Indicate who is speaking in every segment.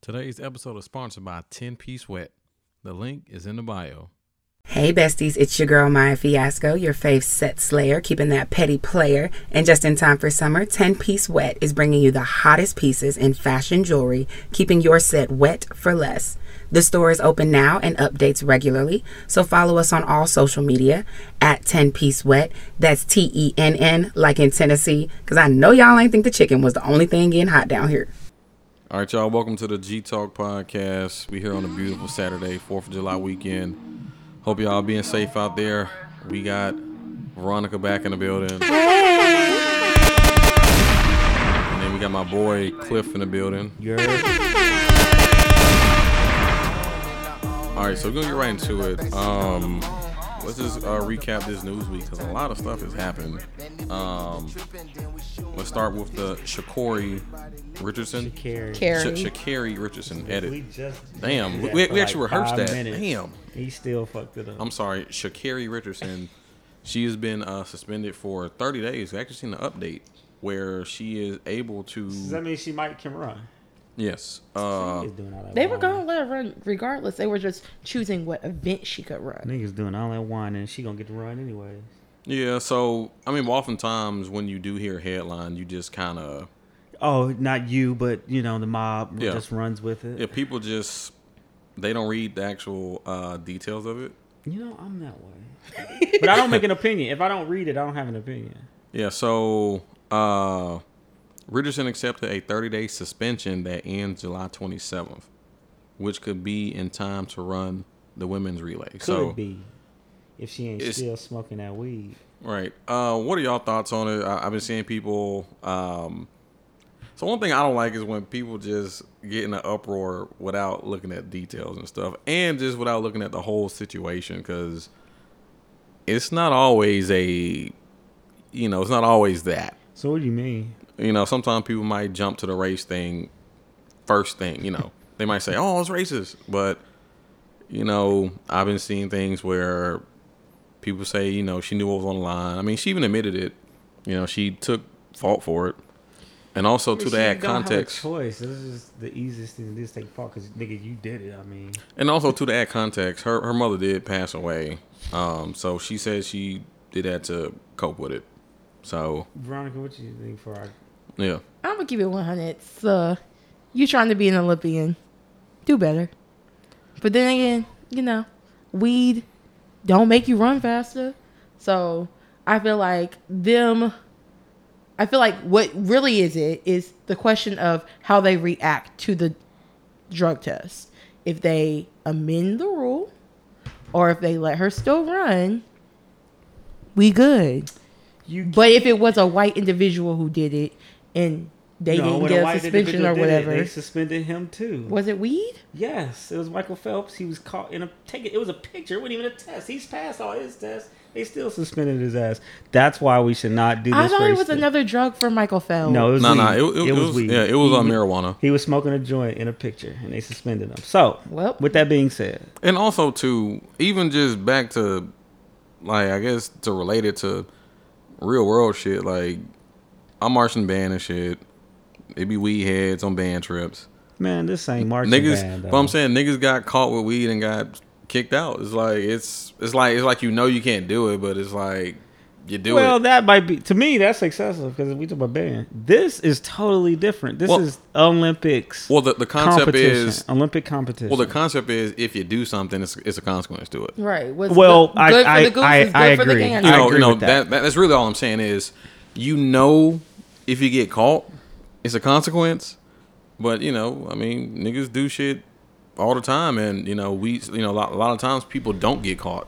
Speaker 1: Today's episode is sponsored by 10 Piece Wet. The link is in the bio.
Speaker 2: Hey besties, it's your girl Maya Fiasco, your fave set slayer, keeping that petty player. And just in time for summer, 10 Piece Wet is bringing you the hottest pieces in fashion jewelry, keeping your set wet for less. The store is open now and updates regularly, so follow us on all social media at 10 Piece Wet. That's T E N N, like in Tennessee, because I know y'all ain't think the chicken was the only thing getting hot down here.
Speaker 1: All right, y'all. Welcome to the G Talk podcast. We here on a beautiful Saturday, Fourth of July weekend. Hope y'all being safe out there. We got Veronica back in the building, and then we got my boy Cliff in the building. All right, so we're gonna get right into it. Um, let's just uh, recap this news week because a lot of stuff has happened. Um, let's start with the Shakori Richardson.
Speaker 3: Carrie.
Speaker 1: Sha-
Speaker 4: Carrie.
Speaker 1: Shakari Richardson
Speaker 3: We
Speaker 1: edit.
Speaker 3: just
Speaker 1: Damn,
Speaker 3: did
Speaker 1: we,
Speaker 3: that
Speaker 1: we,
Speaker 3: for
Speaker 1: we actually
Speaker 3: like
Speaker 1: rehearsed
Speaker 3: five
Speaker 1: that.
Speaker 3: minutes.
Speaker 1: Damn,
Speaker 3: He still fucked it up.
Speaker 1: I'm sorry, Shakari Richardson. She has been uh, suspended for 30 days. I actually seen an update where she is able
Speaker 3: Does that
Speaker 1: to.
Speaker 3: mean she might can run?
Speaker 1: Yes, uh,
Speaker 3: Niggas doing all that
Speaker 4: They were
Speaker 3: whining.
Speaker 4: gonna let her run regardless. They were just choosing what event she could run.
Speaker 3: Niggas doing all that whining. She gonna get to run anyway.
Speaker 1: yeah. So I mean, oftentimes when you do hear a headline, you just kind of
Speaker 3: Oh, not you, but you know the mob
Speaker 1: Yeah.
Speaker 3: just runs with it.
Speaker 1: yeah, people just they don't read the actual uh, details of it.
Speaker 3: You know I'm that way, but I don't make an opinion. If I don't read it, I don't have an opinion.
Speaker 1: Yeah, so uh Richardson accepted a 30-day suspension that ends July 27th, which could be in time to run the women's relay.
Speaker 3: Could
Speaker 1: so
Speaker 3: be if she ain't
Speaker 1: it's-
Speaker 3: still smoking that weed.
Speaker 1: right. Uh what are y'all thoughts on it? I, I've been seeing people um so one thing I don't like is when people just get in an uproar without looking at details and stuff and just without looking at the whole situation cuz it's not always a you know, it's not always that.
Speaker 3: So what do you mean?
Speaker 1: you know, sometimes people might jump to the race thing first thing, you know. they might say, "Oh, it's racist." But you know, I've been seeing things where people say, you know, she knew what was on the line. I mean, she even admitted it. You know, she took fault for it. And also to
Speaker 3: She
Speaker 1: that
Speaker 3: don't have a
Speaker 1: context,
Speaker 3: choice. This is the easiest thing to do is take fuck because nigga, you did it. I mean,
Speaker 1: and also to that context, her her mother did pass away. Um, so she said she did that to cope with it. So
Speaker 3: Veronica, what you think for our
Speaker 1: yeah,
Speaker 4: I'm gonna give it 100. So you trying to be an Olympian? Do better. But then again, you know, weed don't make you run faster. So I feel like them. I feel like what really is it is the question of how they react to the drug test. If they amend the rule, or if they let her still run, we good.
Speaker 3: you
Speaker 4: But if it was a white individual who did it and they
Speaker 3: No,
Speaker 4: didn't
Speaker 3: when a
Speaker 4: get a
Speaker 3: white
Speaker 4: suspension
Speaker 3: individual
Speaker 4: or
Speaker 3: did it,
Speaker 4: whatever,
Speaker 3: they suspended him too.
Speaker 4: was it weed?
Speaker 3: Yes, it was Michael Phelps. He was caught in a take. It was a picture. It wasn't even a test. He's passed all his tests. They still suspended his ass. That's why we should not do this.
Speaker 4: I thought it
Speaker 3: race
Speaker 4: was
Speaker 3: thing.
Speaker 4: another drug for Michael Phelps.
Speaker 3: No, it was
Speaker 1: no, no,
Speaker 3: weed.
Speaker 1: it, it, it was,
Speaker 3: weed.
Speaker 1: yeah, it was
Speaker 3: he,
Speaker 1: on marijuana.
Speaker 3: He was smoking a joint in a picture, and they suspended him. So,
Speaker 4: Well.
Speaker 3: with that being said,
Speaker 1: And also too, even just back to like I guess to relate it to real world shit, like I'm marching band and shit. It be weed heads on band trips.
Speaker 3: man, this ain't marching
Speaker 1: niggas
Speaker 3: band.
Speaker 1: but I'm
Speaker 3: though.
Speaker 1: saying niggas got caught with weed and got kicked out. It's like it's it's like it's like you know you can't do it, but it's like you do
Speaker 3: well,
Speaker 1: it.
Speaker 3: that might be to me. That's excessive because we talk about band. This is totally different. This
Speaker 1: Well-
Speaker 3: is Olympics.
Speaker 1: Well the, the concept
Speaker 3: competition.
Speaker 1: is
Speaker 3: Olympic competition.
Speaker 1: well the concept is if you do something it's it's a consequence to it.
Speaker 4: Right. Was
Speaker 3: Well,
Speaker 4: good,
Speaker 3: I-
Speaker 4: good
Speaker 3: I-
Speaker 4: for the goose
Speaker 3: I-
Speaker 4: is good
Speaker 3: I
Speaker 4: for the
Speaker 3: agree.
Speaker 4: gander.
Speaker 1: you
Speaker 3: I
Speaker 1: know,
Speaker 3: agree
Speaker 1: you know
Speaker 3: with
Speaker 1: that.
Speaker 3: that.
Speaker 1: That, that's really all I'm saying is, you know, if you get caught, it's a consequence. But you know, I mean, niggas do shit all the time, and you know, we, you know, a lot, a lot of times people don't get caught.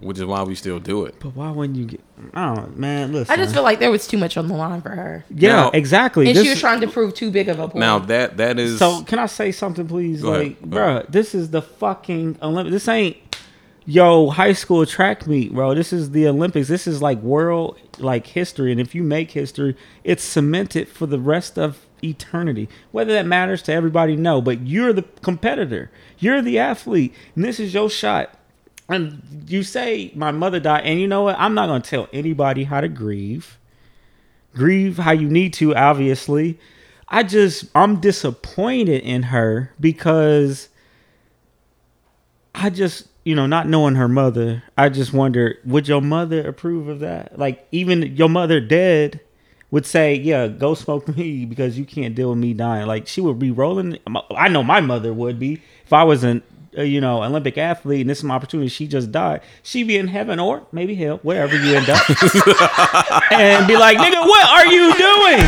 Speaker 1: which is why we still do it.
Speaker 3: But why wouldn't you get? Oh man, listen.
Speaker 4: I just feel like there was too much on the line for her,
Speaker 3: yeah,
Speaker 1: Now-
Speaker 3: exactly.
Speaker 4: and
Speaker 3: This-
Speaker 4: she was trying to prove too big of a point.
Speaker 1: Now that that is
Speaker 3: So can I say something, please?
Speaker 1: Go ahead.
Speaker 3: like,
Speaker 1: Go
Speaker 3: bro, this is the fucking Olympic. This ain't yo high school track meet, bro. This is the Olympics. This is like world like history, and if you make history, it's cemented for the rest of eternity. Whether that matters to everybody, no. But you're the competitor. You're the athlete, and this is your shot. And you say my mother died, and you know what? I'm not gonna tell anybody how to grieve grieve how you need to obviously i just i'm disappointed in her because i just you know not knowing her mother i just wonder would your mother approve of that like even your mother dead would say yeah go smoke me because you can't deal with me dying like she would be rolling i know my mother would be if i was an uh, you know olympic athlete and this is my opportunity she just died she'd be in heaven or maybe hell wherever you end up and be like, nigga, what are you doing?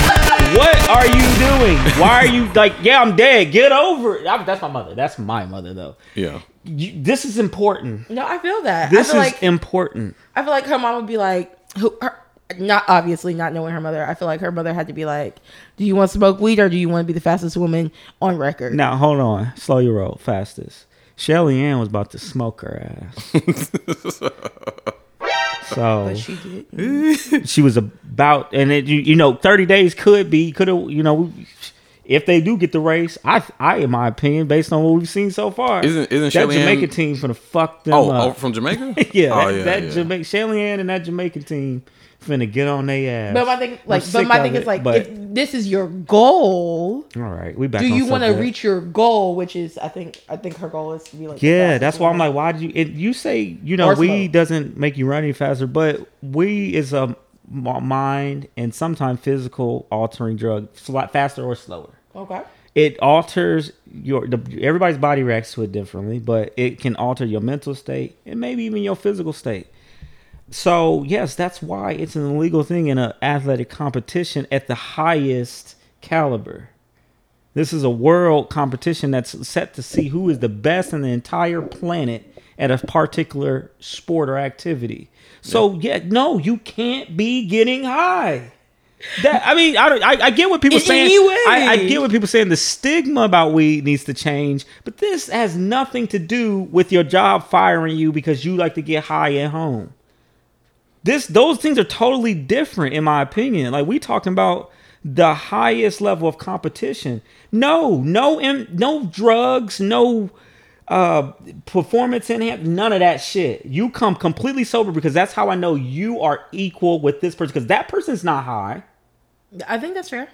Speaker 3: What are you doing? Why are you like, yeah, I'm dead. Get over it. I- that's my mother. That's my mother, though.
Speaker 1: yeah.
Speaker 3: You, this is important.
Speaker 4: no, I feel that. I
Speaker 3: This is
Speaker 4: feel like
Speaker 3: important.
Speaker 4: I feel like her mom would be like, who, her, not obviously not knowing her mother. I feel like her mother had to be like, do you want to smoke weed or do you want to be the fastest woman on record?
Speaker 3: Now, hold on. Slow your roll fastest. Shelly Ann was about to smoke her ass. so
Speaker 4: But she did.
Speaker 3: she was about, and it, you, you know, 30 days could be, could have, you know, if they do get the race, I, I, in my opinion, based on what we've seen so far,
Speaker 1: Isn't- isn't
Speaker 3: that
Speaker 1: Shelly Ann-
Speaker 3: Jamaica team's gonna fuck them
Speaker 1: Oh,
Speaker 3: up?
Speaker 1: oh, from Jamaica?
Speaker 3: yeah,
Speaker 1: Oh,
Speaker 3: that, that Jamaica, Shelly Ann and that Jamaican team finna get on their ass.
Speaker 4: But my thing,
Speaker 3: I'm
Speaker 4: like, but
Speaker 3: sick
Speaker 4: my
Speaker 3: of
Speaker 4: thing
Speaker 3: it,
Speaker 4: is like,
Speaker 3: but,
Speaker 4: if this is your goal,
Speaker 3: all right, we back.
Speaker 4: do
Speaker 3: on
Speaker 4: you want to
Speaker 3: subject.
Speaker 4: reach your goal? Which is, I think, I think her goal is to be like, the
Speaker 3: Yeah,
Speaker 4: fastest
Speaker 3: that's why I'm
Speaker 4: woman.
Speaker 3: like, why do you? It, you say you know
Speaker 4: Or
Speaker 3: weed
Speaker 4: smoke.
Speaker 3: doesn't make you run any faster, but weed is a m- mind and sometimes physical altering drug, sli- faster or slower.
Speaker 4: okay.
Speaker 3: it alters your the, everybody's body reacts to it differently, but it can alter your mental state and maybe even your physical state. So yes, that's why it's an illegal thing in an athletic competition at the highest caliber. This is a world competition that's set to see who is the best in the entire planet at a particular sport or activity. So yeah, no, you can't be getting high. That I mean, I don't. I, I get what people
Speaker 4: In
Speaker 3: saying.
Speaker 4: any way.
Speaker 3: I, I get what people saying. The stigma about weed needs to change, but this has nothing to do with your job firing you because you like to get high at home. This those things are totally different, in my opinion. Like we talking about the highest level of competition. No, no, em- no drugs, no uh performance enhanced none of that shit you come completely sober because that's how i know you are equal with this person because that person's not high
Speaker 4: I think that's fair.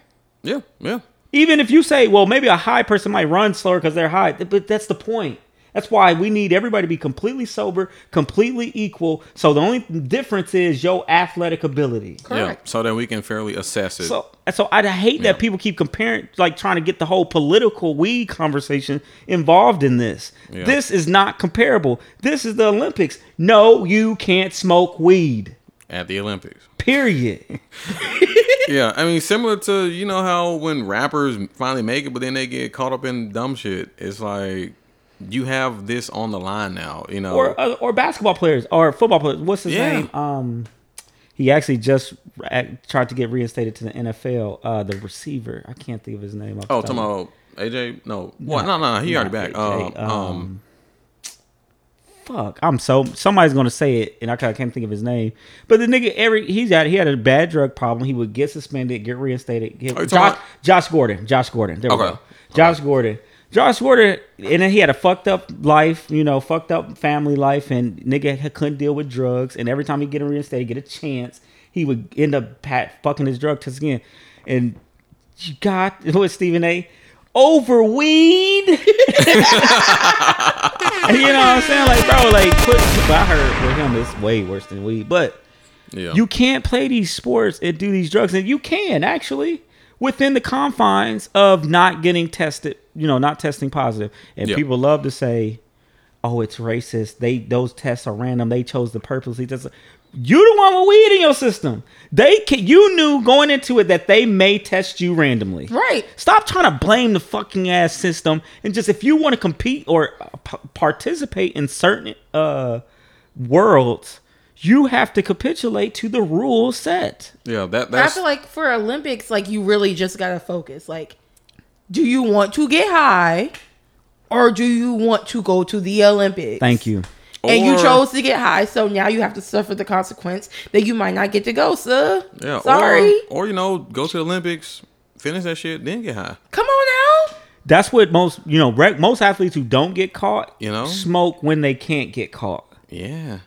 Speaker 1: yeah, yeah.
Speaker 3: even if you say, well, maybe a high person might run slower because they're high, th- but that's the point. That's why we need everybody to be completely sober, completely equal. So the only difference is your athletic ability.
Speaker 1: Yeah.
Speaker 4: Correct.
Speaker 1: So that we can fairly assess it.
Speaker 3: So, so I hate that people keep comparing, like trying to get the whole political weed conversation involved in this.
Speaker 1: Yeah.
Speaker 3: This is not comparable. This is the Olympics. No, you can't smoke weed.
Speaker 1: at the Olympics.
Speaker 3: Period.
Speaker 1: yeah, I mean, similar to you know how when rappers finally make it, but then they get caught up in dumb shit. It's like you have this on the line now. You know,
Speaker 3: or uh, or basketball players or football players. What's his
Speaker 1: Yeah.
Speaker 3: name? Um, he actually just act- tried to get reinstated to the NFL. Uh, the receiver, I can't think of his name. off the
Speaker 1: oh,
Speaker 3: top
Speaker 1: talking
Speaker 3: of my-
Speaker 1: about AJ? No, what? No, no, no he already back.
Speaker 3: AJ,
Speaker 1: Uh, um,
Speaker 3: fuck. I'm so somebody's gonna say it, and I kinda can't think of his name. But the nigga, every he's out. He had a bad drug problem. He would get suspended, get reinstated. Get,
Speaker 1: Are Oh, you talking
Speaker 3: Josh,
Speaker 1: about-
Speaker 3: Josh Gordon. Josh Gordon. There we
Speaker 1: Okay.
Speaker 3: go. Josh Gordon. Josh Gordon, and then he had a fucked up life, you know, fucked up family life, and nigga ha- couldn't deal with drugs. And every time he get reinstated, get a chance, he would end up pat, fucking his drug test again. And you got what Stephen A. Over weed. you know what I'm saying? Like, bro, like, put, but I heard with him it's way worse than weed. But
Speaker 1: yeah,
Speaker 3: you can't play these sports and do these drugs, and you can actually within the confines of not getting tested. You know, not testing positive. And
Speaker 1: Yeah.
Speaker 3: people love to say, "Oh, it's racist. They those tests are random. They chose the purposely." That's you the one with weed in your system. They can, you knew going into it that they may test you randomly.
Speaker 4: Right.
Speaker 3: Stop trying to blame the fucking ass system and just if you want to compete or uh, p- participate in certain uh worlds, you have to capitulate to the rule set.
Speaker 1: Yeah, that
Speaker 4: I
Speaker 1: that's
Speaker 4: feel like for Olympics, like you really just gotta focus. Like, do you want to get high, or do you want to go to the Olympics?
Speaker 3: Thank you.
Speaker 4: And you
Speaker 1: Or-
Speaker 4: chose to get high, so now you have to suffer the consequence that you might not get to go, sir.
Speaker 1: yeah.
Speaker 4: Sorry.
Speaker 1: Or, or you know, go to the Olympics, finish that shit, then get high.
Speaker 4: Come on now.
Speaker 3: That's what most you know. Rec- most athletes who don't get caught,
Speaker 1: You know?
Speaker 3: smoke when they can't get caught.
Speaker 1: Yeah.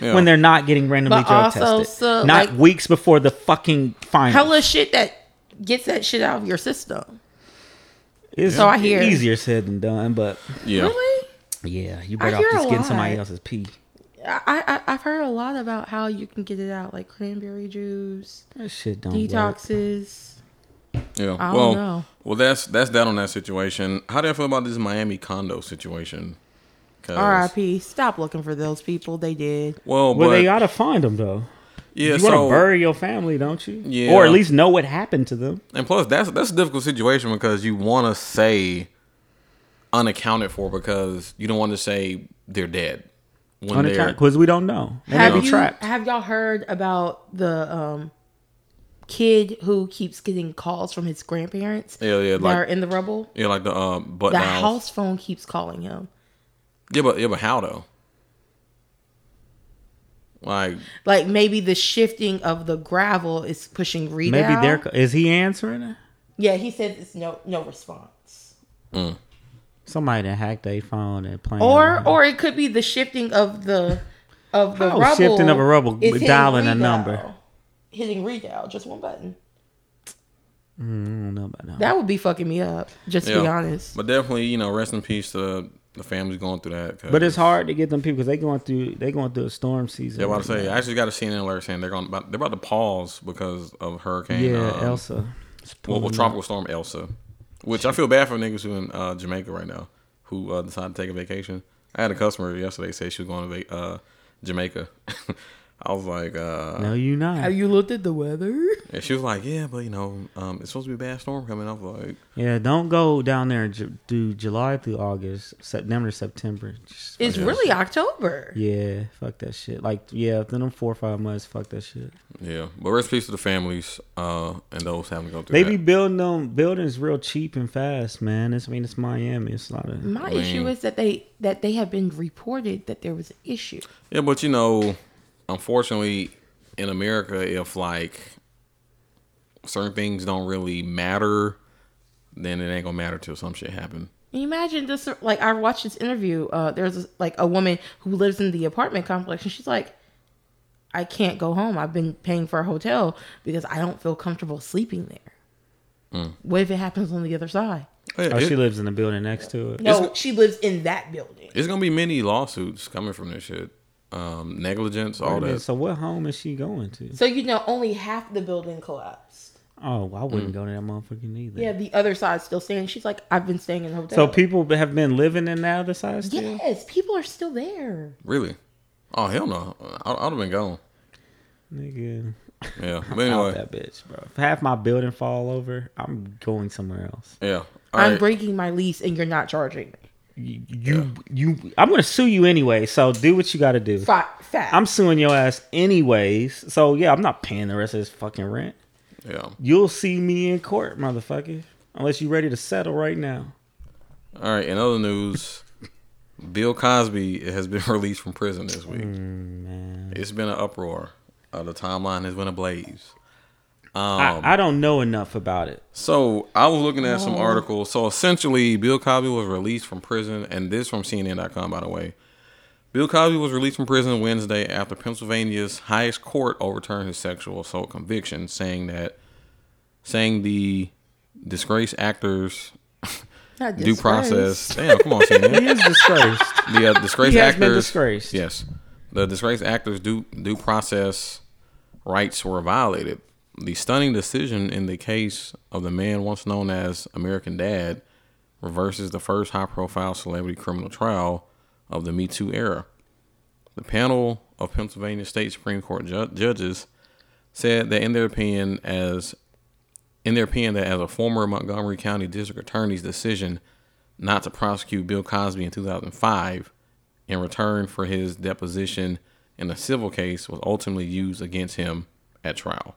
Speaker 1: Yeah.
Speaker 3: When they're not getting randomly
Speaker 4: But
Speaker 3: drug
Speaker 4: also,
Speaker 3: tested,
Speaker 4: so,
Speaker 3: not
Speaker 4: like-
Speaker 3: weeks before the fucking final.
Speaker 4: Hella shit that gets that shit out of your system.
Speaker 3: it's
Speaker 4: So I hear.
Speaker 3: easier said than done, but
Speaker 1: yeah.
Speaker 4: Really?
Speaker 3: yeah, you
Speaker 4: I
Speaker 3: better off
Speaker 4: hear a
Speaker 3: just getting
Speaker 4: lot.
Speaker 3: somebody else's pee.
Speaker 4: I, I I've heard a lot about how you can get it out, like cranberry juice,
Speaker 1: Oh,
Speaker 3: That shit don't work.
Speaker 4: detoxes.
Speaker 1: Yeah.
Speaker 4: I don't
Speaker 1: well,
Speaker 4: know.
Speaker 1: well, that's that's that on that situation. How do you feel about this Miami condo situation? 'Cause-
Speaker 4: R.I.P. Stop looking for those people. They did.
Speaker 1: Well,
Speaker 3: Well,
Speaker 1: but
Speaker 3: they gotta find them though.
Speaker 1: yeah.
Speaker 3: You
Speaker 1: So
Speaker 3: want to bury your family, don't you?
Speaker 1: Yeah.
Speaker 3: Or at least know what happened to them.
Speaker 1: and plus, that's that's a difficult situation because you want to say unaccounted for because you don't want to say they're dead when they're
Speaker 3: Because we don't know. They may
Speaker 4: Have
Speaker 3: be
Speaker 4: you
Speaker 3: trapped.
Speaker 4: have y'all heard about the um kid who keeps getting calls from his grandparents?
Speaker 1: Yeah, yeah,
Speaker 4: that
Speaker 1: like-
Speaker 4: are in the rubble.
Speaker 1: yeah like the um but
Speaker 4: The
Speaker 1: now
Speaker 4: house phone keeps calling him.
Speaker 1: yeah but yeah but how though like
Speaker 4: Like maybe the shifting of the gravel is pushing read
Speaker 3: Maybe
Speaker 4: out.
Speaker 3: they're. Is he answering it?
Speaker 4: Yeah, he says it's no no response.
Speaker 1: mm,
Speaker 3: Somebody that hacked their phone and playing.
Speaker 4: or or it could be the shifting of the of the
Speaker 3: Mm-hmm. How
Speaker 4: rubble.
Speaker 3: shifting of a rubble?
Speaker 4: is hitting
Speaker 3: Dialing a
Speaker 4: redial.
Speaker 3: number.
Speaker 4: Hitting redial, just one button.
Speaker 3: I don't know about that.
Speaker 4: That would be fucking me up. Just to be
Speaker 1: Yeah.
Speaker 4: honest.
Speaker 1: but definitely you know rest in peace to the families going through that 'cause-
Speaker 3: But it's hard to get them people because they going through they going through a storm season.
Speaker 1: Yeah, I was
Speaker 3: right
Speaker 1: about to say, I actually got a CNN alert saying they're going about they're about to pause because of
Speaker 3: now.
Speaker 1: hurricane.
Speaker 3: Yeah,
Speaker 1: um,
Speaker 3: Elsa. It's
Speaker 1: Well, well,
Speaker 3: pulling
Speaker 1: tropical storm Elsa, which I feel bad for niggas who in uh, Jamaica right now who uh, decided to take a vacation. I had a customer yesterday say she was going to va- uh, Jamaica. I was like, uh,
Speaker 3: up. No, you not.
Speaker 4: you looked at the weather?
Speaker 1: and she was like, yeah, but you know, um, it's supposed to be a bad storm coming. I was like,
Speaker 3: yeah, don't go down there. Ju- do July through August, September, September. Just,
Speaker 4: It's really October.
Speaker 3: yeah, fuck that shit. Like, yeah, within them four or five months, fuck that shit.
Speaker 1: yeah. But rest in peace to the families uh, and those having to go through
Speaker 3: They
Speaker 1: that.
Speaker 3: be building them buildings real cheap and fast, man. It's, I mean, it's Miami. It's a lot of
Speaker 4: My
Speaker 1: mean-
Speaker 4: issue is that they that they have been reported that there was an issue.
Speaker 1: Yeah, but you know, unfortunately, in America, if like certain things don't really matter, then it ain't gonna matter till some shit happen.
Speaker 4: Can you Imagine this. Like I watched this interview. Uh, there's like a woman who lives in the apartment complex, and she's like, "I can't go home. I've been paying for a hotel because I don't feel comfortable sleeping there."
Speaker 1: Mm.
Speaker 4: What if it happens on the other side?
Speaker 3: Oh,
Speaker 1: It-
Speaker 3: she lives in the building next to it.
Speaker 4: No, she lives in that building.
Speaker 1: it's gonna be many lawsuits coming from this shit, um, negligence, all
Speaker 3: Wait a minute,
Speaker 1: that.
Speaker 3: So what home is she going to?
Speaker 4: So you know, only half the building collapsed.
Speaker 3: Oh, I wouldn't go to that motherfucking either.
Speaker 4: Yeah, the other side's still standing. She's like, "I've been staying in a
Speaker 3: So
Speaker 4: hotel."
Speaker 3: people have been living in the other side still.
Speaker 4: Yes, people are still there.
Speaker 1: Really? Oh hell no! I, I'd have been gone.
Speaker 3: Nigga,
Speaker 1: Yeah, but
Speaker 3: out
Speaker 1: anyway,
Speaker 3: that bitch, bro. If half my building fall over, I'm going somewhere else.
Speaker 1: yeah. All
Speaker 4: I'm
Speaker 1: right.
Speaker 4: breaking my lease, and you're not charging me.
Speaker 3: You, you, you- I'm gonna sue you anyway. So do what you got to do.
Speaker 4: Fa- fact.
Speaker 3: I'm suing your ass anyways. So yeah, I'm not paying the rest of this fucking rent.
Speaker 1: yeah.
Speaker 3: You'll see me in court, motherfucker. Unless you ready to settle right now.
Speaker 1: All right. In other news, Bill Cosby has been released from prison this week.
Speaker 3: Mm,
Speaker 1: It's been an uproar. Uh, the timeline has been ablaze.
Speaker 3: I,
Speaker 1: Um,
Speaker 3: I don't know enough about it.
Speaker 1: So I was looking at some articles. So essentially, Bill Cosby was released from prison, and this from CNN.com, by the way. Bill Cosby was released from prison Wednesday after Pennsylvania's highest court overturned his sexual assault conviction, saying that saying the disgraced actors
Speaker 4: Not
Speaker 1: due
Speaker 4: disgraced.
Speaker 1: process. Damn, come on, CNN
Speaker 3: He is disgraced.
Speaker 1: the uh, disgraced
Speaker 3: He has
Speaker 1: actors
Speaker 3: been disgraced.
Speaker 1: Yes, the disgraced actors' due due process rights were violated. The stunning decision in the case of the man once known as American Dad reverses the first high-profile celebrity criminal trial of the Me Too era. The panel of Pennsylvania State Supreme Court ju- judges said that in their opinion, as in their opinion, that as a former Montgomery County District Attorney's decision not to prosecute Bill Cosby in 2005 in return for his deposition in a civil case was ultimately used against him at trial.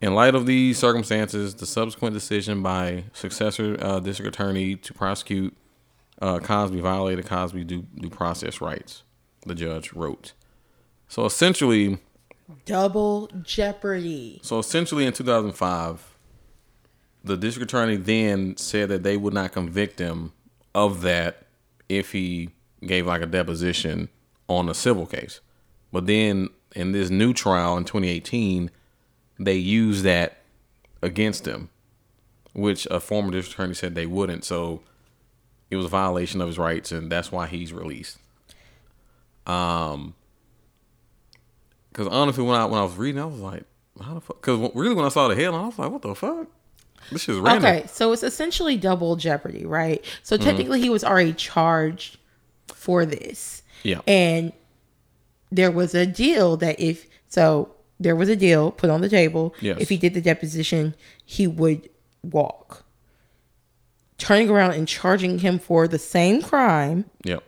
Speaker 1: In light of these circumstances, the subsequent decision by successor uh, district attorney to prosecute uh, Cosby violated Cosby due, due process rights, the judge wrote. So essentially,
Speaker 4: Double jeopardy.
Speaker 1: so essentially, in 2005, the district attorney then said that they would not convict him of that if he gave like a deposition on a civil case. But then in this new trial in 2018, they used that against him, which a former district attorney said they wouldn't. So it was a violation of his rights, and that's why he's released. Because honestly, when I when I was reading, I was like, "How the fuck?" Because really, when I saw the headline, I was like, "What the fuck? This is random." Mm-hmm.
Speaker 4: Okay, so it's essentially double jeopardy, right? So technically, he was already charged for this.
Speaker 1: Yeah.
Speaker 4: And there was a deal that if so there was a deal put on the table.
Speaker 1: Yes.
Speaker 4: If he did the deposition, he would walk. Turning around and charging him for the same crime
Speaker 1: yep.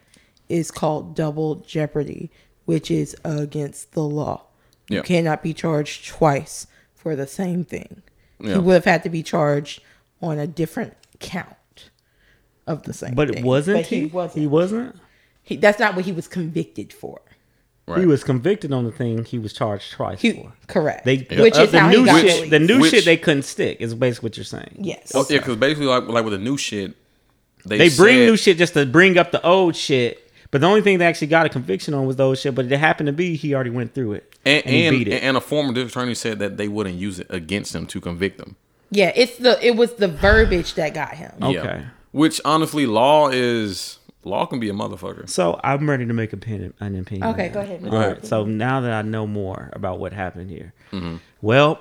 Speaker 4: is called double jeopardy, which is against the law.
Speaker 1: Yeah.
Speaker 4: You cannot be charged twice for the same thing.
Speaker 1: Yeah.
Speaker 4: He would have had to be charged on a different count of the same
Speaker 3: But
Speaker 4: thing.
Speaker 3: wasn't
Speaker 4: But
Speaker 3: he?
Speaker 4: he wasn't.
Speaker 3: He wasn't.
Speaker 4: He- that's not what he was convicted for.
Speaker 1: Right.
Speaker 3: He was convicted on the thing he was charged twice
Speaker 4: He,
Speaker 3: for.
Speaker 4: correct.
Speaker 3: They
Speaker 4: Which
Speaker 3: the, uh,
Speaker 4: is
Speaker 3: the
Speaker 4: how
Speaker 3: new
Speaker 4: he got
Speaker 3: shit.
Speaker 4: released.
Speaker 3: The new
Speaker 1: Uh, Which-
Speaker 3: shit they couldn't stick is basically what you're saying.
Speaker 4: yes.
Speaker 1: Well, Oh, yeah, because basically, like like with the new shit, they
Speaker 3: They bring
Speaker 1: said-
Speaker 3: new shit just to bring up the old shit. But the only thing they actually got a conviction on was the old shit. But it happened to be he already went through it
Speaker 1: and
Speaker 3: he
Speaker 1: and, and a former district attorney said that they wouldn't use it against him to convict him.
Speaker 4: Yeah, it's the it was the verbiage that got him.
Speaker 3: Okay.
Speaker 1: Which honestly, law is law can be a motherfucker.
Speaker 3: So I'm ready to make a pin, an opinion.
Speaker 4: Okay,
Speaker 3: now.
Speaker 4: go ahead.
Speaker 3: All right. So now that I know more about what happened here, well,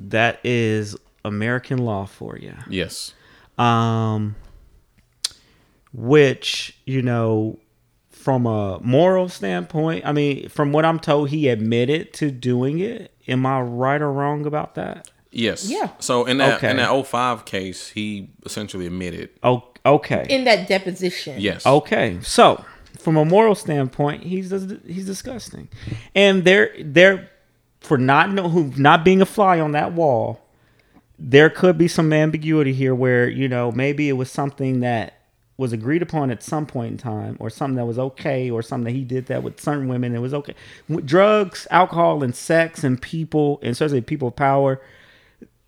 Speaker 3: that is American law for you.
Speaker 1: Yes.
Speaker 3: um, which you know from a moral standpoint i mean from what i'm told he admitted to doing it am i right or wrong about that
Speaker 1: Yes.
Speaker 4: Yeah.
Speaker 1: So in that
Speaker 3: Okay.
Speaker 1: in that 05 case, he essentially admitted.
Speaker 3: oh okay
Speaker 4: In that deposition.
Speaker 1: Yes.
Speaker 3: okay so from a moral standpoint he's dis- he's disgusting and they're they're for not know who not being a fly on that wall there could be some ambiguity here where you know maybe it was something that was agreed upon at some point in time or something that was okay or something that he did that with certain women it was okay with drugs alcohol and sex and people and especially people of power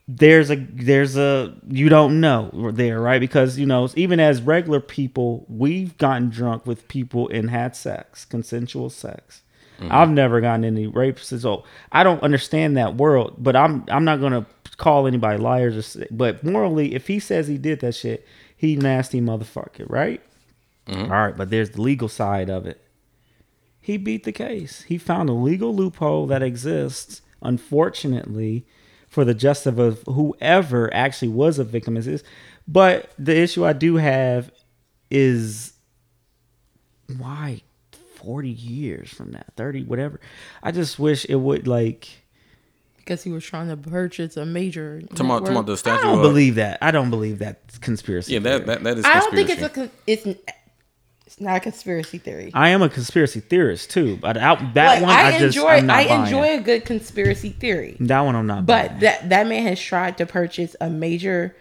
Speaker 3: there's a there's a you don't know there right because you know even as regular people we've gotten drunk with people and had sex consensual sex i've never gotten any rapes so i don't understand that world but i'm i'm not gonna call anybody liars or s- but morally if he says he did that shit he nasty motherfucker right All right but there's the legal side of it he beat the case. He found a legal loophole that exists, unfortunately, for the justice of whoever actually was a victim. Is this? But the issue I do have is why forty years from now, thirty, whatever. I just wish it would like.
Speaker 4: Because he was trying to purchase a major.
Speaker 1: Talking about, talking
Speaker 4: network.
Speaker 1: about the statue.
Speaker 3: I don't
Speaker 1: of-
Speaker 3: believe that. I don't believe that conspiracy.
Speaker 1: Yeah,
Speaker 3: theory.
Speaker 1: that, that that is.
Speaker 4: I don't think it's
Speaker 1: conspiracy.
Speaker 4: a con- it's n- it's not a conspiracy theory.
Speaker 3: I am a conspiracy theorist too, but out that
Speaker 4: Like,
Speaker 3: one I,
Speaker 4: I,
Speaker 3: just
Speaker 4: enjoy
Speaker 3: I'm not
Speaker 4: I
Speaker 3: buying.
Speaker 4: enjoy a good conspiracy theory,
Speaker 3: that one. I'm not.
Speaker 4: but
Speaker 3: buying.
Speaker 4: that that man has tried to purchase a major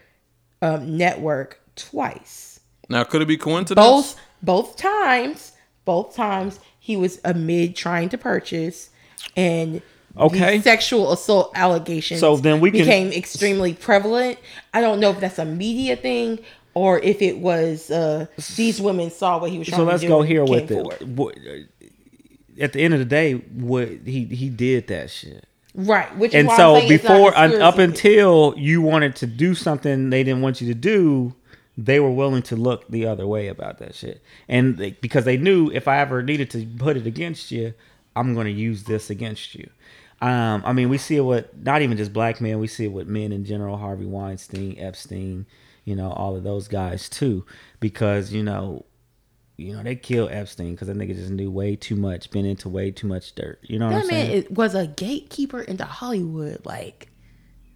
Speaker 4: um, network twice.
Speaker 1: now could it be coincidence?
Speaker 4: Both both times, both times he was amid trying to purchase and.
Speaker 3: Okay.
Speaker 4: The sexual assault allegations
Speaker 3: So then we can-
Speaker 4: became extremely prevalent. I don't know if that's a media thing or if it was uh, these women saw what he was trying
Speaker 3: so
Speaker 4: to
Speaker 3: let's
Speaker 4: do
Speaker 3: go
Speaker 4: and
Speaker 3: here
Speaker 4: came
Speaker 3: with
Speaker 4: forward.
Speaker 3: it. What- uh, At the end of the day, what he he did that shit,
Speaker 4: Right. Which
Speaker 3: and
Speaker 4: is why I'm
Speaker 3: so
Speaker 4: saying it's not
Speaker 3: before
Speaker 4: a
Speaker 3: and up
Speaker 4: conspiracy theory.
Speaker 3: until you wanted to do something they didn't want you to do, they were willing to look the other way about that shit, and they, because they knew if I ever needed to put it against you, I'm going to use this against you. Um, I mean, we see it with not even just black men, we see it with men in general, Harvey Weinstein, Epstein, you know, all of those guys too, because you know you know, they killed Epstein because that nigga just knew way too much, been into way too much dirt. You know what
Speaker 4: that
Speaker 3: I'm
Speaker 4: man
Speaker 3: saying?
Speaker 4: is- was a gatekeeper into Hollywood. Like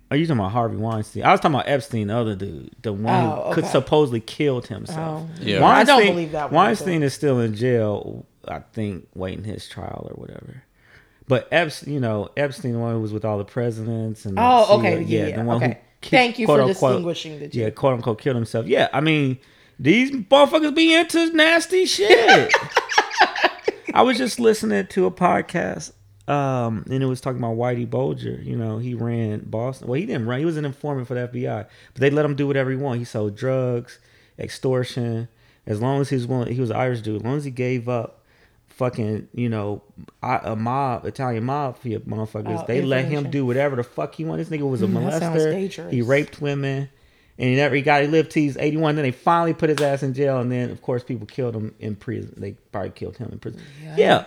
Speaker 3: Are you talking about Harvey Weinstein? I was talking about Epstein, the other dude, the one
Speaker 4: Oh,
Speaker 3: who could
Speaker 4: okay.
Speaker 3: supposedly killed himself.
Speaker 4: Oh.
Speaker 1: Yeah.
Speaker 4: I don't believe that one,
Speaker 3: Weinstein is still in jail, I think, waiting his trial or whatever. But Epstein, you know, Epstein, the one who was with all the presidents and uh,
Speaker 4: Oh,
Speaker 3: the
Speaker 4: okay,
Speaker 3: CEO,
Speaker 4: yeah, yeah, okay.
Speaker 3: ki-
Speaker 4: Thank you for
Speaker 3: quote-unquote-
Speaker 4: distinguishing the two.
Speaker 3: yeah, quote unquote, killed himself. Yeah, I mean, these motherfuckers be into nasty shit. I was just listening to a podcast, um, and it was talking about Whitey Bulger. You know, he ran Boston. Well, he didn't run. He was an informant for the FBI, but they let him do whatever he wanted. He sold drugs, extortion. As long as he was willing, he was an Irish dude. As long as he gave up, fucking, you know, I, a mob, Italian mafia motherfuckers.
Speaker 4: Oh,
Speaker 3: they let him
Speaker 4: information. Mm,
Speaker 3: do whatever the fuck he wanted. This nigga was a
Speaker 4: that sounds
Speaker 3: molester.
Speaker 4: dangerous.
Speaker 3: He raped women. And he never he got he lived till he's eighty one. Then they finally put his ass in jail, and then of course people killed him in prison. They probably killed him in prison. Yeah,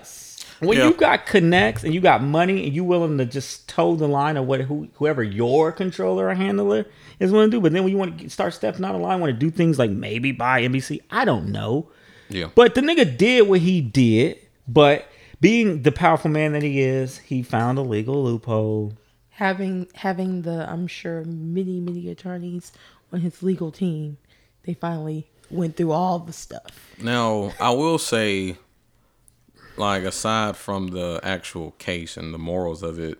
Speaker 3: when
Speaker 1: Yeah.
Speaker 3: you got connects and you got money and you willing to just toe the line of what who, whoever your controller or handler is willing to do, but then when you want to start stepping out of line, want to do things like maybe buy NBC, I don't know.
Speaker 1: Yeah.
Speaker 3: But the nigga did what he did. But being the powerful man that he is, he found a legal loophole.
Speaker 4: having having the I'm sure many many attorneys on his legal team, they finally went through all the stuff.
Speaker 1: Now, I will say, like, aside from the actual case and the morals of it,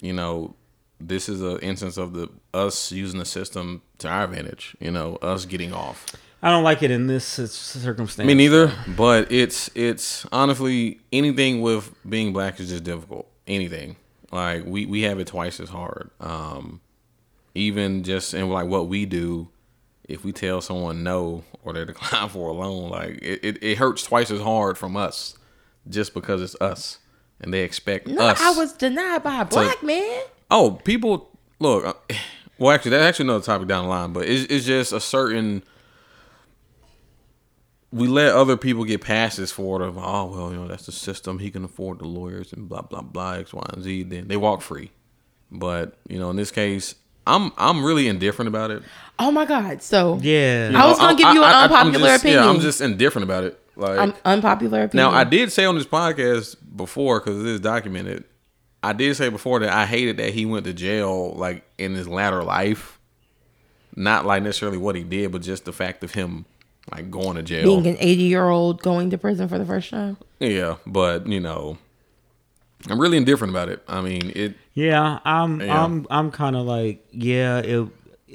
Speaker 1: you know, this is an instance of the us using the system to our advantage. You know, us getting off.
Speaker 3: I don't like it in this c- circumstance.
Speaker 1: Me neither. But it's it's honestly anything with being black is just difficult. Anything like we we have it twice as hard. Um, even just in like what we do, if we tell someone no or they decline for a loan, like it, it, it hurts twice as hard from us, just because it's us and they expect
Speaker 4: No,
Speaker 1: us.
Speaker 4: I was denied by a black man.
Speaker 1: Oh, people look. uh, Well, actually, that's actually another topic down the line, but it's, it's just a certain. We let other people get passes for it of oh well you know that's the system he can afford the lawyers and blah blah blah x y and z then they walk free, but you know in this case I'm I'm really indifferent about it.
Speaker 4: Oh my god! So
Speaker 3: Yeah.
Speaker 4: I was gonna
Speaker 1: I'm-
Speaker 4: give you an
Speaker 1: I- I- I'm
Speaker 4: unpopular
Speaker 1: just-
Speaker 4: opinion.
Speaker 1: Yeah, I'm just indifferent about it. Like
Speaker 4: Um, unpopular opinion.
Speaker 1: now, I did say on this podcast before because it is documented. I did say before that I hated that he went to jail like in his latter life, not like necessarily what he did, but just the fact of him like going to jail.
Speaker 4: being an 80 year old going to prison for the first time.
Speaker 1: yeah, but you know, I'm really indifferent about it. I mean, it.
Speaker 3: Yeah, I'm
Speaker 1: Yeah.
Speaker 3: I'm I'm kind of like yeah. It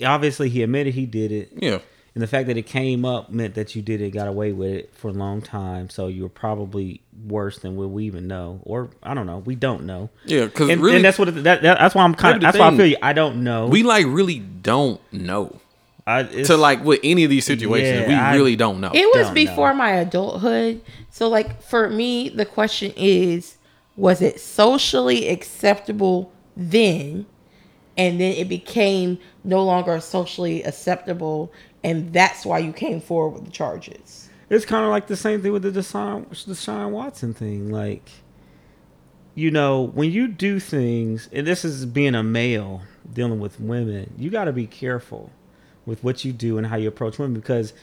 Speaker 3: obviously he admitted he did it,
Speaker 1: Yeah,
Speaker 3: and the fact that it came up meant that you did it, got away with it for a long time. So you were probably worse than what we even know, or I don't know. We don't know.
Speaker 1: yeah, because
Speaker 3: And,
Speaker 1: really,
Speaker 3: and that's what it, that, that that's why I'm kind
Speaker 1: But
Speaker 3: of
Speaker 1: the
Speaker 3: that's why I
Speaker 1: thing-
Speaker 3: feel you. I don't know.
Speaker 1: we like really don't know.
Speaker 3: I, it's,
Speaker 1: To like with any of these situations,
Speaker 3: Yeah,
Speaker 1: we
Speaker 3: I-
Speaker 1: really don't know.
Speaker 4: It was
Speaker 3: Don't
Speaker 4: before
Speaker 3: know.
Speaker 4: my adulthood. So, like, for me, the question is was it socially acceptable then? And then it became no longer socially acceptable. And that's why you came forward with the charges.
Speaker 3: it's kind of like the same thing with the Deshaun, Deshaun Watson thing. Like, you know, when you do things, and this is being a male dealing with women, you got to be careful with what you do and how you approach women because,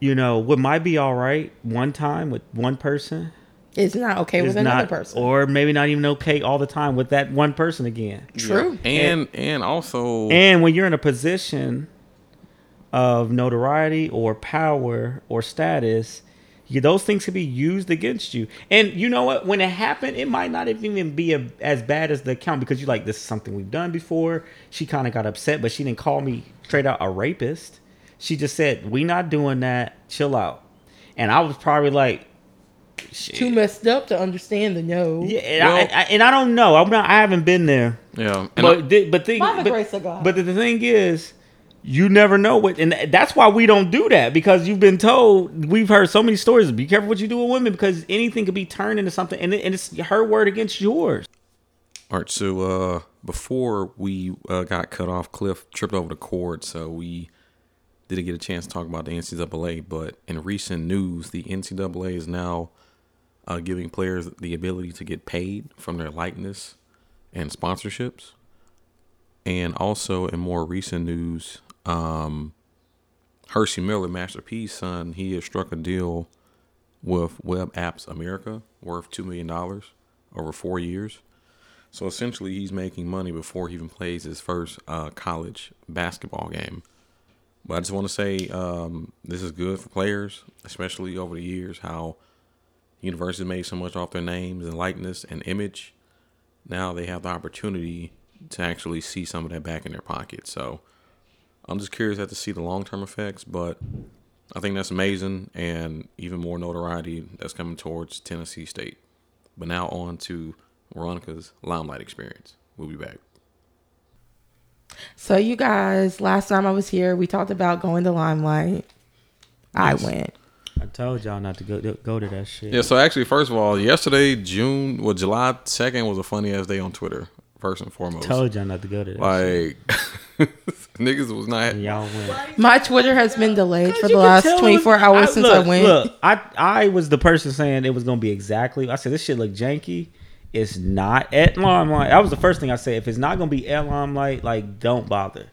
Speaker 3: you know, what might be all right one time with one person
Speaker 4: It's not okay
Speaker 3: is
Speaker 4: with another
Speaker 3: not,
Speaker 4: person.
Speaker 3: or maybe not even okay all the time with that one person again.
Speaker 4: True.
Speaker 1: and and also
Speaker 3: And when you're in a position of notoriety or power or status, you, those things can be used against you. And you know what? When it happened, it might not have even be a, as bad as the account because you're like, this is something we've done before. She kind of got upset, but she didn't call me straight out a rapist. She just said, we not doing that. Chill out. And I was probably like, shit.
Speaker 4: Too messed up to understand the no.
Speaker 3: Yeah, and, I,
Speaker 1: Well-
Speaker 3: I, and I don't know. I'm not, I haven't been there
Speaker 1: yeah, and
Speaker 3: but
Speaker 1: I-
Speaker 3: thi- but thing,
Speaker 4: By the
Speaker 3: but,
Speaker 4: grace of God.
Speaker 3: But the, the thing is, you never know what, and th- that's why we don't do that because you've been told. We've heard so many stories. Be careful what you do with women because anything could be turned into something, and, it, and it's her word against yours.
Speaker 1: All right, so uh, before we uh, got cut off, Cliff tripped over the cord, so we didn't get a chance to talk about the NCAA. But in recent news, the NCAA is now uh, giving players the ability to get paid from their likeness and sponsorships. And also, in more recent news, um, Hersey Miller, Master P's son, he has struck a deal with Web Apps America worth $2 million over four years. So essentially, he's making money before he even plays his first uh, college basketball game. But I just want to say um, this is good for players, especially over the years, how universities made so much off their names and likeness and image. Now they have the opportunity to actually see some of that back in their pocket. So I'm just curious to see the long term effects, but I think that's amazing and even more notoriety that's coming towards Tennessee State. But now on to Veronica's limelight experience. We'll be back.
Speaker 4: So you guys, last time I was here, we talked about going to Limelight. I went.
Speaker 3: I told y'all not to go go to that shit.
Speaker 1: Yeah, so actually, first of all, yesterday, June, well, July 2nd was a funny ass day on Twitter, first and foremost.
Speaker 3: Told y'all not to go to that. shit.
Speaker 1: like, niggas was not.
Speaker 3: And y'all went.
Speaker 4: My Twitter has been delayed
Speaker 3: You
Speaker 4: for the
Speaker 3: can
Speaker 4: last
Speaker 3: tell
Speaker 4: 24
Speaker 3: it-
Speaker 4: hours since
Speaker 3: look,
Speaker 4: I went.
Speaker 3: Look, I I was the person saying it was gonna be exactly. I said this shit look janky. It's not at limelight. That was the first thing I said. If it's not gonna be at limelight, like don't bother.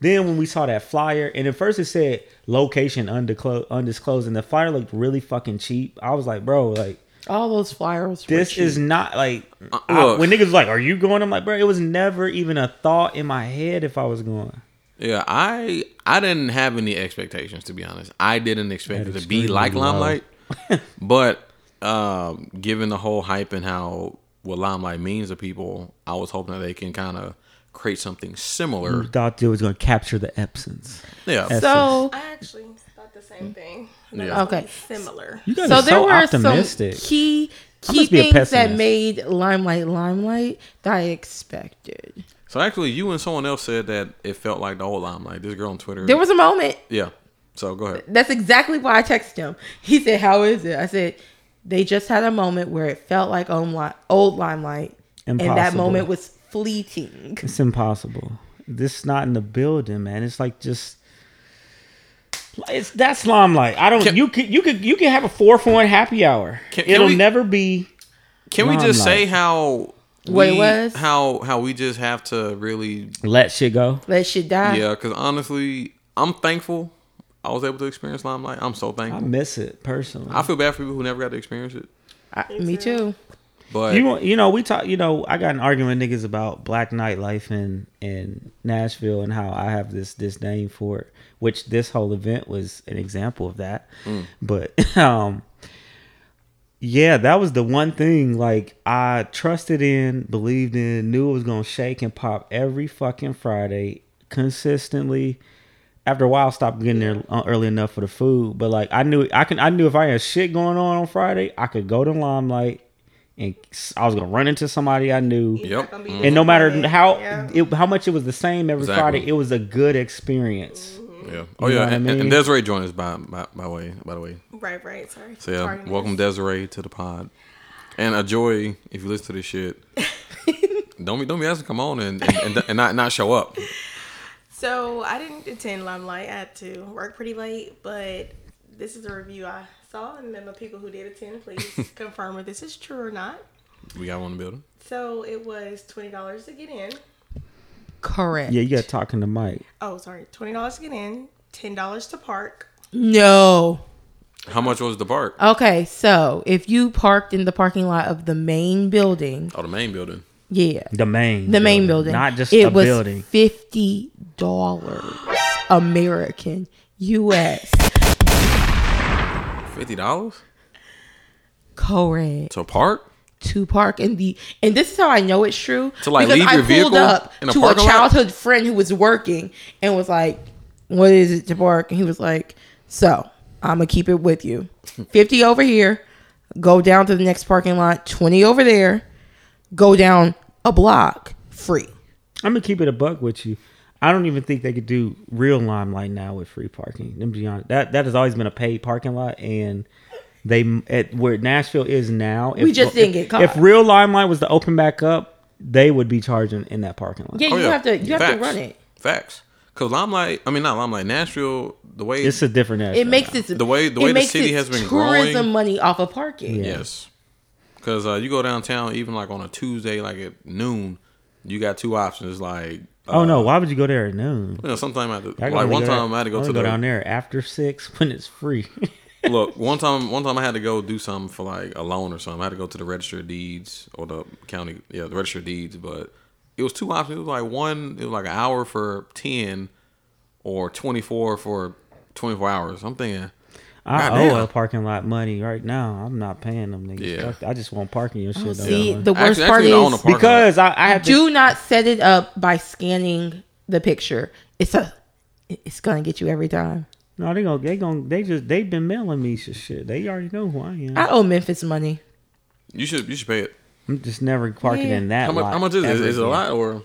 Speaker 3: Then when we saw that flyer, and at first it said location undiclo- undisclosed, and the flyer looked really fucking cheap. I was like, bro, like
Speaker 4: All those flyers. were
Speaker 3: this
Speaker 4: cheap.
Speaker 3: is not like
Speaker 1: Uh,
Speaker 3: I-
Speaker 1: look.
Speaker 3: when niggas was like, are you going? I'm like, bro, it was never even a thought in my head if I was going.
Speaker 1: Yeah, I I didn't have any expectations to be honest. I didn't expect
Speaker 3: At
Speaker 1: it to be like
Speaker 3: extremely low.
Speaker 1: Limelight, but um, given the whole hype and how what Limelight means to people, I was hoping that they can kind of create something similar.
Speaker 3: Thought it was gonna capture the absence.
Speaker 1: Yeah,
Speaker 3: Yes.
Speaker 4: so.
Speaker 5: I actually thought the same thing.
Speaker 1: yeah.
Speaker 4: Okay.
Speaker 5: Similar.
Speaker 3: You guys
Speaker 4: so
Speaker 3: are
Speaker 4: there
Speaker 3: so
Speaker 4: were
Speaker 3: optimistic.
Speaker 4: some key key
Speaker 3: must be a
Speaker 4: things that
Speaker 3: pessimist.
Speaker 4: made Limelight Limelight that I expected.
Speaker 1: So actually, you and someone else said that it felt like the whole Limelight. This girl on Twitter.
Speaker 4: There was a moment.
Speaker 1: yeah. So go ahead.
Speaker 4: That's exactly why I texted him. He said, "How is it?" I said, "They just had a moment where it felt like old, li- old Limelight, and that
Speaker 3: Impossible.
Speaker 4: moment was fleeting."
Speaker 3: It's impossible. This is not in the building, man. It's like just it's that's limelight. I don't.
Speaker 1: Can-
Speaker 3: you could you could you could have a four for one happy hour.
Speaker 1: Can- can
Speaker 3: It'll
Speaker 1: we-
Speaker 3: never be.
Speaker 1: Can we just say how
Speaker 4: What it
Speaker 1: we-
Speaker 4: was?
Speaker 1: how how we just have to really
Speaker 3: Let shit go.
Speaker 4: Let shit die.
Speaker 1: yeah? Because honestly, I'm thankful I was able to experience Limelight. I'm so
Speaker 3: I
Speaker 1: thankful.
Speaker 3: miss it personally.
Speaker 1: I feel bad for people who never got to experience it.
Speaker 4: I- me too.
Speaker 1: But
Speaker 3: you want- you know we talk. You know I got an argument with niggas about black nightlife in in Nashville and how I have this disdain for it, which this whole event was an example of that. But um, yeah, that was the one thing like I trusted in, believed in, knew it was gonna shake and pop every fucking Friday consistently. After a while, I stopped getting there uh, early enough for the food, but like I knew I can I knew if I had shit going on on Friday, I could go to Limelight, and s- I was gonna run into somebody I knew.
Speaker 1: Yep.
Speaker 3: And no matter
Speaker 5: disappointed.
Speaker 3: how
Speaker 5: Yeah.
Speaker 3: it, how much it was the same every
Speaker 1: Exactly.
Speaker 3: Friday, it was a good experience.
Speaker 4: Mm-hmm.
Speaker 1: Yeah. Oh
Speaker 3: You know
Speaker 1: yeah.
Speaker 3: what
Speaker 1: And,
Speaker 3: I
Speaker 1: and- and
Speaker 3: mean?
Speaker 1: Desiree joined us by by, by way by the way.
Speaker 5: Right, right. Sorry.
Speaker 1: So yeah,
Speaker 5: Sorry,
Speaker 1: welcome
Speaker 5: niggas.
Speaker 1: Desiree to the pod. And a joy if you listen to this shit. don't be don't be asking to come on and and, and, and not not show up.
Speaker 5: So I didn't attend Limelight. I had to work pretty late, but this is a review I saw, and then the people who did attend, please confirm if this is true or not.
Speaker 1: We got one in the building.
Speaker 5: So it was twenty dollars to get in.
Speaker 4: Correct.
Speaker 3: Yeah, you got talking to Mike.
Speaker 5: Oh, sorry, twenty dollars to get in, ten dollars to park.
Speaker 4: No.
Speaker 1: How much was the park?
Speaker 4: Okay, so if you parked in the parking lot of the main building,
Speaker 1: Oh, the main building.
Speaker 4: yeah,
Speaker 3: The main,
Speaker 4: the main building,
Speaker 3: not just
Speaker 4: it
Speaker 3: a
Speaker 4: was
Speaker 3: building.
Speaker 4: fifty dollars American U.S.
Speaker 1: Fifty dollars
Speaker 4: Correct.
Speaker 1: to park.
Speaker 4: to park in the and this is how I know it's true.
Speaker 1: To, like, leave
Speaker 4: I
Speaker 1: your vehicle in a
Speaker 4: to
Speaker 1: parking
Speaker 4: a
Speaker 1: lot?
Speaker 4: childhood friend who was working and was like, What is it to park? And he was like, So I'ma keep it with you. Fifty over here, go down to the next parking lot, twenty over there, go down a block, free.
Speaker 3: I'm gonna keep it a buck with you. I don't even think they could do real limelight now with free parking. Let me be honest. That that has always been a paid parking lot, and they at where Nashville is now. If,
Speaker 4: We just didn't get caught.
Speaker 3: If real limelight was to open back up, they would be charging in that parking lot.
Speaker 4: Yeah,
Speaker 1: Oh,
Speaker 4: you
Speaker 1: yeah.
Speaker 4: have to you have
Speaker 1: Facts.
Speaker 4: to run it.
Speaker 1: Facts. Cause Limelight, I mean not Limelight, Nashville. The way
Speaker 3: It's a different.
Speaker 4: It
Speaker 3: Nashville
Speaker 4: makes
Speaker 3: now.
Speaker 4: its
Speaker 1: The way- the
Speaker 4: it
Speaker 1: way the
Speaker 4: makes
Speaker 1: city has
Speaker 4: its
Speaker 1: been
Speaker 4: tourism
Speaker 1: growing-
Speaker 4: money off of parking.
Speaker 3: Yeah.
Speaker 1: Yes. Because uh, you go downtown, even like on a Tuesday, like at noon, you got two options. Like, uh,
Speaker 3: Oh no! Why would you go there at noon?
Speaker 1: you know, sometime I had to,
Speaker 3: I
Speaker 1: like
Speaker 3: gotta
Speaker 1: one
Speaker 3: go there-
Speaker 1: time I had to go
Speaker 3: wanna
Speaker 1: to the
Speaker 3: down there after six when it's free.
Speaker 1: Look, one time, one time I had to go do something for like a loan or something. I had to go to the register of deeds or the county, yeah, the register of deeds. But it was two options. It was like one, it was like an hour for ten, or twenty four for twenty four hours. I'm thinking,
Speaker 3: I
Speaker 1: Goddamn.
Speaker 3: owe a parking lot money right now. I'm not paying them niggas.
Speaker 1: Yeah.
Speaker 3: Fuck, I just want parking your shit.
Speaker 4: See,
Speaker 3: though.
Speaker 4: the worst
Speaker 1: actually,
Speaker 4: part
Speaker 1: actually, I own a
Speaker 4: is
Speaker 1: parking lot.
Speaker 3: because I, I have to.
Speaker 4: do not set it up by scanning the picture. It's a, it's gonna get you every time.
Speaker 3: No, they gonna they gonna they just they've been mailing me some shit. They already know who I am.
Speaker 4: I owe Memphis money.
Speaker 1: you should, you should pay it.
Speaker 3: I'm just never parking
Speaker 4: Yeah.
Speaker 3: in that
Speaker 1: How much?
Speaker 3: lot.
Speaker 1: How much is it? Is,
Speaker 3: ever
Speaker 1: is it a
Speaker 3: again.
Speaker 1: lot or?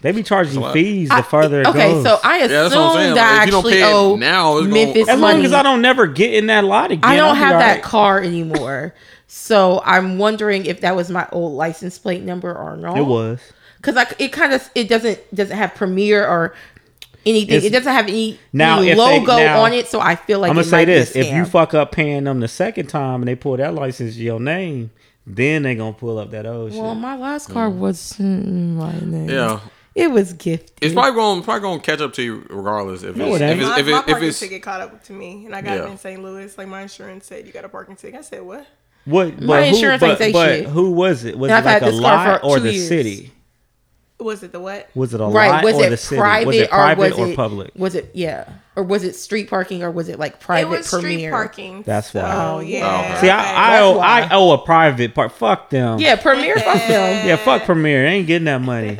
Speaker 3: They be charging
Speaker 1: lot.
Speaker 3: fees the
Speaker 4: I-
Speaker 3: further it
Speaker 4: okay,
Speaker 3: goes.
Speaker 4: so I
Speaker 1: Yeah,
Speaker 4: assume
Speaker 1: that's what I'm saying.
Speaker 4: that
Speaker 1: Like,
Speaker 4: I
Speaker 1: if you don't
Speaker 4: actually
Speaker 1: pay it
Speaker 4: owe
Speaker 1: now, it's gonna-
Speaker 4: Memphis
Speaker 1: As
Speaker 3: as
Speaker 4: money.
Speaker 3: long as I don't never get in that lot again,
Speaker 4: I
Speaker 3: I'll
Speaker 4: don't
Speaker 3: be
Speaker 4: have
Speaker 3: all
Speaker 4: that
Speaker 3: right.
Speaker 4: car anymore. so I'm wondering if that was my old license plate number or not.
Speaker 3: It was.
Speaker 4: because like it kind of it doesn't doesn't have premiere or anything.
Speaker 3: It's-
Speaker 4: it doesn't have any,
Speaker 3: Now,
Speaker 4: any
Speaker 3: if they-
Speaker 4: logo
Speaker 3: now-
Speaker 4: on it. So I feel like
Speaker 3: I'm gonna
Speaker 4: it
Speaker 3: say
Speaker 4: might be a
Speaker 3: this: if you
Speaker 4: scam.
Speaker 3: fuck up paying them the second time and they pull that license to your name, then they gonna pull up that old
Speaker 4: well,
Speaker 3: shit.
Speaker 4: my last car was mm, my
Speaker 3: Mm-hmm.
Speaker 4: name.
Speaker 1: Hmm. Yeah,
Speaker 4: it was gifted.
Speaker 1: it's probably going, to probably going to catch up to you regardless if it's,
Speaker 3: it
Speaker 1: if
Speaker 3: ain't.
Speaker 1: it's,
Speaker 5: my,
Speaker 1: if,
Speaker 5: my
Speaker 1: it, if
Speaker 5: parking
Speaker 1: it's.
Speaker 5: ticket caught up to me, and I got
Speaker 1: Yeah.
Speaker 5: it in St. Louis. Like my insurance said, you got a parking ticket. I said, what?
Speaker 3: What? But
Speaker 4: My
Speaker 3: who,
Speaker 4: insurance
Speaker 3: but,
Speaker 4: ain't say
Speaker 3: but
Speaker 4: shit.
Speaker 3: who was it? Was
Speaker 4: And
Speaker 3: it
Speaker 4: I've had
Speaker 3: like a
Speaker 4: this car
Speaker 3: lot
Speaker 4: for
Speaker 3: or
Speaker 4: two
Speaker 3: the
Speaker 4: years.
Speaker 3: city?
Speaker 5: Was it the what?
Speaker 3: Was it a
Speaker 4: Right?
Speaker 3: lot
Speaker 4: Was
Speaker 3: or
Speaker 4: it
Speaker 3: the city?
Speaker 4: private,
Speaker 3: was it private
Speaker 4: or was it
Speaker 3: public?
Speaker 4: Was it yeah? Or was it street parking or was it like private
Speaker 5: it was street
Speaker 4: premiere?
Speaker 5: parking.
Speaker 3: That's
Speaker 5: so,
Speaker 3: why.
Speaker 5: Oh yeah.
Speaker 1: okay.
Speaker 3: See, I, I, owe,
Speaker 4: why.
Speaker 3: I owe a private part. Fuck them.
Speaker 4: Yeah, premiere. Fuck them.
Speaker 3: Yeah, fuck Premiere. They ain't getting that money.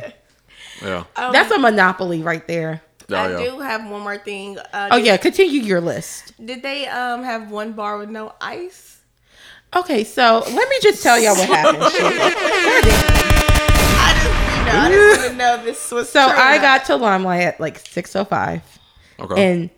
Speaker 1: Yeah. Oh,
Speaker 5: Um,
Speaker 4: That's a monopoly right there.
Speaker 1: Yeah,
Speaker 5: I
Speaker 1: yeah.
Speaker 5: do have one more thing. Uh,
Speaker 4: Oh
Speaker 5: did-
Speaker 4: yeah, continue your list.
Speaker 5: Did they um have one bar with no ice?
Speaker 4: Okay, so let me just tell y'all what happened.
Speaker 5: I just, you know, I just didn't know if this was.
Speaker 4: So
Speaker 5: true or
Speaker 4: I
Speaker 5: not.
Speaker 4: got to Limelight at like six oh five.
Speaker 3: Oh.
Speaker 1: Okay.
Speaker 4: and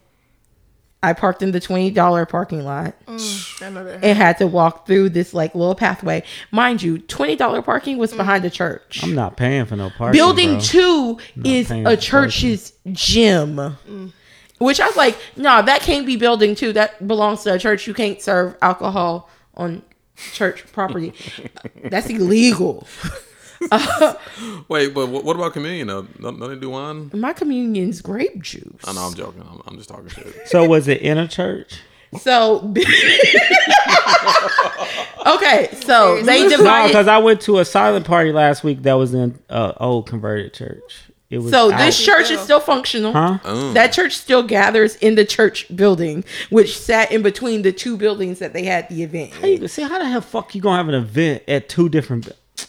Speaker 4: I parked in the twenty dollar parking lot
Speaker 5: Mm, I know that.
Speaker 4: and had to walk through this like little pathway. Mind you, twenty dollar parking
Speaker 5: Mm.
Speaker 4: was behind a church.
Speaker 3: I'm not paying for no parking.
Speaker 4: Building
Speaker 3: bro.
Speaker 4: two is
Speaker 3: paying
Speaker 4: a
Speaker 3: for
Speaker 4: church's gym.
Speaker 3: Mm.
Speaker 4: Which I was like, nah, that can't be building two. That belongs to a church. You can't serve alcohol on church property. That's illegal.
Speaker 1: Wait, but what, what about communion? though? Don't, don't they do wine?
Speaker 4: My communion's grape juice.
Speaker 1: I know I'm joking. I'm, I'm just talking shit.
Speaker 3: So was it in a church?
Speaker 4: So, okay, so they
Speaker 3: No,
Speaker 4: divided.
Speaker 3: because I went to a silent party last week that was in uh, old converted church. It was
Speaker 4: So
Speaker 3: out.
Speaker 4: this church is still functional.
Speaker 3: Huh?
Speaker 1: Oh.
Speaker 4: That church still gathers in the church building, which sat in between the two buildings that they had the event.
Speaker 3: How you- see how the hell fuck you gonna have an event at two different?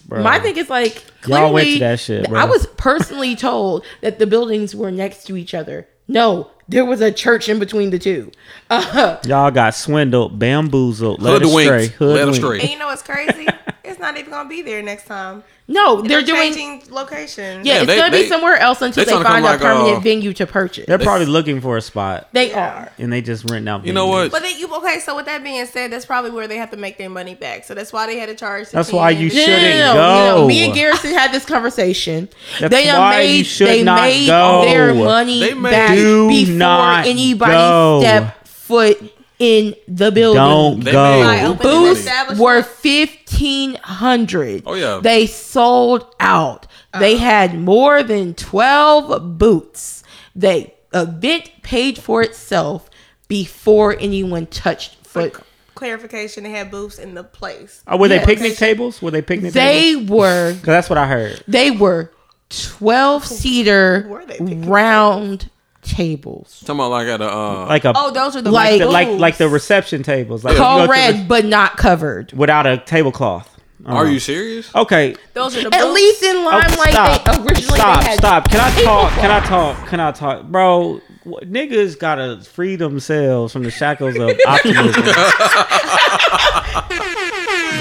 Speaker 3: Bro.
Speaker 4: My thing is like clearly,
Speaker 3: Y'all went to that shit, bro.
Speaker 4: I was personally told that the buildings were next to each other. No, there was a church in between the two. Uh,
Speaker 3: y'all got swindled, bamboozled, led astray,
Speaker 1: Hoodwinked. Led
Speaker 3: hoodwinked.
Speaker 1: astray.
Speaker 5: And you know what's crazy? it's not even gonna be there next time.
Speaker 4: no, they're
Speaker 5: They're
Speaker 4: doing.
Speaker 5: changing location.
Speaker 4: yeah,
Speaker 1: Yeah,
Speaker 4: it's
Speaker 1: they-
Speaker 4: gonna be
Speaker 1: they-
Speaker 4: somewhere else until
Speaker 1: they
Speaker 4: they,
Speaker 1: tryna come
Speaker 4: find a
Speaker 1: like,
Speaker 4: permanent
Speaker 1: uh,
Speaker 4: venue to purchase.
Speaker 3: They're probably looking for a spot
Speaker 4: They are.
Speaker 3: and they just renting out.
Speaker 1: You know
Speaker 3: venues.
Speaker 1: what?
Speaker 5: But they, you okay? So with that being said, that's probably where they have to make their money back. So that's why they had to charge. The
Speaker 3: That's why you
Speaker 5: 10.
Speaker 3: should- shouldn't go.
Speaker 4: me and Garrison had this conversation.
Speaker 3: That's
Speaker 4: they done
Speaker 3: why
Speaker 4: made,
Speaker 3: you should
Speaker 4: they
Speaker 3: not
Speaker 4: made
Speaker 3: go.
Speaker 4: their money
Speaker 1: They made-
Speaker 4: back
Speaker 3: Do
Speaker 4: before
Speaker 3: not
Speaker 4: anybody
Speaker 3: go.
Speaker 4: stepped foot in the building.
Speaker 3: Don't
Speaker 1: They
Speaker 5: By
Speaker 3: go.
Speaker 1: made-
Speaker 5: opening
Speaker 4: Booths
Speaker 5: establishment.
Speaker 4: were fifteen hundred.
Speaker 1: Oh, yeah.
Speaker 4: they sold out.
Speaker 5: Oh.
Speaker 4: They had more than twelve booths. They event paid for itself before anyone touched foot.
Speaker 5: clarification. They had booths in the place.
Speaker 3: Oh, were they
Speaker 4: Yes.
Speaker 3: picnic tables? Were they picnic tables?
Speaker 4: They were
Speaker 3: 'Cause that's what I heard.
Speaker 4: They were 12 seater
Speaker 5: Were they picking
Speaker 4: round tables.
Speaker 1: Talking about like at a uh,
Speaker 3: Like a
Speaker 5: Oh, those are the
Speaker 4: Like-
Speaker 3: the- like
Speaker 5: booths.
Speaker 3: like the reception tables, like you
Speaker 4: All
Speaker 3: go to
Speaker 4: red,
Speaker 3: the-
Speaker 4: but not covered.
Speaker 3: without a tablecloth. Uh-huh.
Speaker 1: Are you serious?
Speaker 3: okay?
Speaker 5: Those are the
Speaker 4: At
Speaker 5: booths.
Speaker 4: least in
Speaker 3: Oh,
Speaker 4: Limelight, they originally
Speaker 3: stop,
Speaker 4: they had
Speaker 3: stop. Can I
Speaker 4: table
Speaker 3: talk? Can I talk? Can I talk, bro? wh- Niggas gotta free themselves from the shackles of optimism.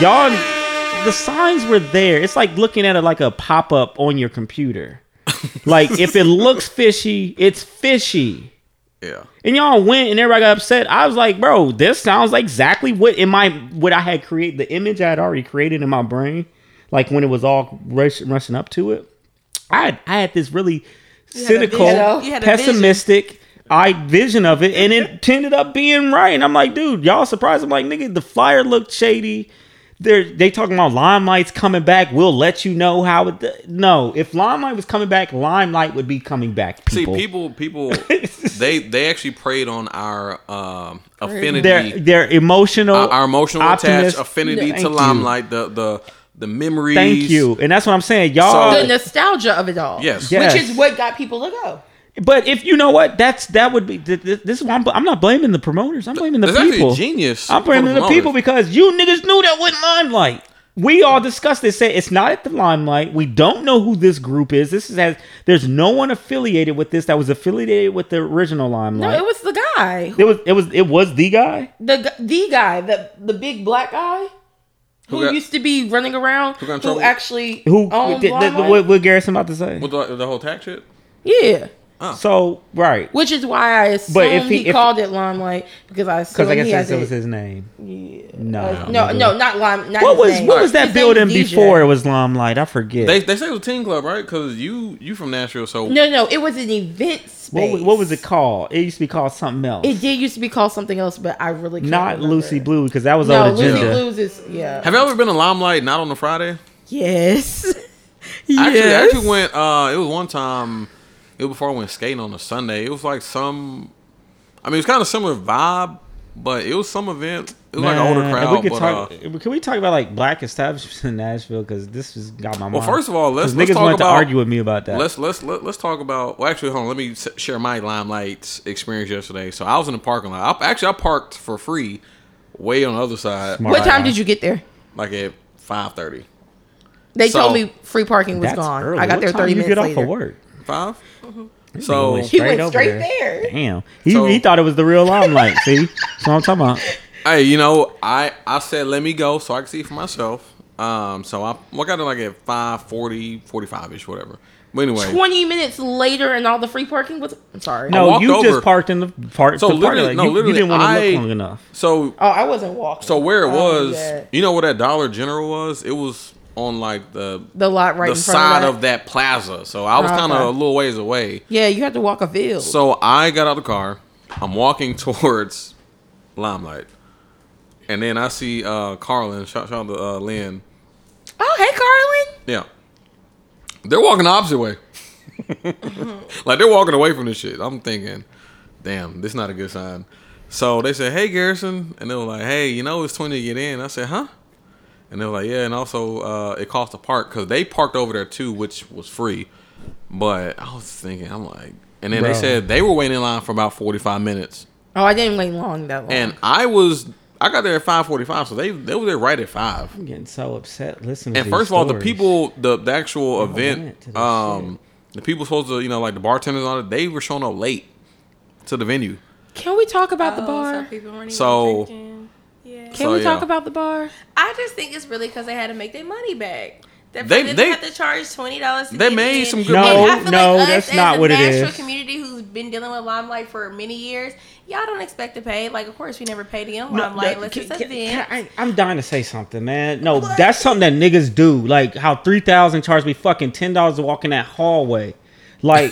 Speaker 3: Y'all, the signs were there. It's like looking at it like a pop up on your computer. Like if it looks fishy, it's fishy.
Speaker 1: Yeah.
Speaker 3: And y'all went and everybody got upset. I was like, bro, this sounds like exactly what in my what I had created the image I had already created in my brain, like when it was all rush, rushing up to it. I had, I had this really cynical,
Speaker 5: vision. You had a vision.
Speaker 3: pessimistic I vision of it, and it ended up being right. And I'm like, dude, y'all surprised? I'm like, nigga, the flyer looked shady. they're they talking about Limelight's coming back. We'll let you know how it. No, if Limelight was coming back, Limelight would be coming back. People.
Speaker 1: See, people, people, they they actually preyed on our um, affinity,
Speaker 3: They're they're emotional.
Speaker 1: our, our emotional attached
Speaker 3: optimist-
Speaker 1: affinity
Speaker 3: Thank
Speaker 1: to
Speaker 3: you.
Speaker 1: limelight, the the the memories.
Speaker 3: Thank you, and that's what I'm saying, y'all.
Speaker 4: the nostalgia of it all.
Speaker 1: Yes.
Speaker 3: Yes.
Speaker 4: Which is what got people to go.
Speaker 3: but if you know what, that's that would be. th- th- This is why I'm, I'm not blaming the promoters. I'm blaming the
Speaker 1: That's actually
Speaker 3: people.
Speaker 1: genius
Speaker 3: I'm blaming
Speaker 1: for the
Speaker 3: the people
Speaker 1: promoters.
Speaker 3: because you niggas knew that wasn't limelight. We all discussed this. Say it's not at the limelight. We don't know who this group is. This is has. There's no one affiliated with this that was affiliated with the original
Speaker 4: No,
Speaker 3: limelight.
Speaker 4: it was the guy. who-
Speaker 3: it was. It was. It was the guy.
Speaker 4: The g- the guy, the the big black guy who,
Speaker 1: got-
Speaker 4: used to be running around who,
Speaker 1: got in trouble?
Speaker 4: actually
Speaker 3: Who
Speaker 4: owned
Speaker 3: did, the,
Speaker 4: Limelight.
Speaker 3: what, what Garrison about to say?
Speaker 1: With the, the whole tax shit.
Speaker 4: Yeah.
Speaker 3: so right,
Speaker 4: Which is why I assume
Speaker 3: But if
Speaker 4: he,
Speaker 3: he- if-
Speaker 4: called it Limelight because I
Speaker 3: because
Speaker 4: assume
Speaker 3: I guess
Speaker 4: he
Speaker 3: that's,
Speaker 4: has
Speaker 3: that
Speaker 4: it.
Speaker 3: was his name.
Speaker 4: Yeah.
Speaker 3: No,
Speaker 4: Uh, no, no, not Lime. Not
Speaker 3: What
Speaker 4: his
Speaker 3: was
Speaker 4: name.
Speaker 3: what was that
Speaker 4: His name's
Speaker 3: building
Speaker 4: DJ.
Speaker 3: before it was limelight? I forget.
Speaker 1: They they say it was Teen Club, right? Because you you from Nashville, so
Speaker 4: No, no, it was an event space.
Speaker 3: What, wa- what was it called? It used to be called something else.
Speaker 4: It did used to be called something else, but I really can't
Speaker 3: Not
Speaker 4: remember.
Speaker 3: Lucy Blue because that was
Speaker 4: No,
Speaker 3: old agenda.
Speaker 4: Lucy Blues is yeah.
Speaker 1: Have you ever been in Limelight not on a Friday?
Speaker 4: yes.
Speaker 1: Actually, I
Speaker 4: yes.
Speaker 1: actually went. Uh, it was one time. It was before I went skating on a Sunday. It was like some. I mean, it was kind of similar vibe, but it was some event. It was like an older
Speaker 3: Man,
Speaker 1: crowd.
Speaker 3: We could
Speaker 1: but,
Speaker 3: talk,
Speaker 1: uh,
Speaker 3: can we talk about like black establishments in Nashville? Because this has got my mind.
Speaker 1: well, first of all, let's
Speaker 3: 'Cause
Speaker 1: let's
Speaker 3: niggas
Speaker 1: talk
Speaker 3: wanted
Speaker 1: about
Speaker 3: to argue with me about that.
Speaker 1: Let's let's let, let's talk about. Well, actually, hold on. Let me s- share my limelight experience yesterday. So I was in the parking lot. I, actually, I parked for free, way on the other side.
Speaker 3: Smart.
Speaker 4: What time did you get there?
Speaker 1: Like at five thirty.
Speaker 4: They
Speaker 1: So-
Speaker 4: told me free parking was
Speaker 3: That's
Speaker 4: gone.
Speaker 3: early.
Speaker 4: I got
Speaker 3: What
Speaker 4: there
Speaker 3: time
Speaker 4: thirty
Speaker 3: you
Speaker 4: minutes
Speaker 3: get
Speaker 4: later.
Speaker 3: off of work.
Speaker 1: Five.
Speaker 3: Mm-hmm.
Speaker 1: So
Speaker 4: He went
Speaker 3: over
Speaker 4: straight there.
Speaker 3: Damn, he,
Speaker 1: So-
Speaker 3: he thought it was the real limelight. see, that's what I'm talking about.
Speaker 1: Hey, you know, I I said let me go so I can see for myself. Um, so I what got in like at 540, 45 ish, whatever. But anyway,
Speaker 4: Twenty minutes later, and all the free parking was. I'm sorry.
Speaker 3: No,
Speaker 1: walked
Speaker 3: you
Speaker 1: over.
Speaker 3: just parked in the park.
Speaker 1: so
Speaker 3: the parking
Speaker 1: literally,
Speaker 3: lot.
Speaker 1: no,
Speaker 3: you,
Speaker 1: literally,
Speaker 3: you didn't want to
Speaker 1: I,
Speaker 3: look long enough.
Speaker 1: So
Speaker 4: Oh, I wasn't walking.
Speaker 1: so where it
Speaker 4: Oh,
Speaker 1: was,
Speaker 4: yeah.
Speaker 1: you know where that Dollar General was? It was on like the
Speaker 4: the lot right
Speaker 1: the
Speaker 4: in front
Speaker 1: side
Speaker 4: of,
Speaker 1: of
Speaker 4: that.
Speaker 1: that plaza. So I was
Speaker 4: Oh,
Speaker 1: kind of
Speaker 4: okay.
Speaker 1: a little ways away.
Speaker 4: Yeah, you had to walk a field.
Speaker 1: So I got out of the car. I'm walking towards Limelight, and then I see uh Carlin. Shout, shout out to uh, Lynn.
Speaker 4: oh, hey, Carlin.
Speaker 1: Yeah. They're walking the opposite way. like they're walking away from this shit. I'm thinking, damn, this not a good sign. So they said, Hey Garrison and they were like, Hey, you know it's twenty to get in. I said, Huh? And they were like, Yeah, and also uh it cost a park because they parked over there too, which was free. But I was thinking, I'm like and then they
Speaker 3: Bro.
Speaker 1: said they were waiting in line for about forty five minutes.
Speaker 4: Oh, I didn't wait long that long.
Speaker 1: And I was I got there at five forty five, so they they were there right at five.
Speaker 3: I'm getting so upset. Listen.
Speaker 1: And first of all, the people, the, the actual event,
Speaker 3: went to this
Speaker 1: um, the people supposed to, you know, like the bartenders on it, they were showing up late to the venue.
Speaker 4: Can we talk about the
Speaker 5: Oh,
Speaker 4: bar?
Speaker 5: So people weren't even
Speaker 1: So-
Speaker 5: drinking. Yeah.
Speaker 4: Can
Speaker 1: So,
Speaker 4: we
Speaker 1: yeah.
Speaker 4: talk about the bar?
Speaker 5: I just think it's really because they had to make their money back. They,
Speaker 1: They-
Speaker 5: they didn't
Speaker 1: they-
Speaker 5: have to charge twenty dollars.
Speaker 1: They made some good
Speaker 3: No,
Speaker 1: money.
Speaker 5: I feel
Speaker 3: no,
Speaker 5: like us
Speaker 3: that's
Speaker 5: as
Speaker 3: not
Speaker 5: a
Speaker 3: what it
Speaker 5: Nashville
Speaker 3: is.
Speaker 5: Community who's been dealing with Limelight for many years, y'all don't expect to pay. Like, of course, we never paid in
Speaker 3: No,
Speaker 5: Limelight.
Speaker 3: no,
Speaker 5: Let's
Speaker 3: can-
Speaker 5: just
Speaker 3: can-
Speaker 5: event.
Speaker 3: can I, am dying to say something, man. No, that's something that niggas do. Like how three thousand charge me fucking ten dollars to walk in that hallway. Like,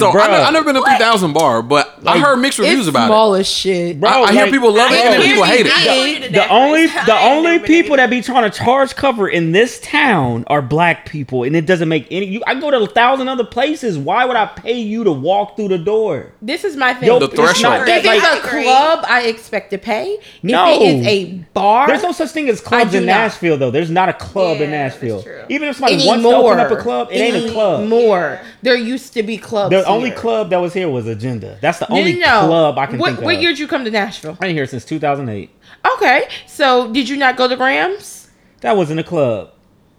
Speaker 1: so
Speaker 3: bro,
Speaker 1: I, have never been to three thousand bar, but I
Speaker 3: Like,
Speaker 1: heard mixed reviews
Speaker 4: it's
Speaker 1: about
Speaker 4: small as shit.
Speaker 1: it.
Speaker 3: Bro,
Speaker 1: I, I hear
Speaker 3: like-
Speaker 1: people love it and then
Speaker 5: Here's
Speaker 1: people
Speaker 5: the
Speaker 1: hate it. Yeah.
Speaker 5: thing. I told you
Speaker 3: the
Speaker 5: that
Speaker 3: only
Speaker 5: first
Speaker 3: the
Speaker 5: time.
Speaker 3: only
Speaker 5: Never
Speaker 3: people
Speaker 5: did.
Speaker 3: that be trying to charge cover in this town are black people, and it doesn't make any. You, I go to a thousand other places. Why would I pay you to walk through the door?
Speaker 4: This is my thing.
Speaker 3: Yo,
Speaker 1: The
Speaker 3: it's
Speaker 1: threshold.
Speaker 3: not
Speaker 4: If
Speaker 3: that, like,
Speaker 4: it's a
Speaker 5: Agree.
Speaker 4: club, I expect to pay.
Speaker 3: No.
Speaker 4: If it is a bar,
Speaker 3: There's no such thing as clubs
Speaker 4: do
Speaker 3: in
Speaker 4: not.
Speaker 3: Nashville, though. There's not a club in
Speaker 5: Yeah, that's
Speaker 3: Nashville.
Speaker 5: true.
Speaker 3: Even if somebody wants to
Speaker 4: anymore.
Speaker 3: open up a club, it ain't a club.
Speaker 4: More. There used to be clubs.
Speaker 3: The only
Speaker 4: here.
Speaker 3: club that was here was Agenda. That's the
Speaker 4: No,
Speaker 3: only
Speaker 4: no, no.
Speaker 3: club I can
Speaker 4: What,
Speaker 3: think
Speaker 4: what
Speaker 3: of.
Speaker 4: year did you come to Nashville?
Speaker 3: I ain't here since 2008.
Speaker 4: Okay, so did you not go to Grams?
Speaker 3: That wasn't a club.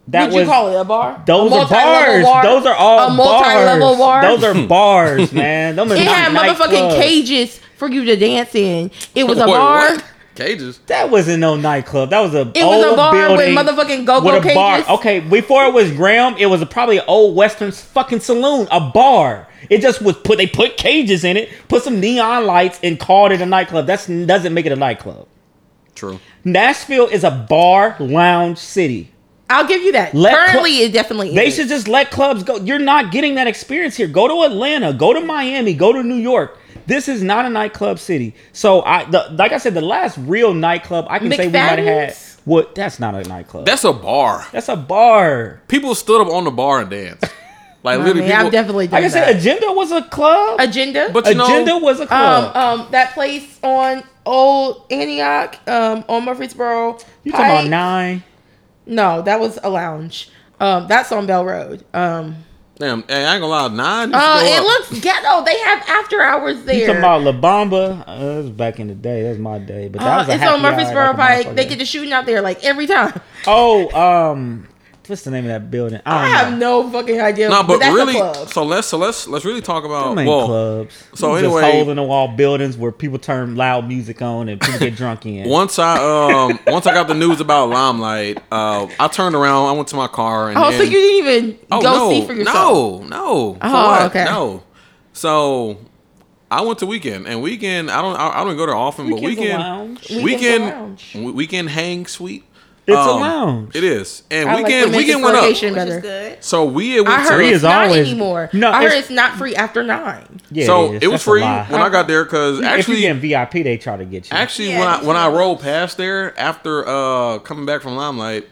Speaker 3: That
Speaker 4: Did
Speaker 3: was.
Speaker 4: you call it a bar?
Speaker 3: those
Speaker 4: A
Speaker 3: are
Speaker 4: multi-level
Speaker 3: bars.
Speaker 4: bar?
Speaker 3: Those are all
Speaker 4: a multi-level
Speaker 3: bars.
Speaker 4: bar.
Speaker 3: Those are bars, man. Them is
Speaker 4: It
Speaker 3: not
Speaker 4: had motherfucking
Speaker 3: nightclubs.
Speaker 4: cages for you to dance in. It was a
Speaker 1: Wait,
Speaker 4: bar.
Speaker 1: what? Cages.
Speaker 3: That wasn't no nightclub. That was a.
Speaker 4: It was a
Speaker 3: old
Speaker 4: bar with
Speaker 3: building
Speaker 4: motherfucking go-go
Speaker 3: with a
Speaker 4: cages.
Speaker 3: bar. Okay, before it was Graham, it was a, probably an old Western fucking saloon, a bar. It just was put. They put cages in it, put some neon lights, and called it a nightclub. That doesn't make it a nightclub.
Speaker 1: True.
Speaker 3: Nashville is a bar lounge city.
Speaker 4: I'll give you that.
Speaker 3: Let cl-
Speaker 4: Currently, it definitely
Speaker 3: They
Speaker 4: is.
Speaker 3: should just let clubs go. You're not getting that experience here. Go to Atlanta, go to Miami, go to New York. This is not a nightclub city. So I the, like I said, the last real nightclub I can say we might have had
Speaker 4: McFadden's?
Speaker 3: What? That's not a nightclub.
Speaker 1: That's a bar.
Speaker 3: That's a bar.
Speaker 1: People stood up on the bar and danced. Like
Speaker 4: I
Speaker 1: literally,
Speaker 4: mean,
Speaker 1: people,
Speaker 4: I've definitely done
Speaker 3: Like I said,
Speaker 4: that.
Speaker 3: Agenda was a club.
Speaker 4: agenda.
Speaker 1: But you know,
Speaker 3: Agenda was a
Speaker 4: um,
Speaker 3: club.
Speaker 4: um, that place on Old Antioch, um, on Murfreesboro.
Speaker 3: you talking
Speaker 4: Pike.
Speaker 3: about nine?
Speaker 4: No, that was a lounge. Um, that's on Bell Road. Um,
Speaker 1: Damn, hey, I ain't gonna lie, nine. used to
Speaker 4: uh,
Speaker 1: go
Speaker 4: it
Speaker 1: up.
Speaker 4: looks ghetto. They have after hours there.
Speaker 3: You talking about La Bamba? Uh, that was back in the day. That was my day. But that
Speaker 4: Uh,
Speaker 3: was a
Speaker 4: it's
Speaker 3: happy
Speaker 4: on Murfreesboro
Speaker 3: hour, like a
Speaker 4: Pike. They
Speaker 3: motherfucker.
Speaker 4: get the shooting out there like every time.
Speaker 3: Oh, um, what's the name of that building? I
Speaker 4: I
Speaker 3: don't know.
Speaker 4: have no fucking idea.
Speaker 1: Nah, but,
Speaker 4: but, that's a
Speaker 1: really,
Speaker 4: club.
Speaker 1: so let's so let's let's really talk about
Speaker 3: Them ain't
Speaker 1: Oh, well,
Speaker 3: clubs.
Speaker 1: so
Speaker 3: Them just
Speaker 1: anyway-
Speaker 3: hole in the wall buildings where people turn loud music on and people get drunk in.
Speaker 1: Once I um once I got the news about Limelight, uh, I turned around, I went to my car, and
Speaker 4: Oh,
Speaker 1: then,
Speaker 4: so you didn't even
Speaker 1: Oh,
Speaker 4: go
Speaker 1: no,
Speaker 4: see for yourself?
Speaker 1: No, no. For
Speaker 4: Oh,
Speaker 1: what?
Speaker 4: okay.
Speaker 1: No. So I went to weekend, and weekend I don't I, I don't go there often,
Speaker 3: Weekend's a
Speaker 1: but
Speaker 3: lounge.
Speaker 1: weekend
Speaker 4: Weekend's a
Speaker 1: weekend
Speaker 4: lounge.
Speaker 1: we- weekend hang suite. Um,
Speaker 3: It's a lounge.
Speaker 1: It is, and
Speaker 4: I like
Speaker 1: weekend
Speaker 4: the
Speaker 1: weekend
Speaker 4: Memphis
Speaker 1: went
Speaker 4: location.
Speaker 1: up.
Speaker 5: Which is
Speaker 4: Better.
Speaker 5: good.
Speaker 1: So we it
Speaker 4: I
Speaker 1: went
Speaker 4: heard
Speaker 1: to
Speaker 3: Free
Speaker 4: it's
Speaker 3: is
Speaker 4: not
Speaker 3: always-
Speaker 4: anymore.
Speaker 3: No,
Speaker 4: I heard
Speaker 3: it's-
Speaker 4: it's not free after nine.
Speaker 3: Yeah,
Speaker 1: so
Speaker 3: is.
Speaker 1: it was
Speaker 3: That's a
Speaker 1: free
Speaker 3: lie.
Speaker 1: when I got there because
Speaker 3: if you
Speaker 1: actually
Speaker 3: get VIP, they try to get you.
Speaker 1: Actually,
Speaker 5: Yeah,
Speaker 1: when I
Speaker 5: that's
Speaker 1: when I
Speaker 5: what it
Speaker 1: rolled past there after uh coming back from Limelight,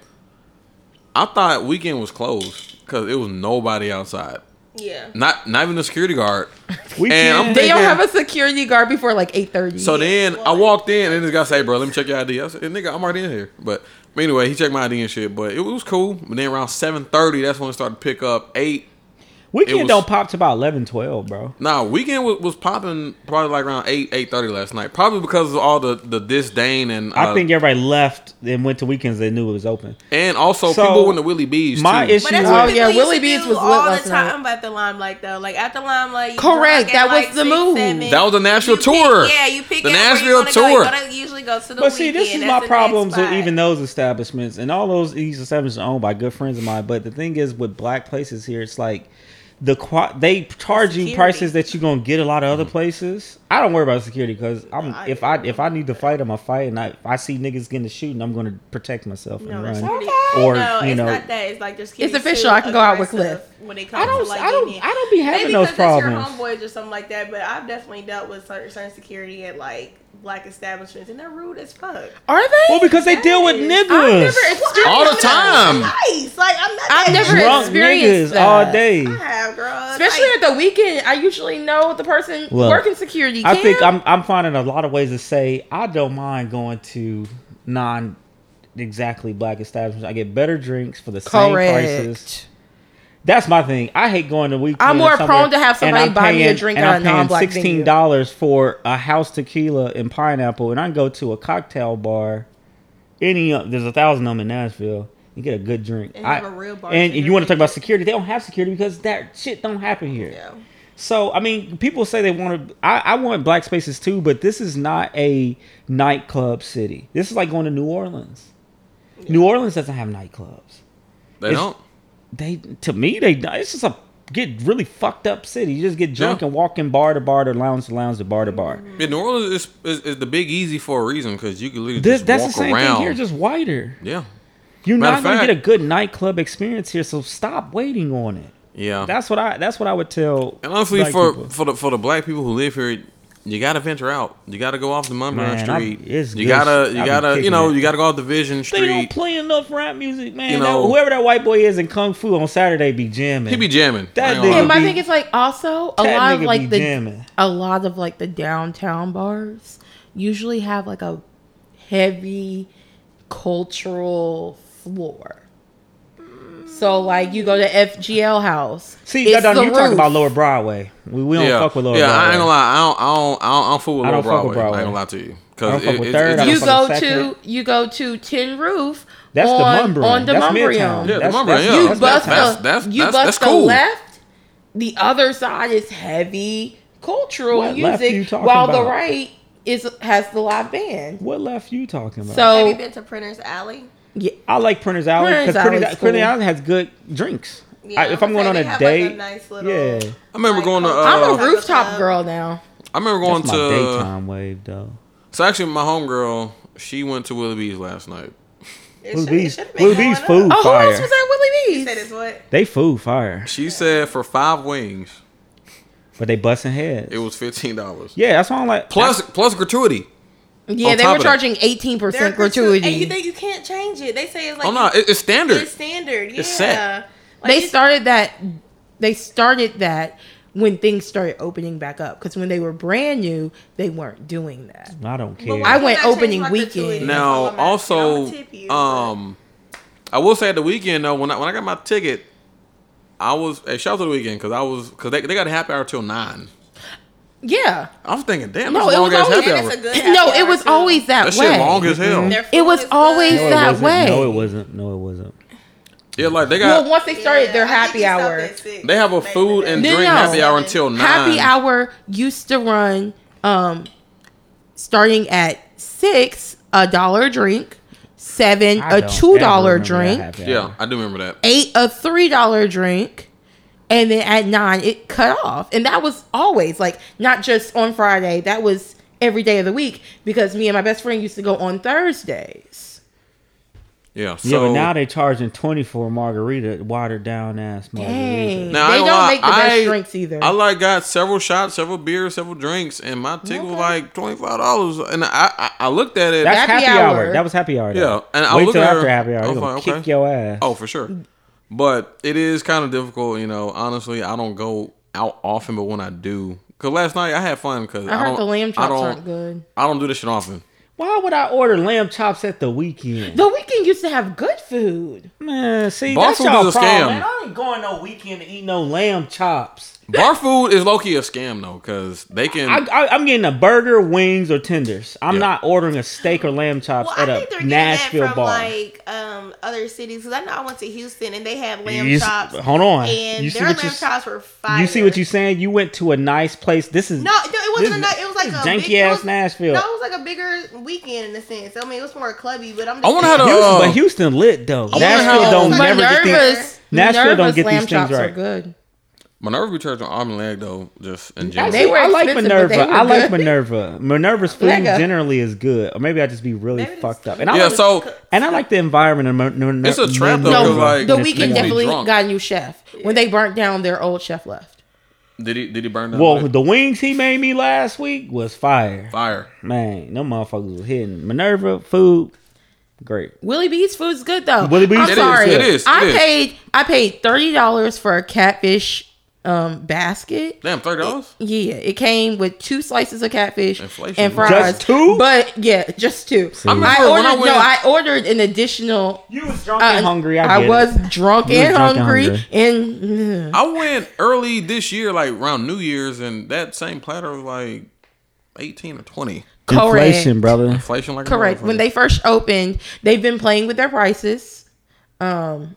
Speaker 1: I thought weekend was closed because it was nobody outside.
Speaker 5: Yeah.
Speaker 1: Not not even the security guard.
Speaker 3: we
Speaker 1: and I'm
Speaker 3: can't.
Speaker 4: They don't
Speaker 1: Thinking-
Speaker 4: have a security guard before like eight thirty.
Speaker 1: So then I walked in and this guy said, hey, "Bro, let me check your ID." I said, "Nigga, I'm already in here." But, but anyway, he checked my ID and shit. But it, was cool. But then around seven thirty, that's when it started to pick up. Eight.
Speaker 3: Weekend
Speaker 1: it was-
Speaker 3: don't pop to about 11, 12, bro.
Speaker 1: Nah, weekend was, was popping probably like around eight eight thirty last night. Probably because of all the the disdain and uh,
Speaker 3: I think everybody left and went to weekends. They knew it was open.
Speaker 1: and also
Speaker 3: So,
Speaker 1: people went to Willie B's.
Speaker 3: my
Speaker 1: too.
Speaker 3: issue-
Speaker 5: But that's
Speaker 3: Oh,
Speaker 5: what people
Speaker 4: yeah,
Speaker 5: used
Speaker 4: Willie
Speaker 5: to
Speaker 4: Bees
Speaker 5: do
Speaker 4: was lit
Speaker 5: all
Speaker 4: last
Speaker 5: the
Speaker 4: night.
Speaker 5: time about the limelight though. Like at the limelight, you
Speaker 4: Correct,
Speaker 5: drunk
Speaker 4: that
Speaker 5: at,
Speaker 4: was
Speaker 5: like,
Speaker 4: the
Speaker 5: six,
Speaker 4: move.
Speaker 5: seven.
Speaker 1: That was the Nashville
Speaker 5: You
Speaker 1: tour.
Speaker 5: Pick, yeah, you pick
Speaker 1: The
Speaker 5: out where
Speaker 1: Nashville
Speaker 5: you wanna go.
Speaker 1: tour.
Speaker 5: You gotta usually go to the
Speaker 3: But see, this is
Speaker 5: weekend.
Speaker 3: my
Speaker 5: That's the next
Speaker 3: problems with
Speaker 5: spot.
Speaker 3: even those establishments and all those these establishments are owned by good friends of mine. But the thing is, with black places here, it's like the qua- they charge you
Speaker 5: Security.
Speaker 3: prices that you're gonna get a lot of other places. I don't worry about security because I'm if I if I need to fight, I'm gonna fight, and I, if I see niggas getting a shooting, I'm gonna protect myself and
Speaker 5: No,
Speaker 3: run.
Speaker 5: security-
Speaker 3: Or
Speaker 5: no,
Speaker 3: you
Speaker 5: it's
Speaker 3: know,
Speaker 5: not that. It's like just
Speaker 4: official. I can go out with
Speaker 5: When it comes
Speaker 3: I don't
Speaker 5: to like
Speaker 3: I don't
Speaker 5: eating.
Speaker 3: I don't be having
Speaker 5: Maybe
Speaker 3: those
Speaker 5: because it's your
Speaker 3: problems.
Speaker 5: homeboys or something like that. But I've definitely dealt with certain, certain security at like black establishments, and they're rude as fuck.
Speaker 4: are they?
Speaker 3: Well, because they deal with
Speaker 5: Yes.
Speaker 3: niggas,
Speaker 4: I've never experienced.
Speaker 1: all the time.
Speaker 5: Nice. Like I'm not.
Speaker 4: I've
Speaker 5: that
Speaker 4: never
Speaker 3: drunk
Speaker 4: experienced
Speaker 3: niggas
Speaker 4: that.
Speaker 3: all day.
Speaker 5: I have, girl. It's
Speaker 4: Especially
Speaker 5: like-
Speaker 4: at the weekend, I usually know the person
Speaker 3: Look,
Speaker 4: working security.
Speaker 3: I
Speaker 4: Cam?
Speaker 3: think I'm I'm finding a lot of ways to say I don't mind going to non exactly black establishments. I get better drinks for the
Speaker 4: Correct.
Speaker 3: same prices. That's my thing. I hate going to weekend.
Speaker 4: I'm more
Speaker 3: somewhere
Speaker 4: prone to have
Speaker 3: and
Speaker 4: somebody
Speaker 3: I'm
Speaker 4: buy me a drink
Speaker 3: and
Speaker 4: at
Speaker 3: I'm
Speaker 4: a
Speaker 3: paying
Speaker 4: non-black
Speaker 3: sixteen dollars for a house tequila and pineapple, and I can go to a cocktail bar. Any of- there's a thousand of them in Nashville. You get a good drink.
Speaker 5: And have a real bartender
Speaker 3: and, and you want to
Speaker 5: there.
Speaker 3: talk about security? They don't have security because that shit don't happen here.
Speaker 5: Yeah.
Speaker 3: So I mean, people say they want to. I, I want black spaces too, but this is not a nightclub city. This is like going to New Orleans. New Orleans doesn't have nightclubs.
Speaker 1: They
Speaker 3: It's-
Speaker 1: don't.
Speaker 3: They to me they it's just a get really fucked up city. You just get drunk
Speaker 1: Yeah.
Speaker 3: and walk in bar to bar to lounge to lounge to bar to bar.
Speaker 1: Yeah, New Orleans is, is, is the big easy for a reason because you can literally
Speaker 3: This
Speaker 1: just
Speaker 3: that's the
Speaker 1: walk
Speaker 3: same
Speaker 1: around.
Speaker 3: thing here, just wider.
Speaker 1: yeah,
Speaker 3: You're
Speaker 1: Matter
Speaker 3: not
Speaker 1: of
Speaker 3: gonna
Speaker 1: fact-
Speaker 3: get a good nightclub experience here, so stop waiting on it.
Speaker 1: yeah.
Speaker 3: That's what I that's what I would tell.
Speaker 1: and honestly,
Speaker 3: black
Speaker 1: for
Speaker 3: people.
Speaker 1: for the for the black people who live here, you gotta venture out. You gotta go off the Mumbai
Speaker 3: Man, I-
Speaker 1: Street.
Speaker 3: it's
Speaker 1: you
Speaker 3: good
Speaker 1: gotta
Speaker 3: shit.
Speaker 1: you
Speaker 3: I be
Speaker 1: gotta you
Speaker 3: kicking
Speaker 1: know
Speaker 3: it.
Speaker 1: you gotta go off Division
Speaker 3: They don't
Speaker 1: Street.
Speaker 3: play enough rap music, man.
Speaker 1: You
Speaker 3: That-
Speaker 1: know-
Speaker 3: whoever that white boy is in Kung Fu on Saturday be jamming.
Speaker 1: He be jamming.
Speaker 3: That
Speaker 1: I ain't gonna
Speaker 4: And
Speaker 3: nigga-
Speaker 1: lie.
Speaker 4: my
Speaker 3: be-
Speaker 4: thing is like also a
Speaker 3: That
Speaker 4: lot of
Speaker 3: nigga
Speaker 4: like
Speaker 3: be
Speaker 4: the
Speaker 3: jamming.
Speaker 4: a lot of like the downtown bars usually have like a heavy cultural floor. So like you go to FGL house.
Speaker 3: See, that
Speaker 4: it's
Speaker 3: done,
Speaker 4: the
Speaker 3: you talking
Speaker 4: roof.
Speaker 3: about Lower Broadway. We, we don't
Speaker 1: yeah,
Speaker 3: fuck with Lower
Speaker 1: yeah.
Speaker 3: Broadway.
Speaker 1: I ain't gonna lie. I don't. I don't. I don't, I don't fuck with
Speaker 3: I
Speaker 1: Lower
Speaker 3: don't fuck
Speaker 1: Broadway.
Speaker 3: with
Speaker 1: I
Speaker 3: Broadway.
Speaker 1: ain't gonna lie to you
Speaker 3: I
Speaker 1: because
Speaker 3: don't fuck
Speaker 1: it,
Speaker 3: with
Speaker 1: it,
Speaker 3: Third.
Speaker 1: it,
Speaker 3: I don't
Speaker 4: You
Speaker 1: it's
Speaker 3: fuck with
Speaker 4: go
Speaker 3: Second.
Speaker 4: to you go to Tin Roof.
Speaker 3: That's
Speaker 4: on,
Speaker 3: the Mumbrum.
Speaker 4: on the
Speaker 3: that's
Speaker 4: Mumbrium.
Speaker 3: Midtown.
Speaker 1: Yeah, the
Speaker 3: that's,
Speaker 1: Mumbrum,
Speaker 3: that's-
Speaker 1: yeah.
Speaker 4: You
Speaker 3: that's
Speaker 4: bust
Speaker 3: Midtown.
Speaker 1: that's-
Speaker 4: the
Speaker 1: that's-
Speaker 4: you
Speaker 1: that's-
Speaker 4: bust
Speaker 1: that's
Speaker 4: the
Speaker 1: cool.
Speaker 4: left. The other side is heavy cultural
Speaker 3: What left you
Speaker 4: music,
Speaker 3: talking
Speaker 4: while the
Speaker 3: about?
Speaker 4: right is has the live band.
Speaker 3: What left you talking about?
Speaker 4: So
Speaker 5: Have you been to Printer's Alley?
Speaker 4: yeah,
Speaker 3: I like Printers Alley
Speaker 4: Printers
Speaker 3: because Printers,
Speaker 4: Alley's
Speaker 3: Printers
Speaker 4: cool.
Speaker 3: Alley has good drinks.
Speaker 5: Yeah,
Speaker 3: I, if
Speaker 5: I'm
Speaker 3: I'm
Speaker 5: gonna
Speaker 3: going on
Speaker 5: say
Speaker 3: a
Speaker 5: they have, like,
Speaker 3: date,
Speaker 5: a nice little-
Speaker 3: yeah,
Speaker 1: I remember
Speaker 5: Like,
Speaker 1: going to.
Speaker 5: I'm
Speaker 1: Uh,
Speaker 4: I'm a
Speaker 5: Type of
Speaker 4: rooftop
Speaker 5: club.
Speaker 4: girl now.
Speaker 1: I remember going
Speaker 3: that's my
Speaker 1: to. uh,
Speaker 3: daytime wave though.
Speaker 1: So actually, my homegirl, she went to Willie B's last night.
Speaker 5: It
Speaker 3: Blue
Speaker 5: should- it
Speaker 3: Bees,
Speaker 5: should've been
Speaker 3: Blue
Speaker 5: going
Speaker 3: Bees
Speaker 5: up.
Speaker 3: food
Speaker 4: Oh, who else
Speaker 3: fire.
Speaker 4: was at
Speaker 5: You
Speaker 4: Willie
Speaker 5: said it's
Speaker 4: B's?
Speaker 5: what?
Speaker 3: They food fire,
Speaker 1: She said for five wings,
Speaker 3: but they busting heads.
Speaker 1: it was fifteen dollars
Speaker 3: yeah, that's why I'm like.
Speaker 1: plus plus gratuity.
Speaker 4: Yeah,
Speaker 1: On
Speaker 4: they
Speaker 1: top
Speaker 4: were
Speaker 1: of that-
Speaker 4: charging 18%
Speaker 5: They're gratuitous-
Speaker 4: gratuity.
Speaker 5: And you think you can't change it. They say it's like
Speaker 1: Oh no, it, it's standard.
Speaker 5: it's standard. Yeah.
Speaker 1: It's set.
Speaker 5: Like,
Speaker 4: they
Speaker 5: it's-
Speaker 4: started that they started that when things started opening back up because when they were brand new they weren't doing that
Speaker 3: I don't
Speaker 5: but
Speaker 3: care.
Speaker 5: why
Speaker 4: I
Speaker 5: would
Speaker 4: went
Speaker 5: I change
Speaker 4: opening
Speaker 5: my
Speaker 4: weekend.
Speaker 5: gratuity? That's all
Speaker 1: now
Speaker 5: I'm asking.
Speaker 1: also
Speaker 5: I'ma tip you, but-
Speaker 1: um i will say at the weekend though when i when i got my ticket i was hey, shout out to the weekend because i was because they, they got a happy hour till nine
Speaker 4: yeah
Speaker 1: i was thinking damn
Speaker 4: No,
Speaker 1: that's
Speaker 4: it
Speaker 1: long
Speaker 4: was
Speaker 1: ass
Speaker 4: always-
Speaker 1: happy
Speaker 5: and
Speaker 1: hour
Speaker 5: it's a
Speaker 1: that
Speaker 5: good Mm-hmm.
Speaker 4: no
Speaker 5: happy
Speaker 4: it
Speaker 5: hour,
Speaker 4: was
Speaker 5: too.
Speaker 4: always that, way
Speaker 1: shit long as hell
Speaker 5: Their
Speaker 4: it
Speaker 5: food
Speaker 4: was
Speaker 5: is good.
Speaker 4: always
Speaker 3: no, it
Speaker 4: that
Speaker 3: wasn't.
Speaker 4: way
Speaker 3: No, it wasn't. No, it wasn't.
Speaker 1: yeah like they got
Speaker 4: well once they started their
Speaker 5: Yeah, I think
Speaker 4: happy
Speaker 5: you stopped
Speaker 4: hour
Speaker 5: at six.
Speaker 1: they have a food and
Speaker 4: No,
Speaker 1: drink
Speaker 4: no.
Speaker 1: happy hour until nine
Speaker 4: happy hour used to run um starting at six a dollar a drink seven
Speaker 3: I
Speaker 4: a
Speaker 3: don't
Speaker 4: two
Speaker 3: ever
Speaker 4: dollar
Speaker 3: remember that
Speaker 4: drink
Speaker 3: happy hour.
Speaker 1: yeah i do remember that
Speaker 4: eight a three dollar drink and then at nine it cut off and that was always like not just on friday that was every day of the week because me and my best friend used to go on thursdays
Speaker 1: yeah so
Speaker 3: yeah, but now they're charging twenty for a margarita, watered down ass margarita.
Speaker 4: Dang.
Speaker 1: Now, I
Speaker 4: they
Speaker 1: ain't
Speaker 4: don't
Speaker 1: gonna lie,
Speaker 4: make the best
Speaker 1: I-
Speaker 4: drinks either
Speaker 1: I like got several shots, several beers, several drinks, and my ticket was like twenty five dollars. And I, I I looked at it.
Speaker 3: That's
Speaker 4: Happy
Speaker 3: happy, hour.
Speaker 4: hour.
Speaker 3: That was happy hour. though.
Speaker 1: Yeah, and I
Speaker 3: wait
Speaker 1: look
Speaker 3: till
Speaker 1: at her-
Speaker 3: after happy hour.
Speaker 1: I
Speaker 3: They're
Speaker 1: was
Speaker 3: gonna
Speaker 1: like,
Speaker 3: kick
Speaker 1: okay.
Speaker 3: your ass.
Speaker 1: Oh, for sure. But it is kind of difficult, you know. Honestly, I don't go out often, but when I do, cause last night I had fun. Cause I,
Speaker 4: I heard
Speaker 1: don't,
Speaker 4: the lamb
Speaker 1: I
Speaker 4: chops
Speaker 1: don't,
Speaker 4: aren't good.
Speaker 1: I don't do this shit often.
Speaker 3: Why would I order lamb chops at the weekend?
Speaker 4: the weekend used to have good food
Speaker 3: Man, see,
Speaker 1: Bar
Speaker 3: that's
Speaker 1: food
Speaker 3: y'all
Speaker 1: is a
Speaker 3: problem.
Speaker 1: scam.
Speaker 3: Man, I ain't going no weekend to eat no lamb chops.
Speaker 1: Bar food is low key a scam though, cause they can.
Speaker 3: I, I, I'm getting a burger, wings, or tenders. I'm
Speaker 1: Yeah.
Speaker 3: not ordering a steak or lamb chops
Speaker 5: Well,
Speaker 3: at
Speaker 5: I think they're
Speaker 3: a
Speaker 5: getting
Speaker 3: Nashville
Speaker 5: that from
Speaker 3: bar.
Speaker 5: like um, other cities because I know I went to Houston and they had lamb
Speaker 3: You s-
Speaker 5: chops.
Speaker 3: hold on.
Speaker 5: and
Speaker 3: You see
Speaker 5: their
Speaker 3: what
Speaker 5: lamb
Speaker 3: you s-
Speaker 5: chops were fire.
Speaker 3: you see what you saying? You went to a nice place. This is
Speaker 5: No, no, it
Speaker 3: this-
Speaker 5: wasn't. a, ni- it was like
Speaker 3: this
Speaker 5: a
Speaker 3: is
Speaker 5: big-
Speaker 3: janky
Speaker 5: it
Speaker 3: ass
Speaker 5: was-
Speaker 3: Nashville.
Speaker 5: No, it was like a bigger weekend in a sense. I mean, it was more clubby, but I'm. Just
Speaker 1: I wonder how the-
Speaker 3: Houston,
Speaker 1: Oh.
Speaker 3: but Houston lit though.
Speaker 1: wonder
Speaker 3: Nashville
Speaker 1: how-
Speaker 3: don't
Speaker 1: But
Speaker 3: never get these.
Speaker 4: Minerva's-
Speaker 3: Nashville don't
Speaker 4: Minerva's
Speaker 3: get these
Speaker 4: lamb
Speaker 3: things
Speaker 4: chops
Speaker 3: right.
Speaker 4: are good
Speaker 1: Minerva be charging arm and leg though, just in general.
Speaker 4: They were
Speaker 3: I like
Speaker 4: expensive, but
Speaker 3: Minerva.
Speaker 4: they were
Speaker 3: I like
Speaker 4: good.
Speaker 3: Minerva. Minerva's food
Speaker 4: Mega.
Speaker 3: generally is good, or maybe I just be really
Speaker 5: Maybe it's-
Speaker 3: fucked up. And I
Speaker 1: yeah,
Speaker 3: like,
Speaker 1: so
Speaker 3: and I like the environment. Of Mon-
Speaker 1: It's a trap, though,
Speaker 4: no
Speaker 1: Because, like,
Speaker 4: the
Speaker 1: it's
Speaker 4: weekend
Speaker 1: niggas be
Speaker 4: definitely
Speaker 1: drunk.
Speaker 4: got a new chef when they burnt down their old chef left
Speaker 1: did he did he burn down?
Speaker 3: Well,
Speaker 1: with
Speaker 3: the wings he made me last week was fire.
Speaker 1: it? fire.
Speaker 3: Man, no motherfuckers was hitting Minerva food. Great.
Speaker 4: Willie B's food's good though.
Speaker 3: Willie B's
Speaker 4: I'm
Speaker 3: food is
Speaker 4: sorry.
Speaker 3: good.
Speaker 1: It is, it
Speaker 4: I
Speaker 1: is.
Speaker 4: paid I paid thirty dollars for a catfish um basket.
Speaker 1: Damn, thirty dollars.
Speaker 4: Yeah, it came with two slices of catfish
Speaker 1: Inflation.
Speaker 4: and fries.
Speaker 3: Just two?
Speaker 4: But yeah, just two. I,
Speaker 1: remember
Speaker 4: ordered
Speaker 1: when I
Speaker 4: no,
Speaker 1: went-
Speaker 4: I ordered an additional.
Speaker 3: You was drunk
Speaker 4: uh,
Speaker 3: and hungry. I,
Speaker 4: I,
Speaker 3: get it.
Speaker 4: was drunk
Speaker 3: You
Speaker 4: and
Speaker 3: was drunk and
Speaker 4: hungry
Speaker 3: hungry.
Speaker 4: and mm,
Speaker 1: I went early this year, like around New Year's, and that same platter was like eighteen or twenty.
Speaker 4: correct.
Speaker 3: inflation, brother.
Speaker 1: Inflation like a
Speaker 4: Correct. When
Speaker 1: motherfucker.
Speaker 4: they first opened, they've been playing with their prices. Um,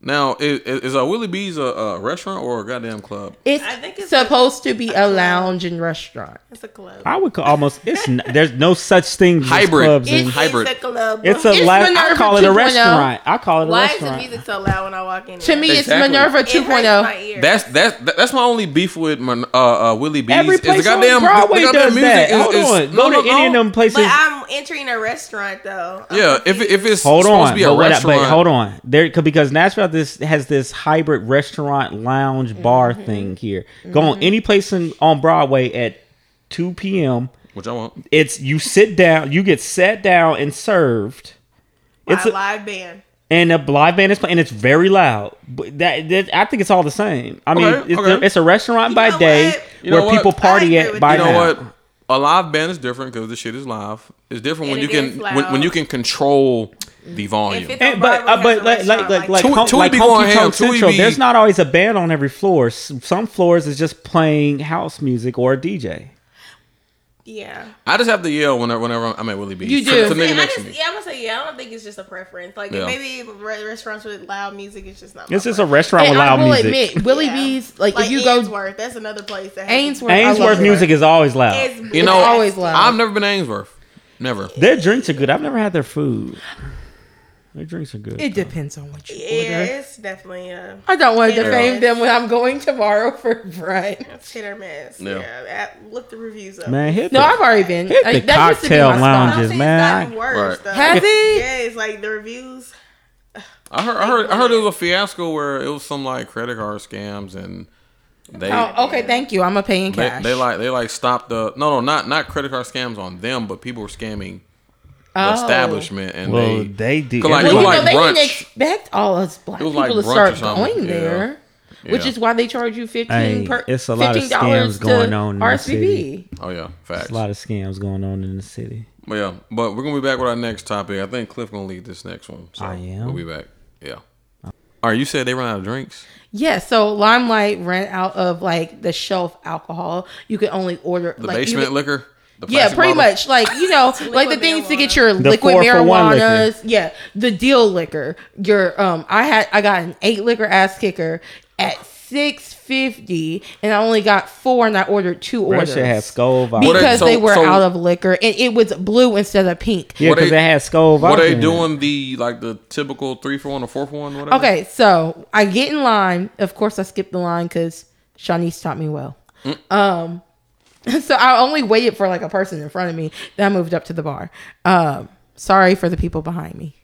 Speaker 1: now is, is a Willie B's a, a restaurant or a goddamn club?
Speaker 4: it's,
Speaker 5: I think it's
Speaker 4: supposed to be a lounge and restaurant.
Speaker 5: It's a club.
Speaker 3: I would call almost. It's n- there's no such thing. As
Speaker 1: Hybrid.
Speaker 3: Clubs
Speaker 1: It's-
Speaker 3: and-
Speaker 1: hybrid.
Speaker 5: It's a club.
Speaker 3: it's a.
Speaker 4: it's
Speaker 3: la- I
Speaker 4: Minerva
Speaker 3: call it a
Speaker 4: 2.0.
Speaker 3: restaurant. I call it a
Speaker 5: Why is the
Speaker 3: restaurant.
Speaker 5: music so loud when I walk in?
Speaker 4: To me,
Speaker 1: Exactly.
Speaker 4: it's Minerva
Speaker 5: it
Speaker 3: oh.
Speaker 5: hurts my
Speaker 4: 2.0.
Speaker 5: ear.
Speaker 1: That's that's that's my only beef with my, uh, uh, Willie B's.
Speaker 3: Every
Speaker 1: is
Speaker 3: place
Speaker 1: the goddamn
Speaker 3: on Broadway
Speaker 1: the
Speaker 3: does
Speaker 1: goddamn
Speaker 3: that.
Speaker 1: music
Speaker 3: Hold
Speaker 1: is,
Speaker 3: on,
Speaker 1: is,
Speaker 3: go to any of them places.
Speaker 5: but I'm entering a restaurant though. I'm
Speaker 1: Yeah, if it- if it's
Speaker 3: hold
Speaker 1: supposed
Speaker 3: on,
Speaker 1: to be a
Speaker 3: but, what I- but
Speaker 1: restaurant,
Speaker 3: hold on, there c- because Nashville this has this hybrid restaurant lounge bar thing here. Go on any place in, on Broadway at two p.m.
Speaker 1: which I want.
Speaker 3: It's you sit down, you get sat down and served.
Speaker 5: by
Speaker 3: It's
Speaker 5: a
Speaker 3: a,
Speaker 5: live band.
Speaker 3: and a live band is playing. and It's very loud. But that, that I think it's all the same. I mean,
Speaker 1: Okay,
Speaker 3: it's,
Speaker 1: okay.
Speaker 3: it's a restaurant by
Speaker 5: know
Speaker 3: day
Speaker 5: what?
Speaker 1: You
Speaker 3: where
Speaker 1: know
Speaker 3: people
Speaker 1: what?
Speaker 3: party
Speaker 5: I agree
Speaker 3: at
Speaker 5: with
Speaker 3: by
Speaker 1: You know
Speaker 3: now.
Speaker 1: what? A live band is different because the shit is live. It's different when
Speaker 5: And
Speaker 1: you
Speaker 5: it
Speaker 1: can
Speaker 5: is
Speaker 1: when, when you
Speaker 5: loud.
Speaker 1: can control the volume.
Speaker 5: If it's
Speaker 3: And, but uh, but like like like like,
Speaker 1: Tui-
Speaker 3: hon-
Speaker 1: Tui
Speaker 3: like
Speaker 1: be going
Speaker 3: honky
Speaker 1: ham.
Speaker 3: tonk
Speaker 1: Tui
Speaker 3: central,
Speaker 1: be-
Speaker 3: there's not always a band on every floor. S- Some floors is just playing house music or a DJ.
Speaker 5: yeah.
Speaker 1: I just have to yell whenever whenever I'm at Willie B's.
Speaker 4: You
Speaker 1: To-
Speaker 4: do.
Speaker 1: to the
Speaker 5: Yeah,
Speaker 1: nigga
Speaker 5: I
Speaker 1: next to
Speaker 5: just,
Speaker 1: me.
Speaker 5: yeah, I'm gonna say yeah. I don't think it's just a preference. Like
Speaker 1: Yeah.
Speaker 5: maybe re- restaurants with loud music is just not. my
Speaker 3: It's just a
Speaker 5: preference.
Speaker 3: restaurant with
Speaker 4: And I
Speaker 3: loud
Speaker 4: will
Speaker 3: music.
Speaker 4: admit, Willie
Speaker 5: Yeah.
Speaker 4: B's, like, if you go
Speaker 5: Ainsworth, that's another place. That has-
Speaker 4: Ainsworth, I love
Speaker 3: Ainsworth
Speaker 4: it.
Speaker 3: music is always loud.
Speaker 5: It's,
Speaker 1: You know,
Speaker 4: always loud.
Speaker 1: I've never been to Ainsworth. Never.
Speaker 3: their drinks are good. I've never had their food. Their drinks are good.
Speaker 4: It depends on what you
Speaker 5: Yeah,
Speaker 4: order.
Speaker 5: it's definitely a
Speaker 4: I don't want to
Speaker 5: Yeah.
Speaker 4: defame them when I'm going tomorrow for brunch.
Speaker 5: it's hit or miss.
Speaker 1: Yeah.
Speaker 5: Yeah, at- look the reviews up.
Speaker 3: man, hit
Speaker 4: No,
Speaker 3: the,
Speaker 4: I've already been.
Speaker 3: hit
Speaker 4: Like,
Speaker 3: the
Speaker 4: that used to be
Speaker 3: cocktail
Speaker 4: my spot.
Speaker 5: I'm
Speaker 3: lounges,
Speaker 5: saying it's
Speaker 3: man.
Speaker 5: gotten
Speaker 3: I-
Speaker 5: worse.
Speaker 1: Right.
Speaker 5: though.
Speaker 4: Has it?
Speaker 5: Yeah, it's like the reviews.
Speaker 1: I heard, I heard, I heard it was a fiasco where it was some like credit card scams and They,
Speaker 4: Oh, okay. Thank you. I'm a paying
Speaker 1: they
Speaker 4: cash.
Speaker 1: they like they like stopped the no no not not credit card scams on them, but people were scamming the
Speaker 4: Oh.
Speaker 1: establishment and
Speaker 3: Well,
Speaker 1: they
Speaker 3: they do.
Speaker 1: Cause like-
Speaker 4: Well,
Speaker 1: It
Speaker 4: you
Speaker 1: was
Speaker 4: know, they
Speaker 1: brunch.
Speaker 4: didn't expect all us black
Speaker 1: It was
Speaker 4: people
Speaker 1: like
Speaker 4: to
Speaker 1: brunch or
Speaker 4: start
Speaker 1: something,
Speaker 4: going
Speaker 1: yeah.
Speaker 4: there, which
Speaker 1: Yeah.
Speaker 4: is why they charge you fifteen
Speaker 3: Hey,
Speaker 4: per.
Speaker 3: it's a lot of
Speaker 4: $15
Speaker 3: scams
Speaker 4: to
Speaker 3: going on in the
Speaker 4: RSVP.
Speaker 3: city.
Speaker 1: oh yeah facts.
Speaker 3: a lot of scams going on in the city.
Speaker 1: But yeah, but we're gonna be back with our next topic. I think Cliff gonna lead this next one. So
Speaker 3: I am.
Speaker 1: We'll be back. Yeah. All right, you said they run out of drinks.
Speaker 4: Yeah, so Limelight ran out of like the shelf alcohol. You could only order
Speaker 1: The
Speaker 4: like, you
Speaker 1: basement
Speaker 4: could-
Speaker 1: liquor. The
Speaker 4: Yeah,
Speaker 1: plastic
Speaker 4: pretty
Speaker 1: bottles?
Speaker 4: much. Like, you know, like the
Speaker 5: liquid
Speaker 4: things to
Speaker 5: marijuana.
Speaker 4: get your
Speaker 3: The
Speaker 4: liquid
Speaker 3: four for one liquor.
Speaker 4: marijuanas. Yeah. The deal liquor. Your um I had I got an eight liquor ass kicker at six fifty and I only got four and I ordered two
Speaker 3: Bro, that
Speaker 4: orders.
Speaker 3: shit had skull
Speaker 1: What
Speaker 3: vodka.
Speaker 1: they-
Speaker 4: because
Speaker 1: so-
Speaker 4: they were
Speaker 1: so-
Speaker 4: out of liquor and it was blue instead of pink.
Speaker 3: Yeah,
Speaker 1: What
Speaker 3: because
Speaker 1: they-
Speaker 3: they had skull
Speaker 1: What
Speaker 3: vodka.
Speaker 1: are they
Speaker 3: in it.
Speaker 1: doing? The like the typical three for one or four for one, whatever.
Speaker 4: Okay, so I get in line. Of course, I skipped the line because Shanice taught me well. Um, so I only waited for like a person in front of me. Then I moved up to the bar. Um, sorry for the people behind me.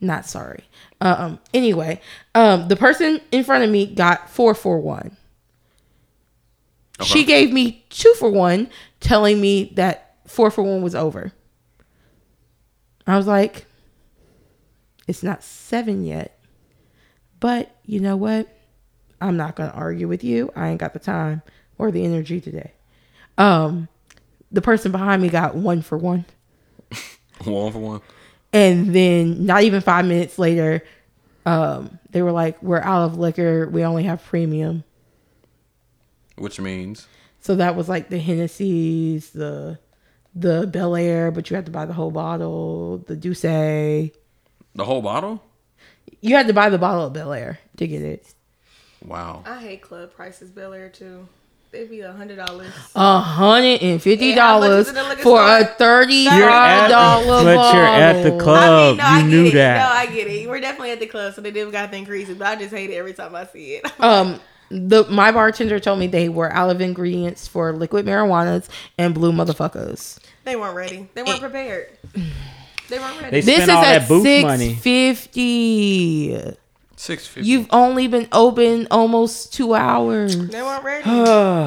Speaker 4: Not sorry. Um, anyway, um, the person in front of me got four for one. She gave me two for one, telling me that four for one was over. I was like, it's not seven yet. But you know what? I'm not gonna argue with you. I ain't got the time or the energy today. Um, the person behind me got one for one,
Speaker 1: One for one.
Speaker 4: and then not even five minutes later, um, they were like, "We're out of liquor. We only have premium."
Speaker 1: Which means
Speaker 4: So that was like the Hennessy's, the the Bel Air, but you had to buy the whole bottle. The Douce,
Speaker 1: the whole bottle.
Speaker 4: you had to buy the bottle of Bel Air to get it.
Speaker 1: Wow.
Speaker 5: I hate club prices, Bel Air too. They'd be a hundred dollars.
Speaker 4: A hundred and fifty
Speaker 5: Hey, how much
Speaker 4: dollars
Speaker 5: is it in liquor
Speaker 4: for
Speaker 5: store?
Speaker 4: a thirty
Speaker 3: You're at,
Speaker 4: five dollar
Speaker 3: but you're at the club. you
Speaker 5: get
Speaker 3: knew
Speaker 5: it.
Speaker 3: that.
Speaker 5: No, I get it. We're definitely at the club, so they did got to increase it. But I just hate it every time I see it.
Speaker 4: Um, the my bartender told me they were out of ingredients for liquid marijuanas and blue motherfuckers.
Speaker 5: they weren't ready. They weren't prepared. They weren't ready.
Speaker 3: They
Speaker 4: This
Speaker 3: spent
Speaker 4: is
Speaker 3: all
Speaker 4: at
Speaker 3: that booth
Speaker 4: six
Speaker 3: money.
Speaker 4: fifty.
Speaker 1: Six fifty.
Speaker 4: You've only been open almost two hours.
Speaker 5: They weren't ready.
Speaker 3: Uh.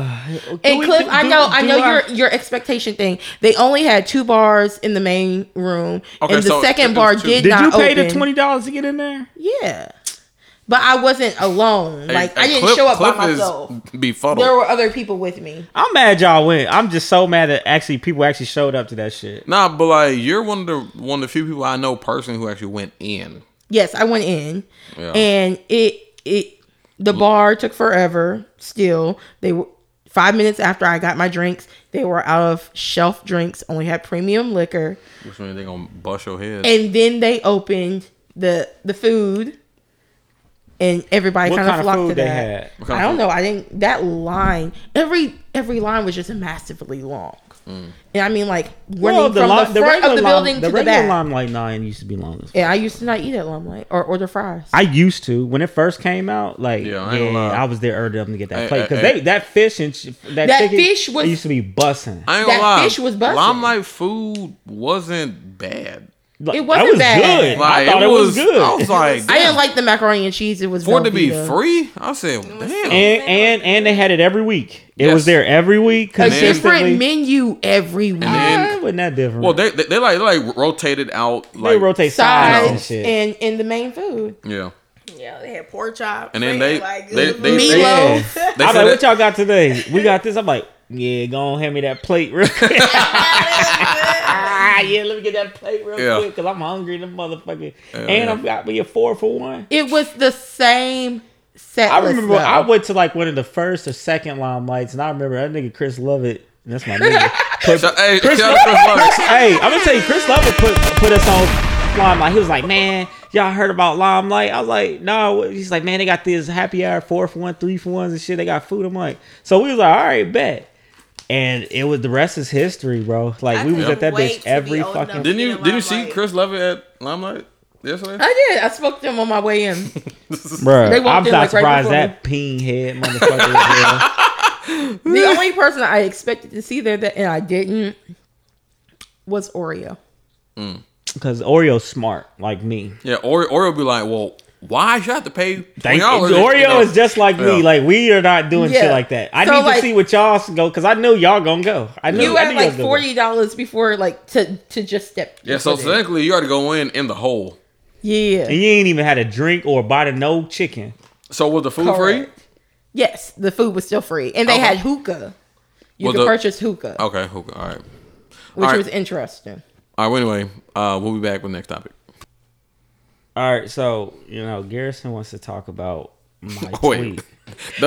Speaker 4: And Cliff, I know, I know your your expectation thing. They only had two bars in the main room,
Speaker 1: Okay,
Speaker 4: and the
Speaker 1: so it
Speaker 4: second
Speaker 1: was
Speaker 4: bar
Speaker 1: two.
Speaker 3: Did
Speaker 4: did,
Speaker 3: you
Speaker 4: not
Speaker 3: pay the
Speaker 4: open.
Speaker 3: twenty dollars to get in there?
Speaker 4: Yeah, but I wasn't alone. like I didn't show up by myself.
Speaker 1: befuddled.
Speaker 4: There were other people with me.
Speaker 3: I'm mad y'all went. I'm just so mad that actually people actually showed up to that shit.
Speaker 1: nah, but like you're one of the one of the few people I know personally who actually went in.
Speaker 4: Yes, I went in,
Speaker 1: Yeah.
Speaker 4: and it it the bar took forever. Still, they were five minutes after I got my drinks. They were out of shelf drinks. Only had premium liquor,
Speaker 1: Which means they gonna bust your head.
Speaker 4: and then they opened the the food, and everybody
Speaker 3: What
Speaker 4: kind of
Speaker 3: kind of
Speaker 4: flocked
Speaker 3: food
Speaker 4: to
Speaker 3: they
Speaker 4: that.
Speaker 3: had?
Speaker 1: What kind
Speaker 4: I
Speaker 1: of
Speaker 4: don't
Speaker 1: food?
Speaker 4: know. I didn't that line. Every every line was just massively long. And I mean, like running
Speaker 3: Mm. Well,
Speaker 4: from
Speaker 3: line-
Speaker 4: the front
Speaker 3: regular
Speaker 4: of the
Speaker 3: line-
Speaker 4: building
Speaker 3: the
Speaker 4: to the
Speaker 3: regular
Speaker 4: back.
Speaker 3: limelight nine used to be long. as-
Speaker 4: Yeah, I used to not eat at Limelight or order fries.
Speaker 3: I used to when it first came out. Like
Speaker 1: Yeah,
Speaker 3: yeah,
Speaker 1: I
Speaker 3: I,
Speaker 1: ain't gonna lie.
Speaker 3: was there early up to get that
Speaker 1: Hey,
Speaker 3: plate because
Speaker 1: hey,
Speaker 3: they that fish and sh- that,
Speaker 4: That
Speaker 3: chicken,
Speaker 4: fish was-
Speaker 3: it used to be bussing.
Speaker 1: I ain't
Speaker 4: That
Speaker 1: gonna lie.
Speaker 4: fish was bussin'.
Speaker 1: Limelight food wasn't bad.
Speaker 4: It wasn't bad.
Speaker 3: good.
Speaker 1: Like,
Speaker 3: I thought it was, good.
Speaker 1: I was like,
Speaker 4: I didn't like the macaroni and cheese. It was
Speaker 1: for it to be
Speaker 4: Velveeta.
Speaker 1: free, I said, damn.
Speaker 3: and and and they had it every week. It
Speaker 1: Yes.
Speaker 3: was there every week
Speaker 4: A
Speaker 1: then-
Speaker 3: consistently.
Speaker 4: different menu every week.
Speaker 1: then-
Speaker 3: Ah, wasn't that different?
Speaker 1: Well, they, they they like they like rotated out like
Speaker 3: they rotate sides and
Speaker 4: Sides
Speaker 3: shit.
Speaker 4: and and the main food.
Speaker 1: yeah.
Speaker 5: yeah, they had pork chop.
Speaker 1: And then
Speaker 5: fried,
Speaker 1: they-
Speaker 5: like,
Speaker 1: they-
Speaker 5: good
Speaker 1: they-
Speaker 5: food.
Speaker 1: they-
Speaker 3: yeah.
Speaker 4: Meatloaf.
Speaker 1: They
Speaker 3: I'm
Speaker 1: said
Speaker 3: like,
Speaker 1: that-
Speaker 3: what y'all got today? We got this. I'm like, yeah, go on, hand me that plate real quick. ah, yeah, let me get that plate real
Speaker 1: Yeah.
Speaker 3: quick because I'm hungry, the motherfucker. and I've got me a four for one.
Speaker 4: It was the same set.
Speaker 3: I
Speaker 4: list,
Speaker 3: remember
Speaker 4: though.
Speaker 3: I went to like one of the first or second limelights, and I remember that nigga Chris Lovett. and That's my nigga. Put-
Speaker 1: Shout- hey, shout out to Chris Lovett.
Speaker 3: hey, I'm gonna tell you, Chris Lovett put put us on Limelight. He was like, man, y'all heard about Limelight? I was like, no. He's like, man, they got this happy hour four for one, three for ones, and shit. They got food. I'm like, so we was like, all right, bet. And it was the rest is history, bro. Like
Speaker 5: I
Speaker 3: we was
Speaker 5: couldn't
Speaker 3: at that
Speaker 5: wait to
Speaker 3: bitch
Speaker 5: be
Speaker 3: every
Speaker 5: old enough.
Speaker 3: fucking.
Speaker 1: Didn't you
Speaker 5: Speaking of
Speaker 1: didn't you see
Speaker 5: Limelight.
Speaker 1: Chris Lovett at Limelight yesterday?
Speaker 4: I did. I spoke to him on my way in.
Speaker 3: Bruh,
Speaker 4: They
Speaker 3: I'm
Speaker 4: walked
Speaker 3: not
Speaker 4: in, like, right
Speaker 3: surprised
Speaker 4: before
Speaker 3: that peen head motherfucker was there.
Speaker 4: the only person I expected to see there that and I didn't was Oreo.
Speaker 3: Because Oreo's smart, like me.
Speaker 1: Yeah, or Oreo be like, well, Why should I have to pay twenty
Speaker 3: Thank you.
Speaker 1: dollars?
Speaker 3: Oreo is just like
Speaker 1: Yeah.
Speaker 3: me. Like we are not doing shit
Speaker 4: Yeah.
Speaker 3: like that. I
Speaker 4: So,
Speaker 3: need
Speaker 4: like-
Speaker 3: to see what y'all go because I know y'all gonna go. I know
Speaker 4: You
Speaker 3: I
Speaker 4: had
Speaker 3: knew y'all
Speaker 4: like
Speaker 3: gonna go.
Speaker 4: forty dollars before, like to to just step.
Speaker 1: yeah. So
Speaker 4: foot in.
Speaker 1: technically, you already go in in the hole.
Speaker 4: yeah,
Speaker 3: and you ain't even had a drink or bought a no chicken.
Speaker 1: So was the food
Speaker 4: Correct. Yes, the food was still free, and they
Speaker 1: Okay.
Speaker 4: had hookah. You
Speaker 1: Well,
Speaker 4: could
Speaker 1: the- Oh,
Speaker 4: purchase hookah,
Speaker 1: free? Okay. Okay. All right.
Speaker 4: which
Speaker 1: all right.
Speaker 4: was interesting.
Speaker 1: All right. Well, anyway, uh, we'll be back with next topic.
Speaker 3: All right, so you know Garrison wants to talk about my
Speaker 1: Wait.
Speaker 3: tweet.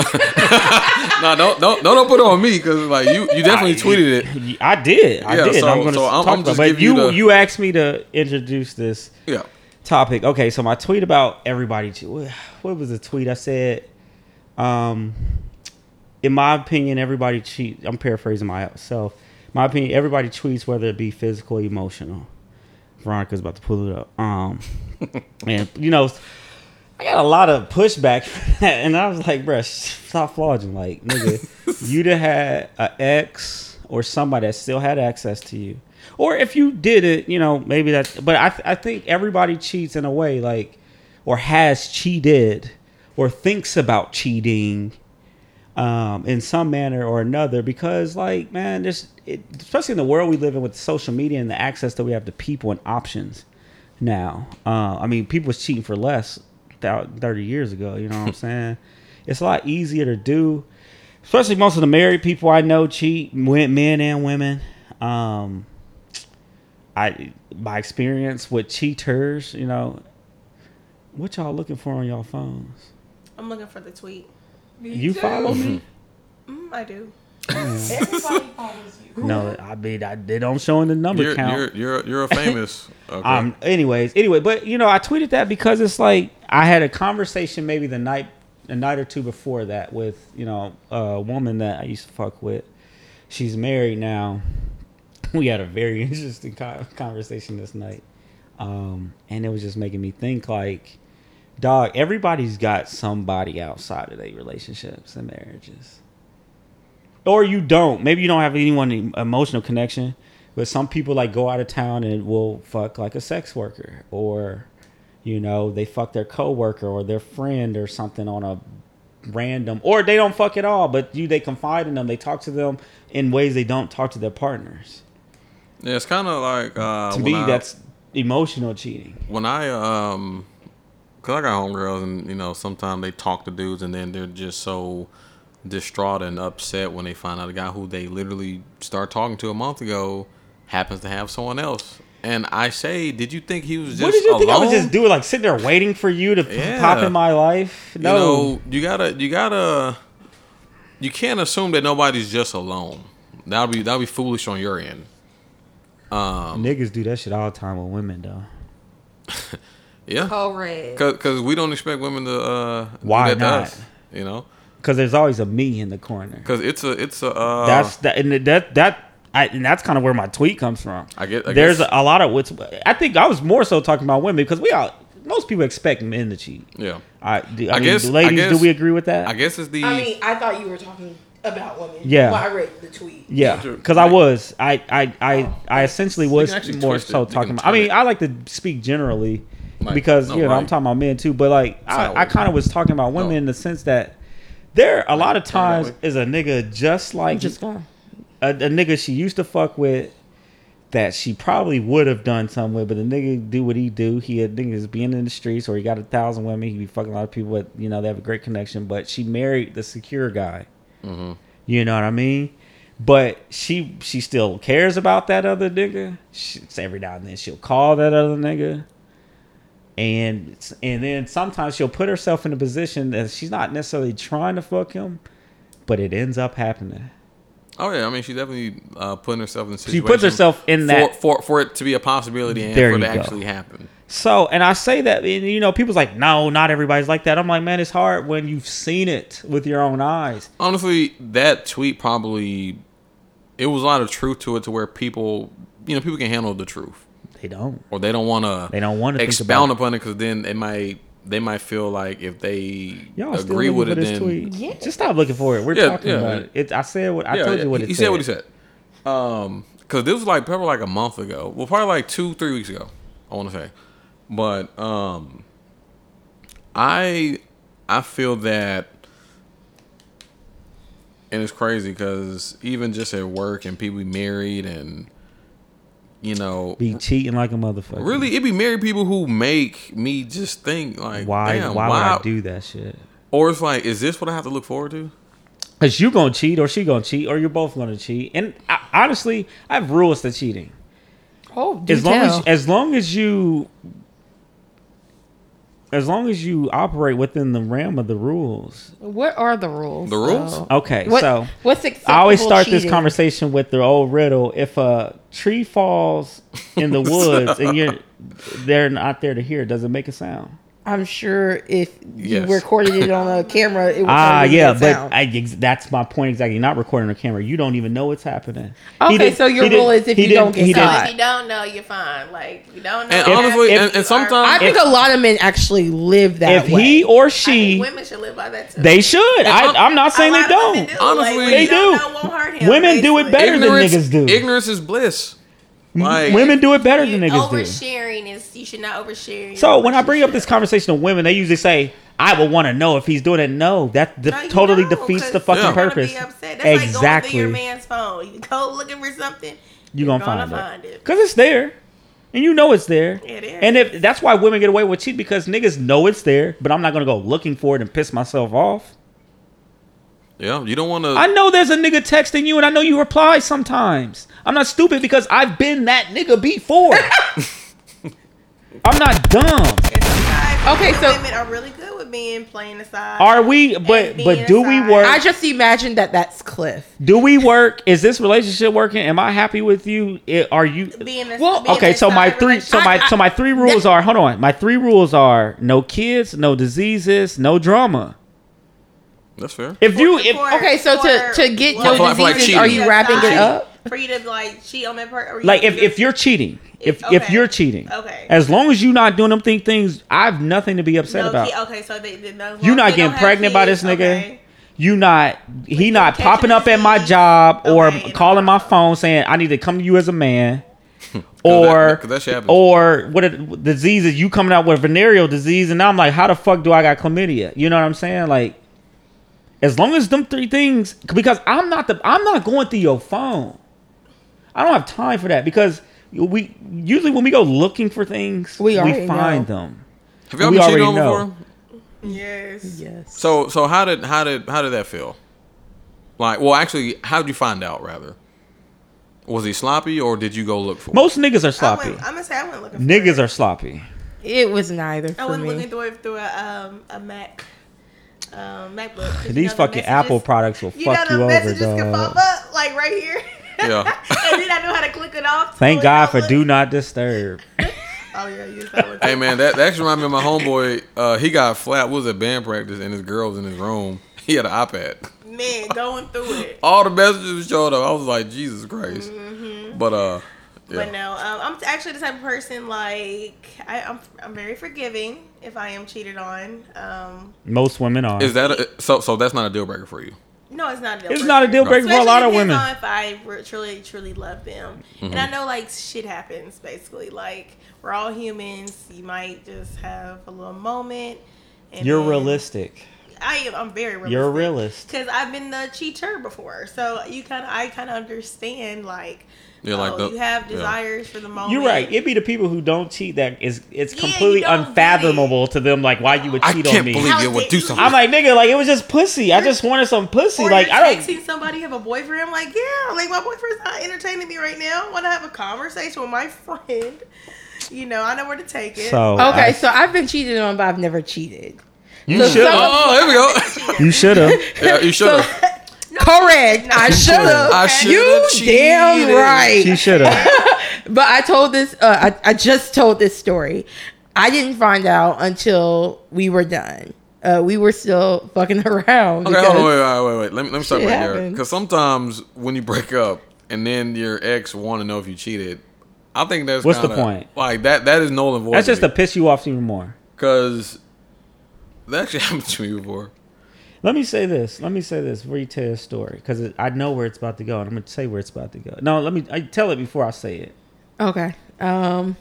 Speaker 1: No, don't don't don't put it on me because like you you definitely tweeted it.
Speaker 3: I did. I
Speaker 1: Yeah,
Speaker 3: did.
Speaker 1: so-
Speaker 3: I'm gonna
Speaker 1: so I'm-
Speaker 3: talk
Speaker 1: I'm
Speaker 3: about.
Speaker 1: just
Speaker 3: But
Speaker 1: giving
Speaker 3: you
Speaker 1: you
Speaker 3: you,
Speaker 1: the-
Speaker 3: asked me to introduce this
Speaker 1: Yeah.
Speaker 3: topic. Okay, so my tweet about everybody. che- What what was the tweet I said? Um, in my opinion, everybody cheat. I'm paraphrasing myself. My opinion, everybody tweets whether it be physical, or emotional. Veronica's about to pull it up. Um, and you know, I got a lot of pushback, for that, and I was like, bruh, stop flogging. Like, nigga, you'd have had an ex or somebody that still had access to you, or if you did it, you know, maybe that. But I, I think everybody cheats in a way, like, or has cheated, or thinks about cheating, um, in some manner or another, because, like, man, there's it, especially in the world we live in with social media and the access that we have to people and options now. Uh, I mean, people was cheating for less thou- 30 years ago. You know what I'm saying? It's a lot easier to do, especially most of the married people I know cheat, men men and women. Um, I my experience with cheaters, you know, what y'all looking for on y'all phones?
Speaker 5: I'm looking for the tweet.
Speaker 3: You follow me?
Speaker 5: Mm, I do.
Speaker 3: No, I mean I, they don't show in the number
Speaker 1: You're,
Speaker 3: count.
Speaker 1: you're you're you're a famous. Okay.
Speaker 3: Um. Anyways, anyway, but you know, I tweeted that because it's like I had a conversation maybe the night, a night or two before that with you know a woman that I used to fuck with. She's married now. We had a very interesting co- conversation this night, um, and it was just making me think like, dog, everybody's got somebody outside of their relationships and marriages or you don't. Maybe you don't have anyone emotional connection, but some people like go out of town and will fuck like a sex worker, or you know they fuck their coworker or their friend or something on a random, or they don't fuck at all. But you they confide in them, they talk to them in ways they don't talk to their partners.
Speaker 1: yeah, it's kind of like uh,
Speaker 3: To
Speaker 1: when
Speaker 3: me,
Speaker 1: I-
Speaker 3: that's emotional cheating.
Speaker 1: when I um, cause I got homegirls and you know sometimes they talk to dudes and then they're just so distraught and upset when they find out a guy who they literally start talking to a month ago happens to have someone else. And I say, did you think he was just
Speaker 3: what did you
Speaker 1: alone?
Speaker 3: think I was just doing? Like sitting there waiting for you to p-
Speaker 1: Yeah.
Speaker 3: pop in my life? No.
Speaker 1: You know, you gotta, you gotta, you can't assume that nobody's just alone. That'll be that'll be foolish on your end. um,
Speaker 3: Niggas do that shit all the time with women, though.
Speaker 1: Yeah,
Speaker 4: red.
Speaker 1: because we don't expect women to. Uh, do
Speaker 3: Oh. Why
Speaker 1: that to
Speaker 3: not?
Speaker 1: us, you know,
Speaker 3: Because there's always a me in the corner.
Speaker 1: because it's a it's a. Uh,
Speaker 3: that's that and that that I, and that's kind of where my tweet comes from.
Speaker 1: I get- I
Speaker 3: there's
Speaker 1: guess-
Speaker 3: a lot of what's. I think I was more so talking about women because we all most people expect men to cheat.
Speaker 1: yeah.
Speaker 3: I, do, I,
Speaker 1: I
Speaker 3: mean,
Speaker 1: guess-
Speaker 3: do ladies,
Speaker 1: I
Speaker 3: do
Speaker 1: guess-
Speaker 3: we agree with that?
Speaker 1: I guess it's the.
Speaker 4: I mean, I thought you were talking about women.
Speaker 3: Yeah.
Speaker 4: Well, I read the tweet.
Speaker 3: yeah,
Speaker 1: Sure.
Speaker 3: because I was, I,
Speaker 1: Oh,
Speaker 3: I, I, I essentially was
Speaker 1: actually
Speaker 3: more
Speaker 1: twist it.
Speaker 3: so
Speaker 1: You can
Speaker 3: talking. About, I mean,
Speaker 1: turn it.
Speaker 3: I like to speak generally
Speaker 1: Like,
Speaker 3: because
Speaker 1: no,
Speaker 3: you know I'm
Speaker 1: right.
Speaker 3: talking about men too, but like I, I
Speaker 1: Sideways.
Speaker 3: kind of was talking about women
Speaker 1: No.
Speaker 3: in the sense that there a lot
Speaker 1: turn it
Speaker 3: of
Speaker 1: that
Speaker 3: times
Speaker 1: way.
Speaker 3: is a nigga just like
Speaker 4: Just gone.
Speaker 3: a, a nigga she used to fuck with that she probably would have done something with, but the nigga do what he do. He had niggas being in the streets or he got a thousand women. He be fucking a lot of people with, you know, they have a great connection, but she married the secure guy. You know what I mean? But she she still cares about that other nigga. She, it's every now and then she'll call that other nigga, and it's- and then sometimes she'll put herself in a position that she's not necessarily trying to fuck him, but it ends up happening.
Speaker 1: oh yeah, I mean she definitely uh, putting herself in. A
Speaker 3: She
Speaker 1: situation
Speaker 3: puts herself in
Speaker 1: for,
Speaker 3: that-
Speaker 1: for for it to be a possibility and
Speaker 3: There
Speaker 1: for it
Speaker 3: you
Speaker 1: to
Speaker 3: go.
Speaker 1: actually happen.
Speaker 3: So, and I say that, and you know, people's like, no, not everybody's like that. I'm like, man, it's hard when you've seen it with your own eyes.
Speaker 1: Honestly, that tweet probably it was a lot of truth to it to where people you know people can handle the truth
Speaker 3: They don't.
Speaker 1: or they don't want to
Speaker 3: They don't wanna think
Speaker 1: expound
Speaker 3: about
Speaker 1: upon it because then it might they might feel like if they
Speaker 3: Y'all still
Speaker 1: agree
Speaker 3: looking
Speaker 1: with
Speaker 3: for
Speaker 1: it
Speaker 3: this
Speaker 1: then
Speaker 3: tweet. Just stop looking for it. We're
Speaker 1: Yeah,
Speaker 3: talking
Speaker 1: yeah.
Speaker 3: about it. it. I said what I told you what
Speaker 1: he,
Speaker 3: it
Speaker 1: he said. What he said. Um, because this was like probably like a month ago. Well, probably like two, three weeks ago. I want to say, but um, I I feel that, and it's crazy because even just at work and people be married and you know
Speaker 3: Be cheating like a motherfucker.
Speaker 1: really it be married people who make me just think like
Speaker 3: Why?
Speaker 1: damn,
Speaker 3: why,
Speaker 1: why,
Speaker 3: would I do that shit?
Speaker 1: or it's like is this what I have to look forward to?
Speaker 3: Cause you gonna cheat, or she gonna cheat, or you're both gonna cheat. And I, honestly, I have rules to cheating.
Speaker 4: Oh, do
Speaker 3: As long as
Speaker 4: tell.
Speaker 3: as long as you, as long as you operate within the realm of the rules.
Speaker 4: what are the rules?
Speaker 1: The rules?
Speaker 4: though?
Speaker 3: Okay,
Speaker 4: What-
Speaker 3: so
Speaker 4: what's acceptable
Speaker 3: I always start this
Speaker 4: cheating?
Speaker 3: conversation with the old riddle: if a tree falls in the woods and you're they're not there to hear, it, does it make a sound?
Speaker 4: I'm sure if you
Speaker 1: Yes.
Speaker 4: recorded it on a camera, it would
Speaker 3: Ah,
Speaker 4: probably
Speaker 3: yeah,
Speaker 4: make
Speaker 3: but
Speaker 4: sound.
Speaker 3: I, ex- that's my point exactly. Not recording on camera, you don't even know what's happening.
Speaker 4: Okay, so your
Speaker 3: he didn't-
Speaker 4: rule is if
Speaker 3: he
Speaker 4: you
Speaker 3: didn't-
Speaker 4: don't get
Speaker 3: he
Speaker 5: So
Speaker 3: didn't-
Speaker 4: caught.
Speaker 5: if you don't know, you're fine. Like you don't know.
Speaker 1: And
Speaker 5: what
Speaker 1: honestly,
Speaker 5: happened,
Speaker 1: and- and
Speaker 5: you are-
Speaker 1: sometimes-
Speaker 4: I think a lot of men actually live that
Speaker 3: If
Speaker 4: way.
Speaker 3: he or
Speaker 5: I think
Speaker 3: she,
Speaker 5: women should live by that too.
Speaker 3: they should. I,
Speaker 1: I'm-
Speaker 3: I'm not saying
Speaker 5: A
Speaker 3: they
Speaker 5: lot of women
Speaker 3: don't.
Speaker 5: do. Like,
Speaker 1: Honestly,
Speaker 5: what
Speaker 1: They
Speaker 5: you don't
Speaker 3: do.
Speaker 5: know won't hurt him,
Speaker 3: Women do it
Speaker 5: basically.
Speaker 3: better than niggas do.
Speaker 1: Ignorance is bliss. Like
Speaker 3: Women do it better
Speaker 5: You-
Speaker 3: than niggas do.
Speaker 5: oversharing is you should not overshare.
Speaker 3: So when I bring up this conversation of women, they usually say, "I would want to know if he's doing it." No, that de-
Speaker 5: No, you
Speaker 3: totally
Speaker 5: know,
Speaker 3: defeats
Speaker 5: 'cause
Speaker 3: the fucking
Speaker 5: you're gonna be
Speaker 3: purpose.
Speaker 5: upset. That's Like going
Speaker 3: exactly,
Speaker 5: through your man's phone. You go looking for something.
Speaker 3: you're
Speaker 5: you're
Speaker 3: gonna, find,
Speaker 5: find
Speaker 3: it
Speaker 5: it.
Speaker 3: because it's there, and you know it's there.
Speaker 5: It is.
Speaker 3: and if that's why women get away with cheating because niggas know it's there, but I'm not gonna go looking for it and piss myself off.
Speaker 1: yeah, you don't want to.
Speaker 3: I know there's a nigga texting you, and I know you reply sometimes. I'm not stupid because I've been that nigga before. I'm not dumb.
Speaker 5: And sometimes
Speaker 4: Okay,
Speaker 5: the
Speaker 4: so-
Speaker 5: women are really good with being playing aside.
Speaker 3: Are we? But
Speaker 5: And
Speaker 3: but
Speaker 5: being
Speaker 3: do we
Speaker 5: aside.
Speaker 3: work?
Speaker 4: I just imagine that that's Cliff.
Speaker 3: Do we work? Is this relationship working? Am I happy with you? I- Are you?
Speaker 5: being a,
Speaker 4: Well,
Speaker 5: being
Speaker 3: Okay,
Speaker 5: inside
Speaker 3: so my three,
Speaker 5: relationship.
Speaker 3: so my, so my three rules are. Hold on, my three rules are: no kids, no diseases, no drama.
Speaker 1: that's fair.
Speaker 3: If you,
Speaker 5: For-
Speaker 3: if
Speaker 5: for-
Speaker 4: Okay, so to-
Speaker 5: for
Speaker 4: to get
Speaker 5: what-
Speaker 1: no For- for, like, diseases, are you
Speaker 5: cheating.
Speaker 4: wrapping it
Speaker 5: Aside.
Speaker 4: up?
Speaker 5: For you to like cheat on that person,
Speaker 3: like if, if you're cheating, if if
Speaker 5: Okay.
Speaker 3: you're cheating,
Speaker 5: Okay.
Speaker 3: as long as you're not doing them thing, things, I've nothing to be upset
Speaker 5: no,
Speaker 3: about.
Speaker 5: ki- okay, so they, they, no,
Speaker 3: you
Speaker 5: they
Speaker 3: not
Speaker 5: don't
Speaker 3: getting
Speaker 5: have
Speaker 3: pregnant by
Speaker 5: kids,
Speaker 3: this nigga.
Speaker 5: okay.
Speaker 3: You not he not
Speaker 5: catching
Speaker 3: popping up at my
Speaker 5: disease.
Speaker 3: job or
Speaker 5: Okay, no
Speaker 3: calling my
Speaker 5: problem.
Speaker 3: phone saying I need to come to you as a man. or
Speaker 1: 'cause that shit happens.
Speaker 3: or what it, disease is you coming out with venereal disease and now I'm like how the fuck do I got chlamydia? You know what I'm saying? Like as long as them three things because I'm not the I'm not going through your phone. I don't have time for that because we usually when we go looking for things
Speaker 4: We
Speaker 3: we,
Speaker 4: already
Speaker 3: find
Speaker 4: know.
Speaker 3: them.
Speaker 1: Have y'all
Speaker 3: we
Speaker 1: been cheated
Speaker 3: already
Speaker 1: on
Speaker 3: know.
Speaker 1: before?
Speaker 5: Yes.
Speaker 4: Yes.
Speaker 1: So so how did how did how did that feel? Like, well, actually, how did you find out? Rather, was he sloppy or did you go look for?
Speaker 3: Most niggas are
Speaker 5: I
Speaker 3: sloppy.
Speaker 5: went, I'm gonna say I went looking.
Speaker 3: Niggas
Speaker 5: for
Speaker 3: are sloppy.
Speaker 4: It was neither
Speaker 5: I
Speaker 4: for
Speaker 5: went
Speaker 4: me.
Speaker 5: looking through it through a um a Mac. Um, MacBook. 'cause you
Speaker 3: These
Speaker 5: know the
Speaker 3: fucking Apple
Speaker 5: messages-
Speaker 3: products will
Speaker 5: You
Speaker 3: fuck
Speaker 5: know
Speaker 3: you
Speaker 5: the
Speaker 3: over,
Speaker 5: messages can pop
Speaker 3: dog.
Speaker 5: up like right here.
Speaker 1: Yeah.
Speaker 5: and then I know how to click it off.
Speaker 3: Thank
Speaker 5: so it
Speaker 3: God
Speaker 5: don't
Speaker 3: for
Speaker 5: look-
Speaker 3: do not disturb.
Speaker 5: Oh yeah, you that one.
Speaker 1: Hey man, that, that actually reminds me of my homeboy. Uh, he got flat. We was at band practice and his girl was in his room. He had an iPad.
Speaker 5: man, going through it.
Speaker 1: All the messages showed up. I was like, Jesus Christ. But uh, yeah.
Speaker 5: Mm-hmm. But no, um, I'm actually the type of person like I, I'm. I'm very forgiving if I am cheated on. Um,
Speaker 3: Most women are.
Speaker 1: is that a, so? So that's not a deal breaker for you.
Speaker 5: no, it's not. A deal
Speaker 3: it's not a
Speaker 5: breaker.
Speaker 3: deal breaker for a
Speaker 5: Especially
Speaker 3: lot of
Speaker 5: depends
Speaker 3: women.
Speaker 5: On if I re- truly, truly love them, and
Speaker 1: Mm-hmm.
Speaker 5: I know like shit happens. Basically, like we're all humans. You might just have a little moment. And
Speaker 3: You're
Speaker 5: then-
Speaker 3: realistic.
Speaker 5: I am. I'm very realistic.
Speaker 3: You're a realist.
Speaker 5: Because I've been the cheater before, so you kind of, I kind of understand. Like,
Speaker 1: Yeah, like
Speaker 5: oh,
Speaker 1: the-
Speaker 5: you have
Speaker 1: yeah.
Speaker 5: desires for the moment.
Speaker 3: You're right. It'd be the people who don't cheat that is it's
Speaker 5: Yeah, you
Speaker 3: completely
Speaker 5: don't get it.
Speaker 3: unfathomable to them like why you would
Speaker 1: I
Speaker 3: cheat on
Speaker 1: can't
Speaker 3: me.
Speaker 1: believe
Speaker 5: How
Speaker 1: you would
Speaker 5: did
Speaker 1: do
Speaker 5: you-
Speaker 1: something.
Speaker 3: I'm like, nigga, like it was just pussy. I just wanted some pussy.
Speaker 5: Or
Speaker 3: Like
Speaker 5: you're
Speaker 3: I don't
Speaker 5: texting somebody have a boyfriend. I'm like, yeah, like my boyfriend's not entertaining me right now. I want to have a conversation with my friend. You know, I know where to take it.
Speaker 3: So
Speaker 4: Okay,
Speaker 3: I-
Speaker 4: so I've been cheated on, but I've never cheated.
Speaker 3: you should
Speaker 4: some-
Speaker 3: have.
Speaker 1: oh, there we go.
Speaker 3: You should have.
Speaker 1: yeah, you should have.
Speaker 4: Correct. I should have.
Speaker 1: I should
Speaker 4: You
Speaker 1: have
Speaker 4: damn
Speaker 1: cheated.
Speaker 4: right.
Speaker 3: You should have.
Speaker 4: But I told this. Uh, I, I just told this story. I didn't find out until we were done. Uh, we were still fucking around.
Speaker 1: Okay,
Speaker 4: because-
Speaker 1: hold on, wait, wait, wait, wait. Let me let me stop
Speaker 4: Shit
Speaker 1: right there.
Speaker 4: happens.
Speaker 1: Because sometimes when you break up and then your ex want to know if you cheated, I think that's
Speaker 3: What's the
Speaker 1: kinda-
Speaker 3: point?
Speaker 1: Like that that is null and void.
Speaker 3: That's just to piss you off even more.
Speaker 1: because that actually happened to me before.
Speaker 3: Let me say this. Let me say this before you tell your story, because I know where it's about to go, and I'm going to say where it's about to go. No, let me I tell it before I say it.
Speaker 4: Okay. Um,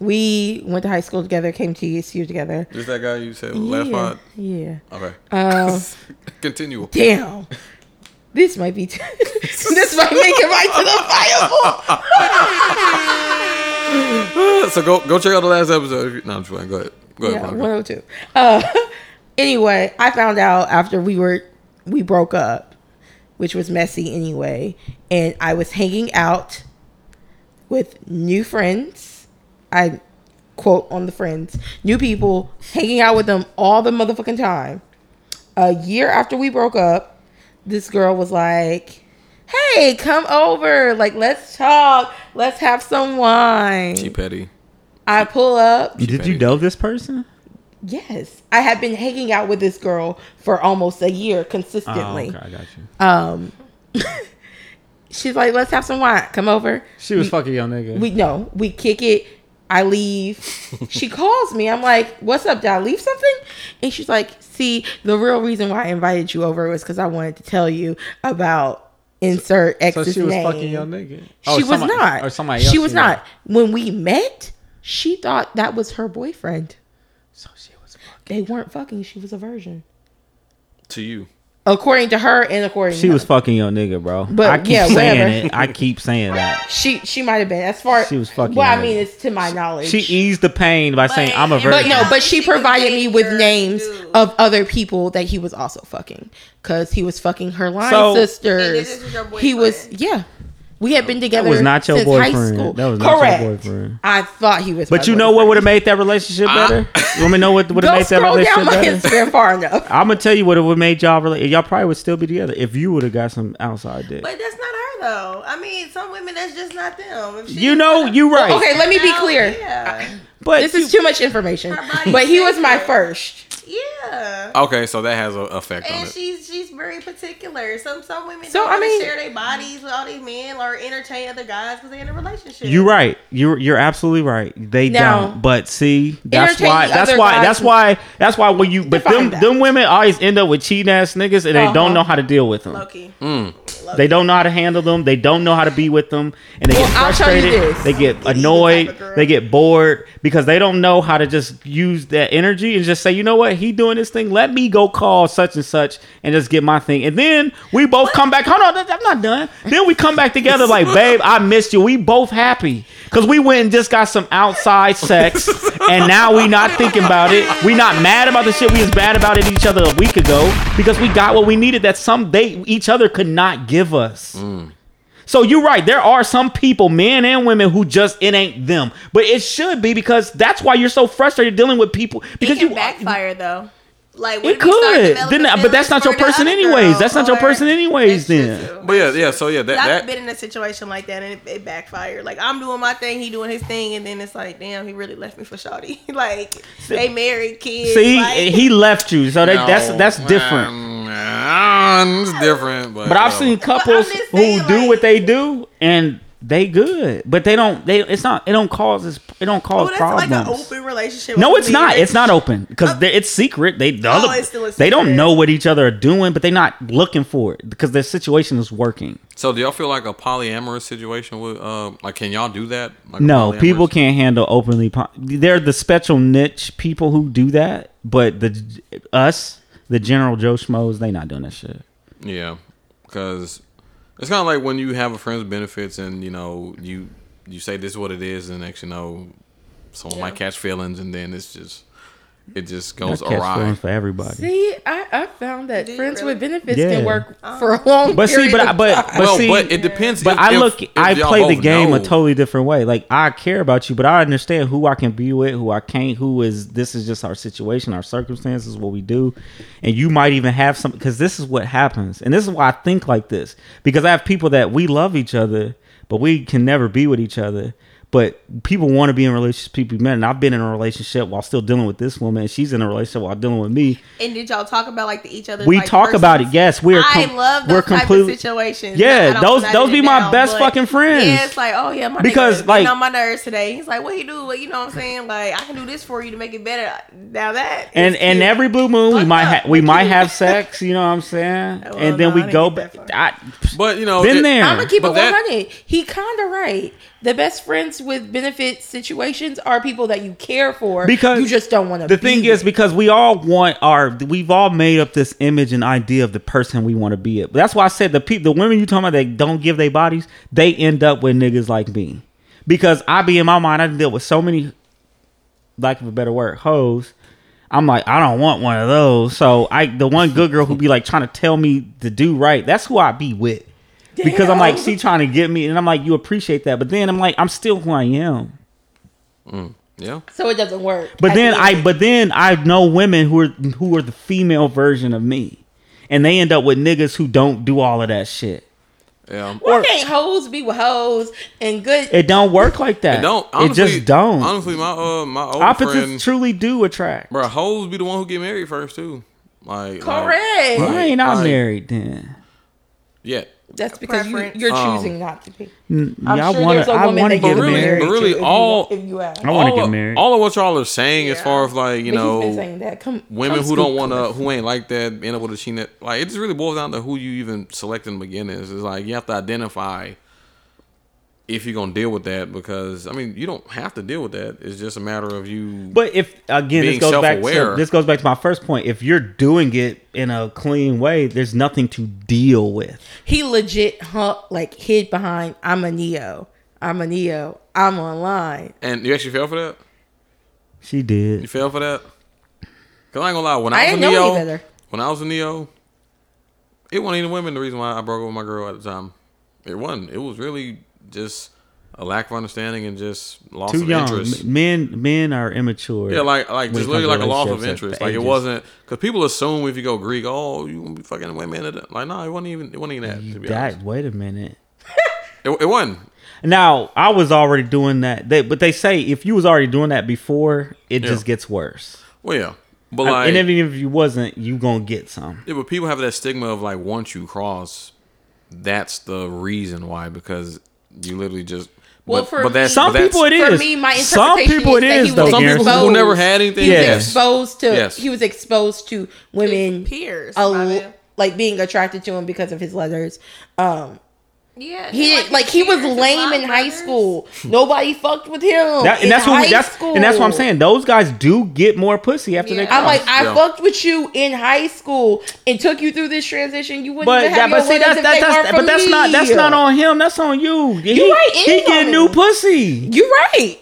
Speaker 4: We went to high school together, came to TSU together.
Speaker 1: Just that guy you said left
Speaker 4: yeah,
Speaker 1: eye.
Speaker 4: yeah.
Speaker 1: Okay.
Speaker 4: Uh,
Speaker 1: Continue.
Speaker 4: damn. This might be. this might make it right to the fireball.
Speaker 1: so go go check out the last episode. No, I'm just playing. Go ahead. Go ahead.
Speaker 4: yeah,
Speaker 1: Veronica.
Speaker 4: 102. Uh, anyway, I found out after we were we broke up, which was messy anyway, and I was hanging out with new friends. I quote on the friends, new people, hanging out with them all the motherfucking time. A year after we broke up, this girl was like, "Hey, come over. Like, let's talk. Let's have some wine."
Speaker 1: She petty.
Speaker 4: I pull up.
Speaker 3: Did you know this person?
Speaker 4: Yes, I have been hanging out with this girl for almost a year consistently.
Speaker 3: Oh, I got you.
Speaker 4: Um, she's like, "Let's have some wine. Come over."
Speaker 3: She was fucking your nigga.
Speaker 4: We no, we kick it. I leave. she calls me. I'm like, "What's up? Did I leave something?" And she's like, "See, the real reason why I invited you over was because I wanted to tell you about insert
Speaker 3: so
Speaker 4: X's
Speaker 3: she was
Speaker 4: name."
Speaker 3: fucking your nigga.
Speaker 4: she was not.
Speaker 3: Or somebody else.
Speaker 4: She was
Speaker 3: you know.
Speaker 4: not. When we met, she thought that was her boyfriend.
Speaker 3: So she was. Fucking.
Speaker 4: They weren't fucking. She was a virgin.
Speaker 1: To you.
Speaker 4: according to her and according
Speaker 3: She
Speaker 4: to
Speaker 3: was
Speaker 4: him.
Speaker 3: fucking your nigga, bro.
Speaker 4: But,
Speaker 3: I keep
Speaker 4: yeah,
Speaker 3: saying
Speaker 4: whatever.
Speaker 3: it. I keep saying that.
Speaker 4: she she might have been as far
Speaker 3: She was fucking
Speaker 4: well I
Speaker 3: her.
Speaker 4: mean it's to my knowledge
Speaker 3: She eased the pain by saying I'm a
Speaker 5: But-
Speaker 3: virgin.
Speaker 4: but no but she
Speaker 5: She was
Speaker 4: provided me with
Speaker 5: dating
Speaker 4: names
Speaker 5: dudes.
Speaker 4: of other people that he was also fucking because he was fucking her line
Speaker 3: So-
Speaker 5: And
Speaker 4: sisters
Speaker 5: this was your
Speaker 4: he was
Speaker 5: boyfriend?
Speaker 4: yeah we had been together
Speaker 3: that was not your
Speaker 4: since high
Speaker 3: boyfriend.
Speaker 4: school
Speaker 3: That was not
Speaker 4: correct
Speaker 3: your boyfriend.
Speaker 4: I thought he was my
Speaker 3: But you know what
Speaker 4: boyfriend.
Speaker 3: would have made that relationship better? you want me to know what would
Speaker 4: go
Speaker 3: have made that
Speaker 4: scroll down
Speaker 3: relationship
Speaker 4: my
Speaker 3: better?
Speaker 4: Instagram far enough
Speaker 3: I'm gonna tell you what it would made y'all. Rela- y'all probably would still be together if you would have got some outside dick.
Speaker 5: But that's not her though. I mean, some women that's just not them. If she
Speaker 3: you know, you right.
Speaker 4: okay let me be
Speaker 5: Oh,
Speaker 4: clear
Speaker 5: Yeah.
Speaker 3: but
Speaker 4: this is too much information
Speaker 5: Her body's
Speaker 4: but he was my
Speaker 5: sacred.
Speaker 4: first
Speaker 5: Yeah.
Speaker 1: Okay, so that has an effect on
Speaker 5: And
Speaker 1: it.
Speaker 5: she's she's very particular. Some some women
Speaker 4: So,
Speaker 5: don't
Speaker 4: I
Speaker 5: wanna
Speaker 4: mean-
Speaker 5: share their bodies with all these men or entertain other guys because they're in a relationship.
Speaker 3: you right. You're you're absolutely right. They
Speaker 4: Now-
Speaker 3: don't. But see, that's
Speaker 4: Entertaining
Speaker 3: why. That's
Speaker 4: other
Speaker 3: why.
Speaker 4: guys-
Speaker 3: That's why. That's why when you. But
Speaker 4: Define
Speaker 3: them
Speaker 4: that.
Speaker 3: them women always end up with cheating ass niggas, and they
Speaker 4: Uh-huh.
Speaker 3: don't know how to deal with them.
Speaker 5: Loki.
Speaker 1: Mm.
Speaker 3: They don't know how to handle them. They don't know how to be with them, and they
Speaker 4: Well, I'll
Speaker 3: get
Speaker 4: tell you
Speaker 3: frustrated.
Speaker 4: this.
Speaker 3: They get
Speaker 5: type
Speaker 3: annoyed.
Speaker 5: of girl.
Speaker 3: They get bored because they don't know how to just use that energy and just say, you know what, he doing this thing. Let me go call such and such and just get my thing. And then we both come back. Hold on, I'm not done. Then we come back together like, babe, I missed you. We both happy because we went and just got some outside sex, and now we not thinking about it. We not mad about the shit we was bad about it each other a week ago because we got what we needed that some they each other could not give us. So you're right. There are some people, men and women, who just it ain't them. But it should be because that's why you're so frustrated dealing with people because
Speaker 5: It can
Speaker 3: you
Speaker 5: backfire though. Like when
Speaker 3: It
Speaker 5: you start
Speaker 3: could.
Speaker 5: developing
Speaker 3: Then- but that's
Speaker 5: feelings
Speaker 3: not your
Speaker 5: for the
Speaker 3: person
Speaker 5: other
Speaker 3: anyways.
Speaker 5: girl,
Speaker 3: That's not your
Speaker 5: or-
Speaker 3: person anyways
Speaker 5: That's true,
Speaker 3: then.
Speaker 5: too.
Speaker 1: But yeah, yeah. So yeah,
Speaker 5: I've
Speaker 1: that
Speaker 5: been
Speaker 1: that
Speaker 5: in a situation like that and it, it backfired. Like I'm doing my thing, he doing his thing, and then it's like, damn, he really left me for Shawty. like they married kids.
Speaker 3: See,
Speaker 5: like,
Speaker 3: he left you, so that, that's
Speaker 1: No,
Speaker 3: that's different.
Speaker 1: um, um, it's different, but uh,
Speaker 3: But I've
Speaker 1: whatever.
Speaker 3: seen
Speaker 5: I'm
Speaker 3: couples
Speaker 5: just
Speaker 3: who
Speaker 5: saying,
Speaker 3: do
Speaker 5: like-
Speaker 3: what they do and they good, but they don't. They it's not. It don't cause. this- It don't
Speaker 5: oh,
Speaker 3: cause
Speaker 5: that's
Speaker 3: problems.
Speaker 5: like an open relationship.
Speaker 3: no,
Speaker 5: with
Speaker 3: it's
Speaker 5: me.
Speaker 3: not. It's not open because it's secret. They the
Speaker 5: Oh,
Speaker 3: other,
Speaker 5: it's still a
Speaker 3: they don't
Speaker 5: secret.
Speaker 3: know what each other are doing, but they're not looking for it because their situation is working.
Speaker 1: So do y'all feel like a polyamorous situation would um like can y'all do that? Like a
Speaker 3: No,
Speaker 1: polyamorous-
Speaker 3: people can't handle openly. Po- they're the special niche people who do that, but the us, the general Joe schmoes, they not doing that shit.
Speaker 1: Yeah, because it's kind of like when you have a friend's benefits and you know you you say this is what it is, and next you know someone might catch feelings, and then it's just it just
Speaker 3: I
Speaker 1: goes
Speaker 3: catch feelings
Speaker 1: awry.
Speaker 3: for everybody.
Speaker 4: see I, I found that
Speaker 5: Do you
Speaker 4: friends with
Speaker 5: really?
Speaker 4: benefits
Speaker 3: Yeah.
Speaker 4: can work for a long
Speaker 3: But see,
Speaker 4: period
Speaker 3: but I-
Speaker 4: of
Speaker 3: but
Speaker 4: time.
Speaker 3: but
Speaker 1: well,
Speaker 3: see,
Speaker 1: but it depends.
Speaker 3: But
Speaker 1: if-
Speaker 3: I
Speaker 1: if-
Speaker 3: look,
Speaker 1: if
Speaker 3: I
Speaker 1: y'all
Speaker 3: play the
Speaker 1: both
Speaker 3: game a
Speaker 1: know.
Speaker 3: totally different way. Like I care about you, but I understand who I can be with, who I can't, who is. This is just our situation, our circumstances, what we do, and you might even have some because this is what happens, and this is why I think like this because I have people that we love each other, but we can never be with each other. But people want to be in relationships. People, men, and I've been in a relationship while still dealing with this woman, and she's in a relationship while dealing with me.
Speaker 5: And did y'all talk about like the each other?
Speaker 3: We
Speaker 5: like,
Speaker 3: talk about it.
Speaker 5: persons?
Speaker 3: Yes, we are.
Speaker 5: I
Speaker 3: com-
Speaker 5: love those
Speaker 3: we're
Speaker 5: type
Speaker 3: complete-
Speaker 5: of situations.
Speaker 3: Yeah,
Speaker 5: I don't-
Speaker 3: those-
Speaker 5: I
Speaker 3: those
Speaker 5: did
Speaker 3: be
Speaker 5: it
Speaker 3: my
Speaker 5: now,
Speaker 3: best
Speaker 5: but-
Speaker 3: fucking friends.
Speaker 5: Yeah, it's like, oh yeah, my
Speaker 3: Because,
Speaker 5: because
Speaker 3: like-
Speaker 5: like on my nerves today. He's like, what he do? Well, you know what I'm saying? Like I can do this for you to make it better. Now that
Speaker 3: and
Speaker 5: is
Speaker 3: and
Speaker 5: cute.
Speaker 3: every blue moon we
Speaker 5: Fuck
Speaker 3: might
Speaker 5: up.
Speaker 3: ha- we
Speaker 5: What
Speaker 3: might
Speaker 5: you-
Speaker 3: have sex, you know what I'm saying?
Speaker 5: Well,
Speaker 3: and then
Speaker 5: no,
Speaker 3: we
Speaker 5: I didn't
Speaker 3: go
Speaker 5: get
Speaker 3: back.
Speaker 5: that
Speaker 3: I-
Speaker 1: But you know,
Speaker 3: Been
Speaker 1: it-
Speaker 3: there.
Speaker 4: I'm gonna keep
Speaker 1: But
Speaker 4: it
Speaker 1: that-
Speaker 4: 100. He kinda right. the best friends with benefit situations are people that you care for
Speaker 3: because
Speaker 4: you just don't want to.
Speaker 3: The thing
Speaker 4: is,
Speaker 3: is, because we all want our, we've all made up this image and idea of the person we want to be. It. That's why I said the people, the women you talking about that don't give their bodies, they end up with niggas like me, because I be in my mind, I deal with so many, lack of a better word, hoes. I'm like, I don't want one of those. So I, the one good girl who be like trying to tell me to do right, that's who I be with, because I'm like, she trying to get me, and I'm like, you appreciate that, but then I'm like, I'm still who I am.
Speaker 1: Yeah.
Speaker 4: so it doesn't work.
Speaker 3: But then
Speaker 4: the
Speaker 3: I but then I know women who are who are the female version of me. And they end up with niggas who don't do all of that shit.
Speaker 1: Yeah.
Speaker 4: Why can't hoes be with hoes and good?
Speaker 3: It don't work like that.
Speaker 1: It don't.
Speaker 3: it just don't.
Speaker 1: Honestly, my uh my old
Speaker 3: Opposites
Speaker 1: friend,
Speaker 3: truly do attract.
Speaker 1: bro, hoes be the one who get married first too. Like
Speaker 4: Correct.
Speaker 1: Like,
Speaker 3: Why ain't I
Speaker 1: like,
Speaker 3: married then?
Speaker 1: Yeah.
Speaker 4: That's because you,
Speaker 5: Preference.
Speaker 4: you're
Speaker 1: Um,
Speaker 4: choosing not to be.
Speaker 3: Yeah, I
Speaker 4: sure
Speaker 3: wanna
Speaker 4: there's a
Speaker 3: I
Speaker 4: woman
Speaker 3: wanna
Speaker 4: that
Speaker 3: get
Speaker 4: you
Speaker 1: really-
Speaker 3: married.
Speaker 4: married
Speaker 1: really
Speaker 4: to if you-
Speaker 1: all-
Speaker 4: if you ask.
Speaker 3: I wanna
Speaker 1: all
Speaker 3: get
Speaker 1: of,
Speaker 3: married.
Speaker 1: All of what y'all are saying, as
Speaker 5: Yeah.
Speaker 1: far as like you
Speaker 4: But he's been
Speaker 1: know,
Speaker 4: saying that. Come,
Speaker 1: women
Speaker 4: come
Speaker 1: who don't
Speaker 4: speak
Speaker 1: want
Speaker 4: us.
Speaker 1: to, who ain't like that, end up with a sheen. that- Like it just really boils down to who you even select in the beginning. It's like you have to identify if you're gonna deal with that because I mean you don't have to deal with that. It's just a matter of you.
Speaker 3: But if again
Speaker 1: Being
Speaker 3: this goes back to
Speaker 1: self-aware.
Speaker 3: this goes back to my first point. If you're doing it in a clean way, there's nothing to deal with.
Speaker 4: he legit huh, like hid behind I'm a Neo. I'm a Neo. I'm online.
Speaker 1: and you actually fell for that.
Speaker 3: She
Speaker 1: You
Speaker 3: did.
Speaker 1: fell for that? Cause I ain't gonna lie, when I,
Speaker 4: I
Speaker 1: was a
Speaker 4: didn't know any
Speaker 1: Neo,
Speaker 4: better.
Speaker 1: when I was a Neo, it wasn't even women the reason why I broke up with my girl at the time. It wasn't. It was really just a lack of understanding and just loss
Speaker 3: Too
Speaker 1: of
Speaker 3: young.
Speaker 1: interest.
Speaker 3: M- Men men are immature.
Speaker 1: Yeah, like like
Speaker 3: when
Speaker 1: just
Speaker 3: it comes
Speaker 1: literally
Speaker 3: to
Speaker 1: like a loss of
Speaker 3: relationships at
Speaker 1: interest.
Speaker 3: the
Speaker 1: Like it
Speaker 3: ages.
Speaker 1: wasn't because people assume if you go Greek, oh, you gonna be fucking women. at the-" Like no, it wasn't even it wasn't even that. To be
Speaker 3: that
Speaker 1: honest,
Speaker 3: wait a minute.
Speaker 1: it, it wasn't.
Speaker 3: Now I was already doing that, they, but they say if you was already doing that before, it
Speaker 1: Yeah.
Speaker 3: just gets worse.
Speaker 1: Well, yeah, but
Speaker 3: I-
Speaker 1: like
Speaker 3: and even if you wasn't, you gonna get some.
Speaker 1: Yeah, but people have that stigma of like once you cross, that's the reason why because you literally just.
Speaker 4: Well,
Speaker 1: but,
Speaker 4: for
Speaker 1: but that's,
Speaker 3: Some
Speaker 1: but that's-
Speaker 3: people it
Speaker 4: For
Speaker 3: is.
Speaker 4: me, my
Speaker 3: some
Speaker 4: interpretation
Speaker 3: people
Speaker 4: is
Speaker 3: it
Speaker 4: that
Speaker 3: is
Speaker 4: he
Speaker 3: though.
Speaker 4: was
Speaker 1: Some
Speaker 3: Gary.
Speaker 1: people who
Speaker 4: exposed.
Speaker 1: never had anything.
Speaker 4: He was
Speaker 3: Yes.
Speaker 4: exposed to
Speaker 1: Yes.
Speaker 4: he was exposed to women
Speaker 5: peers,
Speaker 4: a-
Speaker 5: my man.
Speaker 4: like being attracted to him because of his letters. Um
Speaker 5: Yeah,
Speaker 4: he
Speaker 5: they're
Speaker 4: didn't like he was
Speaker 5: peers, his
Speaker 4: lame
Speaker 5: line
Speaker 4: in high
Speaker 5: brothers.
Speaker 4: school. Nobody fucked with him.
Speaker 3: That-
Speaker 4: Oh, in
Speaker 3: and that's what
Speaker 4: high
Speaker 3: we, that's
Speaker 4: school.
Speaker 3: and that's what I'm saying. Those guys do get more pussy after they
Speaker 5: Yeah.
Speaker 4: I'm
Speaker 3: cross.
Speaker 4: like, I
Speaker 1: Yeah.
Speaker 4: fucked with you in high school and took you through this transition. You wouldn't
Speaker 3: but
Speaker 4: even
Speaker 3: that,
Speaker 4: have
Speaker 3: but
Speaker 4: your
Speaker 3: see
Speaker 4: letters
Speaker 3: that's
Speaker 4: if
Speaker 3: that,
Speaker 4: they
Speaker 3: that's
Speaker 4: weren't
Speaker 3: but
Speaker 4: from
Speaker 3: that's not that's
Speaker 4: me.
Speaker 3: not on him. That's on you. He,
Speaker 4: right, it
Speaker 3: he
Speaker 4: is on
Speaker 3: get
Speaker 4: him.
Speaker 3: new pussy.
Speaker 4: You're right.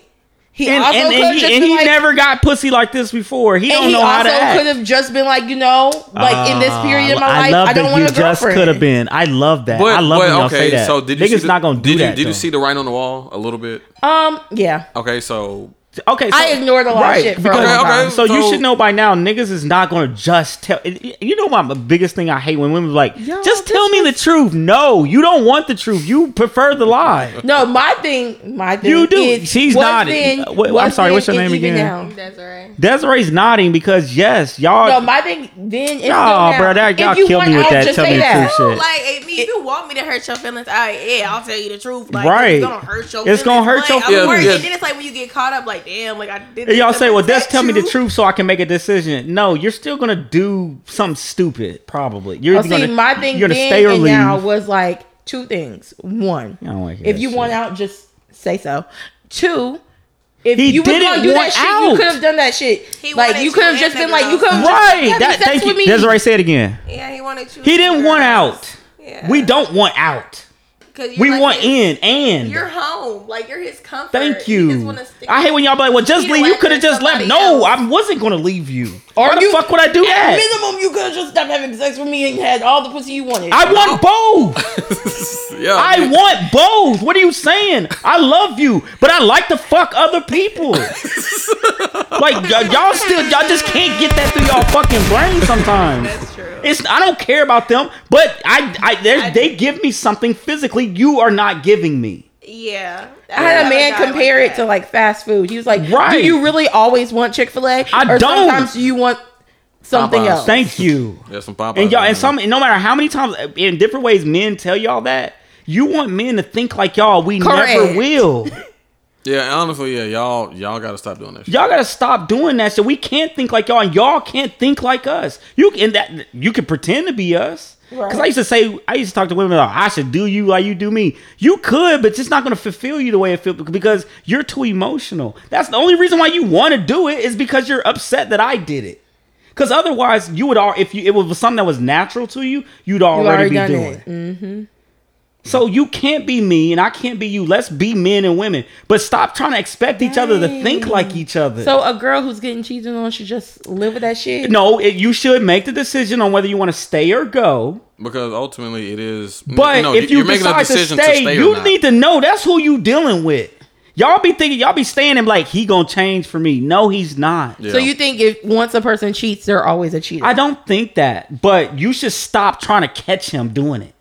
Speaker 4: He
Speaker 3: And,
Speaker 4: also
Speaker 3: and,
Speaker 4: could
Speaker 3: and
Speaker 4: have
Speaker 3: he,
Speaker 4: just
Speaker 3: and
Speaker 4: been
Speaker 3: he
Speaker 4: like,
Speaker 3: never got pussy like this before. He don't
Speaker 4: and he
Speaker 3: know how to
Speaker 4: also
Speaker 3: act. Uh, Ah,
Speaker 4: could have just been like, you know, like in this period of my
Speaker 3: I
Speaker 4: life,
Speaker 3: love
Speaker 4: I don't
Speaker 3: that
Speaker 4: want
Speaker 3: you
Speaker 4: a girlfriend.
Speaker 3: just could have been. I love that.
Speaker 1: But,
Speaker 3: I love
Speaker 1: but,
Speaker 3: when y'all
Speaker 1: okay,
Speaker 3: say that.
Speaker 1: so did you
Speaker 3: Niggas
Speaker 1: see the,
Speaker 3: not gonna do
Speaker 1: did
Speaker 3: that.
Speaker 1: You, did
Speaker 3: though.
Speaker 1: you see the writing on the wall a little bit?
Speaker 4: Um, yeah.
Speaker 1: Okay, so
Speaker 3: Okay, so,
Speaker 4: I ignored a lot of shit for a
Speaker 1: long time.
Speaker 3: So, you
Speaker 1: so-
Speaker 3: should know by now, niggas is not gonna just tell. You know, my biggest thing I hate when women be like, just tell me the truth. No, you don't want the truth. You prefer the lie.
Speaker 4: No, my thing, my thing.
Speaker 3: You do.
Speaker 4: Is,
Speaker 3: She's
Speaker 4: was
Speaker 3: nodding.
Speaker 4: then-
Speaker 3: Uh, what- I'm
Speaker 4: was
Speaker 3: sorry, what's
Speaker 4: then
Speaker 3: your
Speaker 4: and
Speaker 3: name
Speaker 4: even
Speaker 3: again?
Speaker 4: now.
Speaker 5: That's right.
Speaker 3: Desiree's nodding because yes, y'all.
Speaker 4: No, my thing then. is
Speaker 3: Y'all,
Speaker 4: still
Speaker 3: bro,
Speaker 4: now.
Speaker 3: that-
Speaker 4: If
Speaker 3: y'all
Speaker 4: you
Speaker 3: kill
Speaker 4: want
Speaker 3: me with
Speaker 4: out,
Speaker 3: that,
Speaker 4: just
Speaker 3: tell
Speaker 4: say
Speaker 3: me the
Speaker 4: that.
Speaker 3: truth shit.
Speaker 5: Like, if me- if you want me to hurt your feelings, all right, yeah, I'll tell you the truth. Like,
Speaker 3: Right.
Speaker 5: it's gonna hurt your.
Speaker 3: It's gonna hurt
Speaker 5: feelings,
Speaker 3: your
Speaker 5: but I'm worried.
Speaker 1: feelings.
Speaker 5: And then it's like when you get caught up, like, damn, like I did.
Speaker 3: And
Speaker 5: this
Speaker 3: y'all
Speaker 5: to
Speaker 3: say, well, just
Speaker 5: protect
Speaker 3: tell me the
Speaker 5: you."
Speaker 3: truth so I can make a decision. No, you're still gonna do something stupid, probably. You're
Speaker 4: Oh,
Speaker 3: either gonna
Speaker 4: see, my thing
Speaker 3: you're
Speaker 4: then
Speaker 3: gonna stay or
Speaker 4: and
Speaker 3: leave.
Speaker 4: now was like two things. One,
Speaker 3: I don't wanna hear
Speaker 4: if
Speaker 3: that
Speaker 4: you want
Speaker 3: shit.
Speaker 4: out, just say so. Two, if
Speaker 3: He
Speaker 4: you was
Speaker 3: didn't
Speaker 4: gonna do
Speaker 3: want
Speaker 4: that shit,
Speaker 3: out.
Speaker 4: you could have done that shit.
Speaker 5: He
Speaker 4: like
Speaker 5: wanted
Speaker 4: you
Speaker 5: to
Speaker 4: could have
Speaker 5: and
Speaker 4: just
Speaker 5: the
Speaker 4: been like,
Speaker 5: girl.
Speaker 4: you could have
Speaker 3: right.
Speaker 4: Just,
Speaker 3: That,
Speaker 4: that,
Speaker 3: thank
Speaker 4: sex with
Speaker 3: you.
Speaker 4: me.
Speaker 3: Desiree, say it again.
Speaker 5: Yeah, he wanted you.
Speaker 3: He didn't want out.
Speaker 5: Yeah.
Speaker 3: We don't want out. We want in and.
Speaker 5: You're home. Like you're his comfort.
Speaker 3: Thank
Speaker 5: He just
Speaker 3: you.
Speaker 5: wanna stick-
Speaker 3: I hate when y'all be like, well, just
Speaker 5: Either
Speaker 3: leave.
Speaker 5: way,
Speaker 3: You could have
Speaker 5: there's
Speaker 3: just left.
Speaker 5: somebody
Speaker 3: No,
Speaker 5: else.
Speaker 3: I wasn't going to leave you. Why the
Speaker 4: you-
Speaker 3: fuck would I do
Speaker 4: At
Speaker 3: that?
Speaker 4: minimum, you could have just stopped having sex with me and had all the pussy you wanted.
Speaker 3: I want both.
Speaker 1: yeah,
Speaker 3: I want both. What are you saying? I love you, but I like to fuck other people. like y- y'all still, y'all just can't get that through y'all fucking brain sometimes.
Speaker 5: That's true.
Speaker 3: It's I don't care about them, but I, I, there's- they give me something physically you are not giving me.
Speaker 5: yeah.
Speaker 4: I had a man compare it to like fast food. He was like,
Speaker 3: Right.
Speaker 4: "Do you really always want Chick Fil A?
Speaker 3: I
Speaker 4: or
Speaker 3: don't.
Speaker 4: Sometimes you want something
Speaker 1: Popeyes.
Speaker 4: else."
Speaker 3: Thank you.
Speaker 1: Oh, yeah, some Popeyes.
Speaker 3: and y'all
Speaker 1: in there.
Speaker 3: and some and no matter how many times in different ways men tell y'all that you want men to think like y'all we
Speaker 4: Correct.
Speaker 3: never will
Speaker 1: Yeah, honestly, yeah, y'all y'all gotta stop doing that. Shit.
Speaker 3: Y'all gotta stop doing that. So we can't think like y'all, and y'all can't think like us. You can that you can pretend to be us. Because I used to say, I used to talk to women like, I should do you like you do me. You could, but it's not gonna fulfill you the way it feels because you're too emotional. That's the only reason why you want to do it is because you're upset that I did it. Because otherwise, you would all if you it was something that was natural to you, you'd already,
Speaker 4: already
Speaker 3: be
Speaker 4: done
Speaker 3: doing
Speaker 4: it.
Speaker 3: it. So you can't be me and I can't be you. Let's be men and women, but stop trying to expect each other to think like each other.
Speaker 4: So a girl who's getting cheated on should just live with that shit.
Speaker 3: No, it, you should make the decision on whether you want to stay or go.
Speaker 1: Because ultimately it is
Speaker 3: But
Speaker 1: no,
Speaker 3: if you,
Speaker 1: you're making a
Speaker 3: decide to
Speaker 1: decision
Speaker 3: stay,
Speaker 1: to stay, or
Speaker 3: you
Speaker 1: not.
Speaker 3: need to know that's who you dealing with. Y'all be thinking y'all be staying and like he gonna change for me. No, he's not.
Speaker 1: Yeah.
Speaker 4: So you think if once a person cheats, they're always a cheater?
Speaker 3: I don't think that, but you should stop trying to catch him doing it.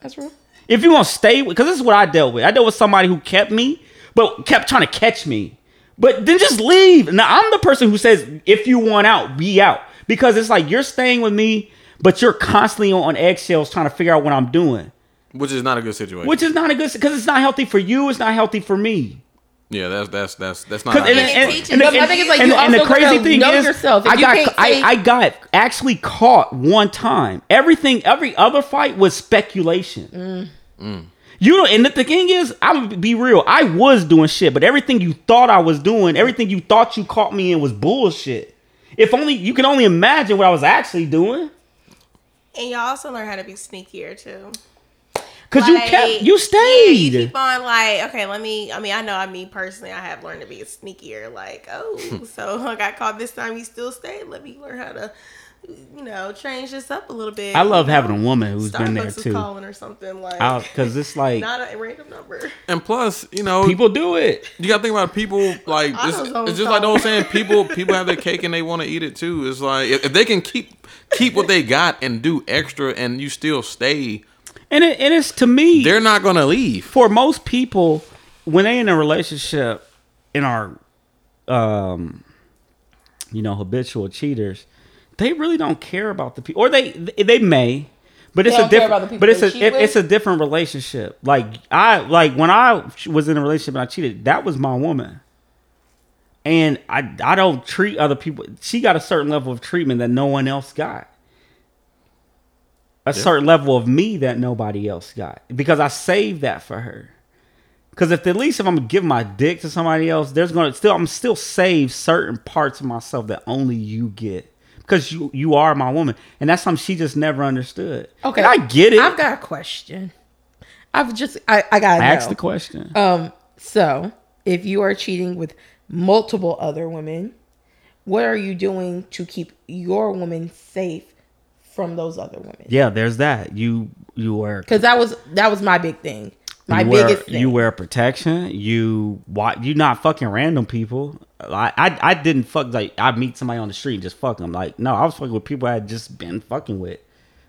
Speaker 4: That's real.
Speaker 3: If you want to stay with, because this is what I dealt with. I dealt with somebody who kept me, but kept trying to catch me. But then just leave. Now I'm the person who says, if you want out, be out. Because it's like you're staying with me, but you're constantly on eggshells trying to figure out what I'm doing.
Speaker 1: which is not a good situation.
Speaker 3: Which is not a good because it's not healthy for you. It's not healthy for me.
Speaker 1: yeah, that's that's that's that's not.
Speaker 4: Uh,
Speaker 3: 'Cause-
Speaker 1: how it
Speaker 5: and-
Speaker 1: is.
Speaker 5: and- teaches. But
Speaker 4: I think it's like you
Speaker 3: and the
Speaker 4: also
Speaker 3: crazy
Speaker 4: gotta
Speaker 3: thing
Speaker 4: know
Speaker 3: is,
Speaker 4: yourself. If
Speaker 3: I
Speaker 4: you
Speaker 3: got
Speaker 4: can't
Speaker 3: I,
Speaker 4: say-
Speaker 3: I got actually caught one time. Everything, every other fight was speculation.
Speaker 4: Mm.
Speaker 3: Mm. You know, and the, the thing is, I'm gonna be real. I was doing shit, but everything you thought I was doing, everything you thought you caught me in, was bullshit. If only you can only imagine what I was actually doing.
Speaker 5: And y'all also learn how to be sneakier too.
Speaker 3: Cause
Speaker 5: Like,
Speaker 3: you kept, you stayed.
Speaker 5: Yeah, you keep on like, okay, let me. I mean, I know. I mean, personally, I have learned to be sneakier. Like, oh, so I got caught this time. You still stayed. Let me learn how to, you know, change this up a little bit.
Speaker 3: I love
Speaker 5: you
Speaker 3: having
Speaker 5: know?
Speaker 3: a woman who's
Speaker 5: Starbucks
Speaker 3: been there
Speaker 5: is
Speaker 3: too.
Speaker 5: calling or something like,
Speaker 3: Because it's like
Speaker 5: not a random number.
Speaker 1: and plus, you know,
Speaker 3: people do it.
Speaker 1: you gotta think about people like
Speaker 5: I
Speaker 1: it's,
Speaker 5: was on
Speaker 1: it's just like the
Speaker 5: top.
Speaker 1: old saying people people have their cake and they want to eat it too it's like if, if they can keep keep what they got and do extra and you still stay
Speaker 3: And it, and it's to me
Speaker 1: they're not gonna leave
Speaker 3: for most people when they in a relationship and are um you know habitual cheaters, they really don't care about the people or they they may but it's a
Speaker 4: don't care
Speaker 3: different
Speaker 4: about the people
Speaker 3: but it's
Speaker 4: they
Speaker 3: a
Speaker 4: cheat
Speaker 3: it-
Speaker 4: with?
Speaker 3: it's a different relationship. Like I like when I was in a relationship and I cheated, that was my woman. And I I don't treat other people. She got a certain level of treatment that no one else got a certain level of me that nobody else got because I saved that for her. Because if at least if I'm gonna give my dick to somebody else, there's gonna still I'm still save certain parts of myself that only you get because you you are my woman, and that's something she just never understood.
Speaker 4: Okay,
Speaker 3: and I get it.
Speaker 4: I've got a question. I've just I I got to
Speaker 3: Ask
Speaker 4: know.
Speaker 3: the question.
Speaker 4: Um, so if you are cheating with multiple other women, what are you doing to keep your woman safe from those other women?
Speaker 3: yeah, there's that. You you wear
Speaker 4: Because that was that was my big thing. My
Speaker 3: you
Speaker 4: biggest
Speaker 3: wear,
Speaker 4: thing.
Speaker 3: You wear protection. You why you not fucking random people. I, I I didn't fuck like I meet somebody on the street and just fuck them. Like no, I was fucking with people I had just been fucking with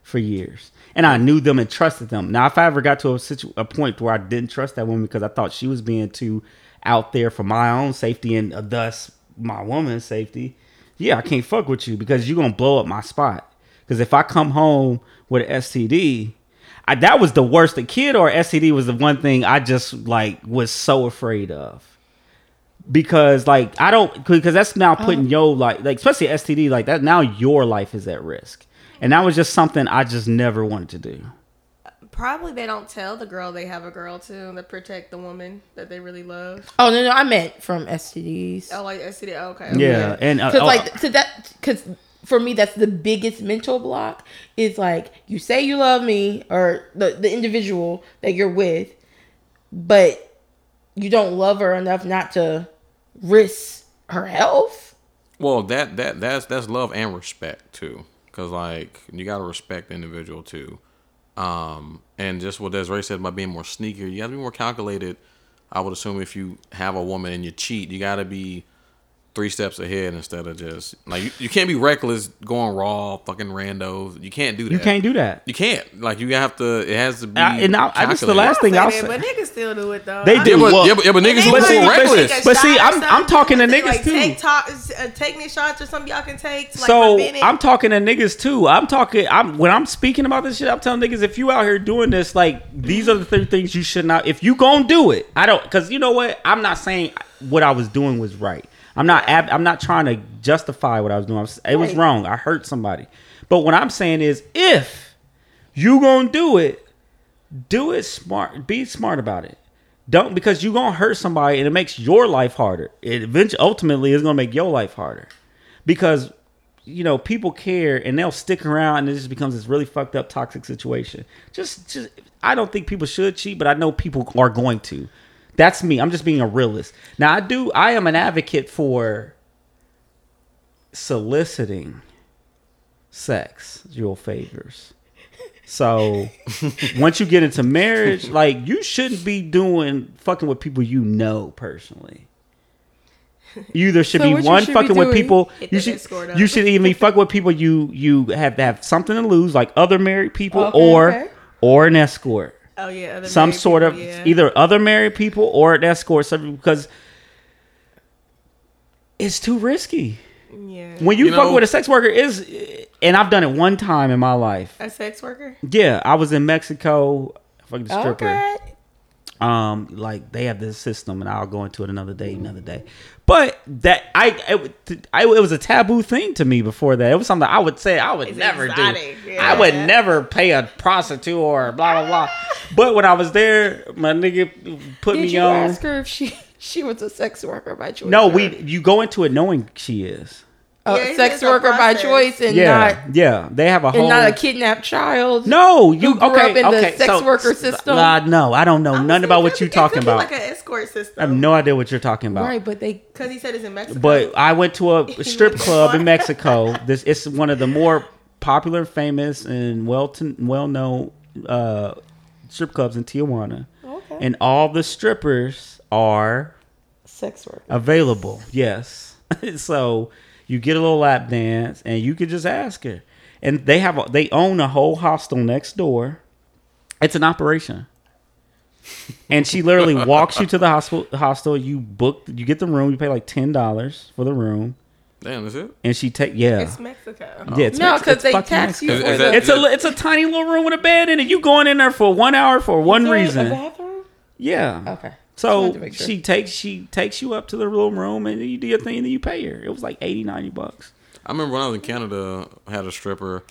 Speaker 3: for years, and I knew them and trusted them. Now if I ever got to a situ- a point where I didn't trust that woman because I thought she was being too out there for my own safety and uh, thus my woman's safety, yeah, I can't fuck with you because you're gonna blow up my spot. Because if I come home with an STD, I, that was the worst. The kid or STD was the one thing I just like was so afraid of because like I don't because that's now
Speaker 5: Oh.
Speaker 3: putting your like like especially STD like that now your life is at risk, and that was just something I just never wanted to do.
Speaker 5: Probably they don't tell the girl they have a girl too to protect the woman that they really love.
Speaker 4: oh no no, I meant from STDs.
Speaker 5: Oh, like STD. oh, Okay.
Speaker 3: Yeah, and uh,
Speaker 4: because
Speaker 3: oh,
Speaker 4: like to that because for me that's the biggest mental block is like you say you love me or the, the individual that you're with but you don't love her enough not to risk her health
Speaker 1: well that that that's that's love and respect too because like you gotta respect the individual too um and just what desiree said about being more sneaky you gotta be more calculated i would assume if you have a woman and you cheat you gotta be three steps ahead instead of just like you, you can't be reckless going raw fucking randos. You can't do that.
Speaker 3: You can't do that.
Speaker 1: You can't. Like you have to. It has to be.
Speaker 3: I- and I- I just- the
Speaker 1: calculated.
Speaker 3: last thing I'll
Speaker 5: say,
Speaker 3: say-
Speaker 5: that, but niggas still do it though.
Speaker 3: They
Speaker 5: I
Speaker 1: Yeah,
Speaker 3: do.
Speaker 5: mean,
Speaker 1: but,
Speaker 3: Look.
Speaker 1: yeah, but, yeah, but
Speaker 5: they
Speaker 1: niggas
Speaker 5: do
Speaker 1: was
Speaker 5: it,
Speaker 1: still
Speaker 5: like,
Speaker 1: reckless.
Speaker 5: take a
Speaker 3: But see,
Speaker 5: shot or
Speaker 3: I'm- I'm
Speaker 5: something,
Speaker 3: talking to
Speaker 5: like,
Speaker 3: niggas,
Speaker 5: Take
Speaker 3: too.
Speaker 5: talk, uh, technique shots or something y'all can take. To, like,
Speaker 3: so
Speaker 5: prevent it.
Speaker 3: I'm talking to niggas too. I'm talking. I'm when I'm speaking about this shit. I'm telling niggas if you out here doing this, like these are the three things you should not. If you gonna do it, I don't. Cause you know what? I'm not saying what I was doing was right. I'm not. Ab- I'm not trying to justify what I was doing. I was- It was
Speaker 5: Right.
Speaker 3: wrong. I hurt somebody. But what I'm saying is, if you gonna do it, do it smart. Be smart about it. Don't because you gonna hurt somebody and it makes your life harder. It eventually ultimately is gonna make your life harder. Because you know, people care and they'll stick around and it just becomes this really fucked up toxic situation. Just just I don't think people should cheat, but I know people are going to. That's me. I'm just being a realist. Now I do I am an advocate for soliciting sexual favors. So once you get into marriage, like you shouldn't be doing fucking with people you know personally. You either should
Speaker 4: So
Speaker 3: be
Speaker 4: what you
Speaker 3: one
Speaker 4: should be
Speaker 3: fucking with
Speaker 4: doing-
Speaker 3: people
Speaker 5: Hit
Speaker 3: you
Speaker 5: that
Speaker 3: should
Speaker 5: escort up.
Speaker 3: you should even be fucking with people you you have to have something to lose, like other married people
Speaker 4: Okay,
Speaker 3: or
Speaker 4: okay.
Speaker 3: or an escort,
Speaker 5: oh yeah, other
Speaker 3: some
Speaker 5: married
Speaker 3: sort
Speaker 5: people,
Speaker 3: of
Speaker 5: yeah.
Speaker 3: either other married people or an escort, something because it's too risky.
Speaker 5: yeah.
Speaker 3: When you,
Speaker 1: You
Speaker 3: fuck
Speaker 1: know-
Speaker 3: with a sex worker is, and I've done it one time in my life.
Speaker 5: a sex worker.
Speaker 3: Yeah, I was in Mexico. Fucking the stripper.
Speaker 5: Okay.
Speaker 3: Um, like they have this system, and I'll go into it another day, another day. But that I, it, I, it was a taboo thing to me before that. It was something I would say I would
Speaker 5: It's
Speaker 3: never
Speaker 5: exotic,
Speaker 3: do.
Speaker 5: yeah.
Speaker 3: I would never pay a prostitute or blah blah blah. but when I was there, my nigga put
Speaker 4: Did
Speaker 3: me
Speaker 4: you
Speaker 3: on.
Speaker 4: ask her if she she was a sex worker by choice?
Speaker 3: no,
Speaker 4: or-
Speaker 3: we you go into it knowing she is.
Speaker 4: a
Speaker 5: Yeah, it
Speaker 4: sex
Speaker 5: is a
Speaker 4: worker by
Speaker 5: process.
Speaker 4: choice and
Speaker 3: yeah,
Speaker 4: not
Speaker 3: yeah. They have a whole
Speaker 4: and not a kidnapped child.
Speaker 3: No, you
Speaker 4: grew
Speaker 3: okay?
Speaker 4: up in the
Speaker 3: okay,
Speaker 4: sex
Speaker 3: so-
Speaker 4: worker system.
Speaker 3: Nah, no, I don't know
Speaker 5: I'm
Speaker 3: nothing
Speaker 5: just
Speaker 3: about
Speaker 5: saying,
Speaker 3: what
Speaker 5: it
Speaker 3: you're
Speaker 5: could
Speaker 3: talking
Speaker 5: be
Speaker 3: about.
Speaker 5: Like an escort system.
Speaker 3: I have no idea what you're talking about.
Speaker 4: right? But they
Speaker 5: Because he said it's in Mexico.
Speaker 3: But I went to a strip
Speaker 5: went
Speaker 3: club
Speaker 5: far.
Speaker 3: in Mexico. This it's one of the more popular, famous, and well well known uh, strip clubs in Tijuana.
Speaker 4: Okay.
Speaker 3: And all the strippers are
Speaker 4: sex worker.
Speaker 3: available. Yes. so you get a little lap dance, and you could just ask her. And they have a, they own a whole hostel next door. It's an operation. And she literally walks you to the hostel. Hostel, you book, you get the room. You pay like ten dollars for the room,
Speaker 1: Damn, is it?
Speaker 3: and she take yeah,
Speaker 5: it's Mexico.
Speaker 3: yeah. It's
Speaker 4: No,
Speaker 3: Mex-
Speaker 4: because
Speaker 3: it's
Speaker 4: they
Speaker 3: fucking
Speaker 4: tax you
Speaker 3: Mexico.
Speaker 1: Is-
Speaker 4: for
Speaker 1: is
Speaker 4: the
Speaker 1: that-
Speaker 3: It's a li- it's a tiny little room with a bed in it. You going in there for one hour for one
Speaker 4: A
Speaker 3: reason?
Speaker 4: bathroom?
Speaker 3: Yeah.
Speaker 4: Okay. Just
Speaker 3: So
Speaker 4: wanted to make sure.
Speaker 3: she takes she takes you up to the room room and you do your thing and then you pay her. It was like 80, 90 bucks.
Speaker 1: I remember when I was in Canada, I had a stripper,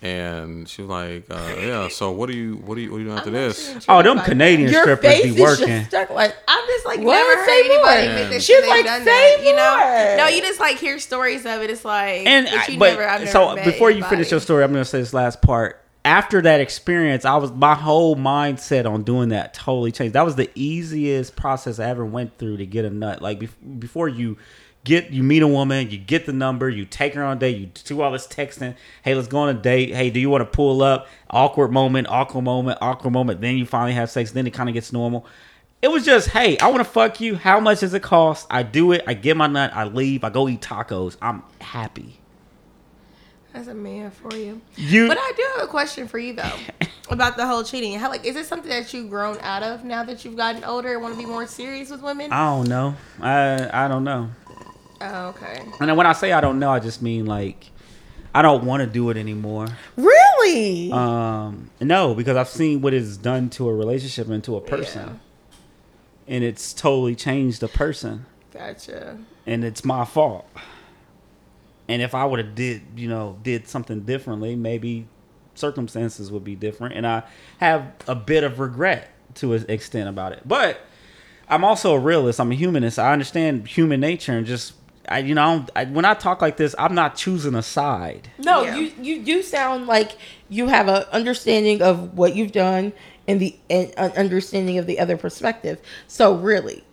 Speaker 1: and she was like, uh, "Yeah, so what do you what do you what do you do after this?"
Speaker 3: Oh, them Canadian
Speaker 4: Your
Speaker 3: strippers be
Speaker 4: face is
Speaker 3: working.
Speaker 4: just stuck like
Speaker 5: I'm just like
Speaker 4: What?
Speaker 5: never
Speaker 4: Say
Speaker 5: heard anybody
Speaker 4: more.
Speaker 5: make this
Speaker 4: She's
Speaker 5: shit
Speaker 4: like,
Speaker 5: done
Speaker 4: "Say
Speaker 5: that, you know?
Speaker 4: more."
Speaker 5: No, you just like hear stories of it. It's like
Speaker 3: and
Speaker 5: but
Speaker 3: I,
Speaker 5: you
Speaker 3: but
Speaker 5: never, I've never
Speaker 3: so
Speaker 5: met
Speaker 3: before you
Speaker 5: anybody.
Speaker 3: finish your story, I'm gonna say this last part. After that experience, I was my whole mindset on doing that totally changed. That was the easiest process I ever went through to get a nut. Like bef- before you get you meet a woman, you get the number, you take her on a date, you do all this texting. Hey, let's go on a date. Hey, do you want to pull up? Awkward moment, awkward moment, awkward moment. Then you finally have sex. Then it kind of gets normal. It was just, hey, I want to fuck you. How much does it cost? I do it. I get my nut. I leave. I go eat tacos. I'm happy.
Speaker 5: That's a man for you.
Speaker 3: You
Speaker 5: But I do have a question for you though about the whole cheating. How like is it something that you've grown out of now that you've gotten older and want to be more serious with women?
Speaker 3: I don't know. I I don't know.
Speaker 5: oh, okay.
Speaker 3: And then when I say I don't know, I just mean like I don't want to do it anymore.
Speaker 4: really.
Speaker 3: Um, no, because I've seen what it's done to a relationship and to a person, and it's totally changed a person,
Speaker 5: Gotcha.
Speaker 3: and it's my fault. And if I would have did you know did something differently, maybe circumstances would be different, and I have a bit of regret to an extent about it, but. I'm also a realist. I'm a humanist. I understand human nature and just I, you know, I don't, I, when I talk like this, I'm not choosing a side.
Speaker 4: No,
Speaker 5: Yeah.
Speaker 4: you you do sound like you have a understanding of what you've done and the and an understanding of the other perspective. So really,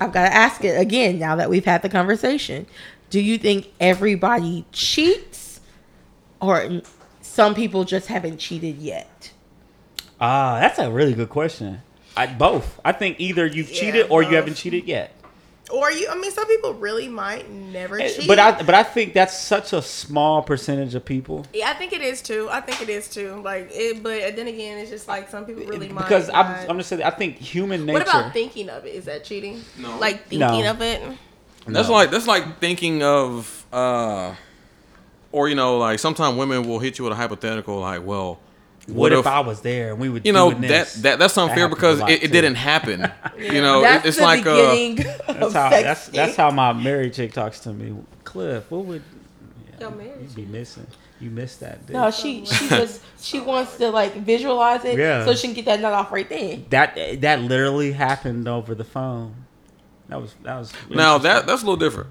Speaker 4: I've got to ask it again now that we've had the conversation. Do you think everybody cheats, or n- some people just haven't cheated yet?
Speaker 3: Ah, that's a really good question. I both. I think either you've
Speaker 5: Yeah,
Speaker 3: cheated or you
Speaker 5: both.
Speaker 3: haven't cheated yet.
Speaker 5: Or you, I mean, some people really might never
Speaker 3: Eh,
Speaker 5: cheat.
Speaker 3: But I but I think that's such a small percentage of people.
Speaker 5: yeah, I think it is too. I think it is too. Like, it, but then again, it's just like some people really might.
Speaker 3: because
Speaker 5: not.
Speaker 3: I'm, I'm just saying, I think human nature.
Speaker 5: What about thinking of it? Is that cheating?
Speaker 1: No.
Speaker 5: Like thinking
Speaker 3: No.
Speaker 5: of it.
Speaker 1: That's like that's like thinking of uh or you know, like sometimes women will hit you with a hypothetical like, well, what,
Speaker 3: what, if,
Speaker 1: if,
Speaker 3: I was there and we would?
Speaker 1: you know
Speaker 3: doing
Speaker 1: that,
Speaker 3: this?
Speaker 1: that that's unfair
Speaker 3: happens a
Speaker 1: because
Speaker 3: lot,
Speaker 1: it, it
Speaker 3: too.
Speaker 1: didn't happen. You know, Oh, it-
Speaker 4: That's
Speaker 1: it's
Speaker 4: the
Speaker 1: like uh,
Speaker 4: beginning
Speaker 3: That's
Speaker 4: of
Speaker 3: how
Speaker 4: sex
Speaker 3: that's that's how my married chick talks to me. Cliff, what would
Speaker 5: Your marriage.
Speaker 3: you be missing? You missed that. Dude.
Speaker 4: No, she she just she wants to like visualize it
Speaker 3: Yeah.
Speaker 4: so she can get that nut off right then.
Speaker 3: that that literally happened over the phone. That was that was
Speaker 1: now that that's a little different.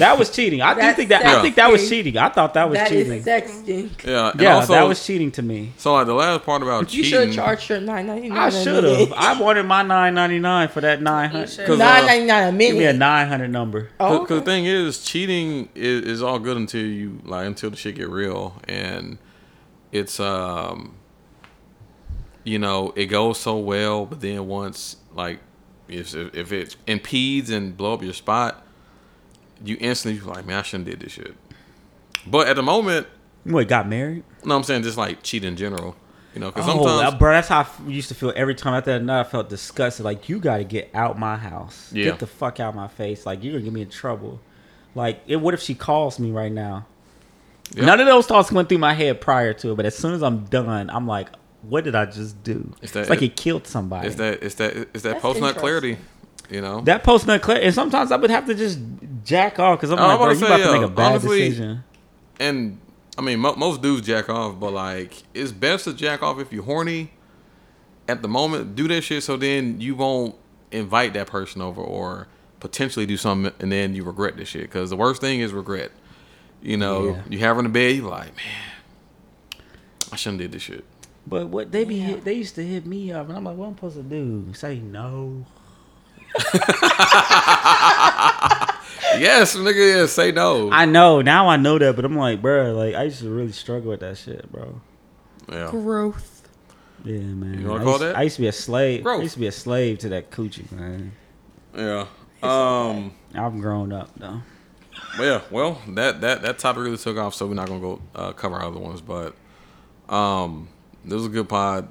Speaker 3: that was cheating. I do
Speaker 4: That's
Speaker 3: think that I
Speaker 4: sexy.
Speaker 3: think that was cheating. I thought that was
Speaker 4: That is
Speaker 3: cheating.
Speaker 4: sexting.
Speaker 1: Yeah. And
Speaker 3: yeah,
Speaker 1: also,
Speaker 3: that was cheating to me.
Speaker 1: so like the last part about
Speaker 4: You should
Speaker 1: cheating.
Speaker 4: have charged her nine ninety nine.
Speaker 3: I should have. I wanted my nine ninety nine for that nine hundred.
Speaker 5: should.
Speaker 1: Cause,
Speaker 4: nine
Speaker 1: uh,
Speaker 4: ninety nine a
Speaker 3: Give me a
Speaker 4: minute.
Speaker 3: nine hundred number.
Speaker 4: Oh,
Speaker 1: Because the thing is, cheating is, is all good until you like until the shit get real, and it's um, you know, it goes so well, but then once like if if it impedes and blow up your spot, you instantly you're like, man, I shouldn't did this shit. But at the moment,
Speaker 3: What got married?
Speaker 1: no, I'm saying just like cheat in general, you know, because
Speaker 3: Oh,
Speaker 1: sometimes
Speaker 3: that- bro, that's how I f- used to feel every time after that night. I felt disgusted. Like you got to get out my house.
Speaker 1: Yeah.
Speaker 3: Get the fuck out my face. Like you're gonna get me in trouble. Like it, what if she calls me right now?
Speaker 1: Yep.
Speaker 3: None of those thoughts went through my head prior to it, but as soon as I'm done, I'm like, what did I just do?
Speaker 1: It's that-
Speaker 3: it's like it killed somebody.
Speaker 1: it's that it's that it's that
Speaker 4: That's
Speaker 1: post nut
Speaker 4: interesting.
Speaker 1: clarity, you know.
Speaker 3: that post not clear, and sometimes I would have to just jack off because I'm
Speaker 1: I'm
Speaker 3: like, bro,
Speaker 1: about
Speaker 3: you
Speaker 1: to
Speaker 3: about
Speaker 1: say,
Speaker 3: to make a
Speaker 1: uh,
Speaker 3: bad
Speaker 1: honestly,
Speaker 3: decision.
Speaker 1: and I mean, mo- most dudes jack off, but like, it's best to jack off if you're horny at the moment. Do that shit so then you won't invite that person over or potentially do something and then you regret this shit. Because the worst thing is regret. You know,
Speaker 3: Yeah.
Speaker 1: you have her in the bed, you like, man, I shouldn't did this shit.
Speaker 3: But what they be hit, they used to hit me up, and I'm like, what am I supposed to do? Say no.
Speaker 1: yes, nigga, yeah, say no.
Speaker 3: I know now. I know that, but I'm like, bro, like I used to really struggle with that shit, bro.
Speaker 1: yeah.
Speaker 4: growth.
Speaker 3: Yeah, man.
Speaker 1: You wanna
Speaker 3: I
Speaker 1: call
Speaker 3: used,
Speaker 1: that?
Speaker 3: I used to be a slave.
Speaker 1: Growth.
Speaker 3: I used to be a slave to that coochie, man.
Speaker 1: Yeah. Um.
Speaker 3: I've grown up though.
Speaker 1: But yeah, well, that that that topic really took off, so we're not gonna go uh, cover other ones. But um, this was a good pod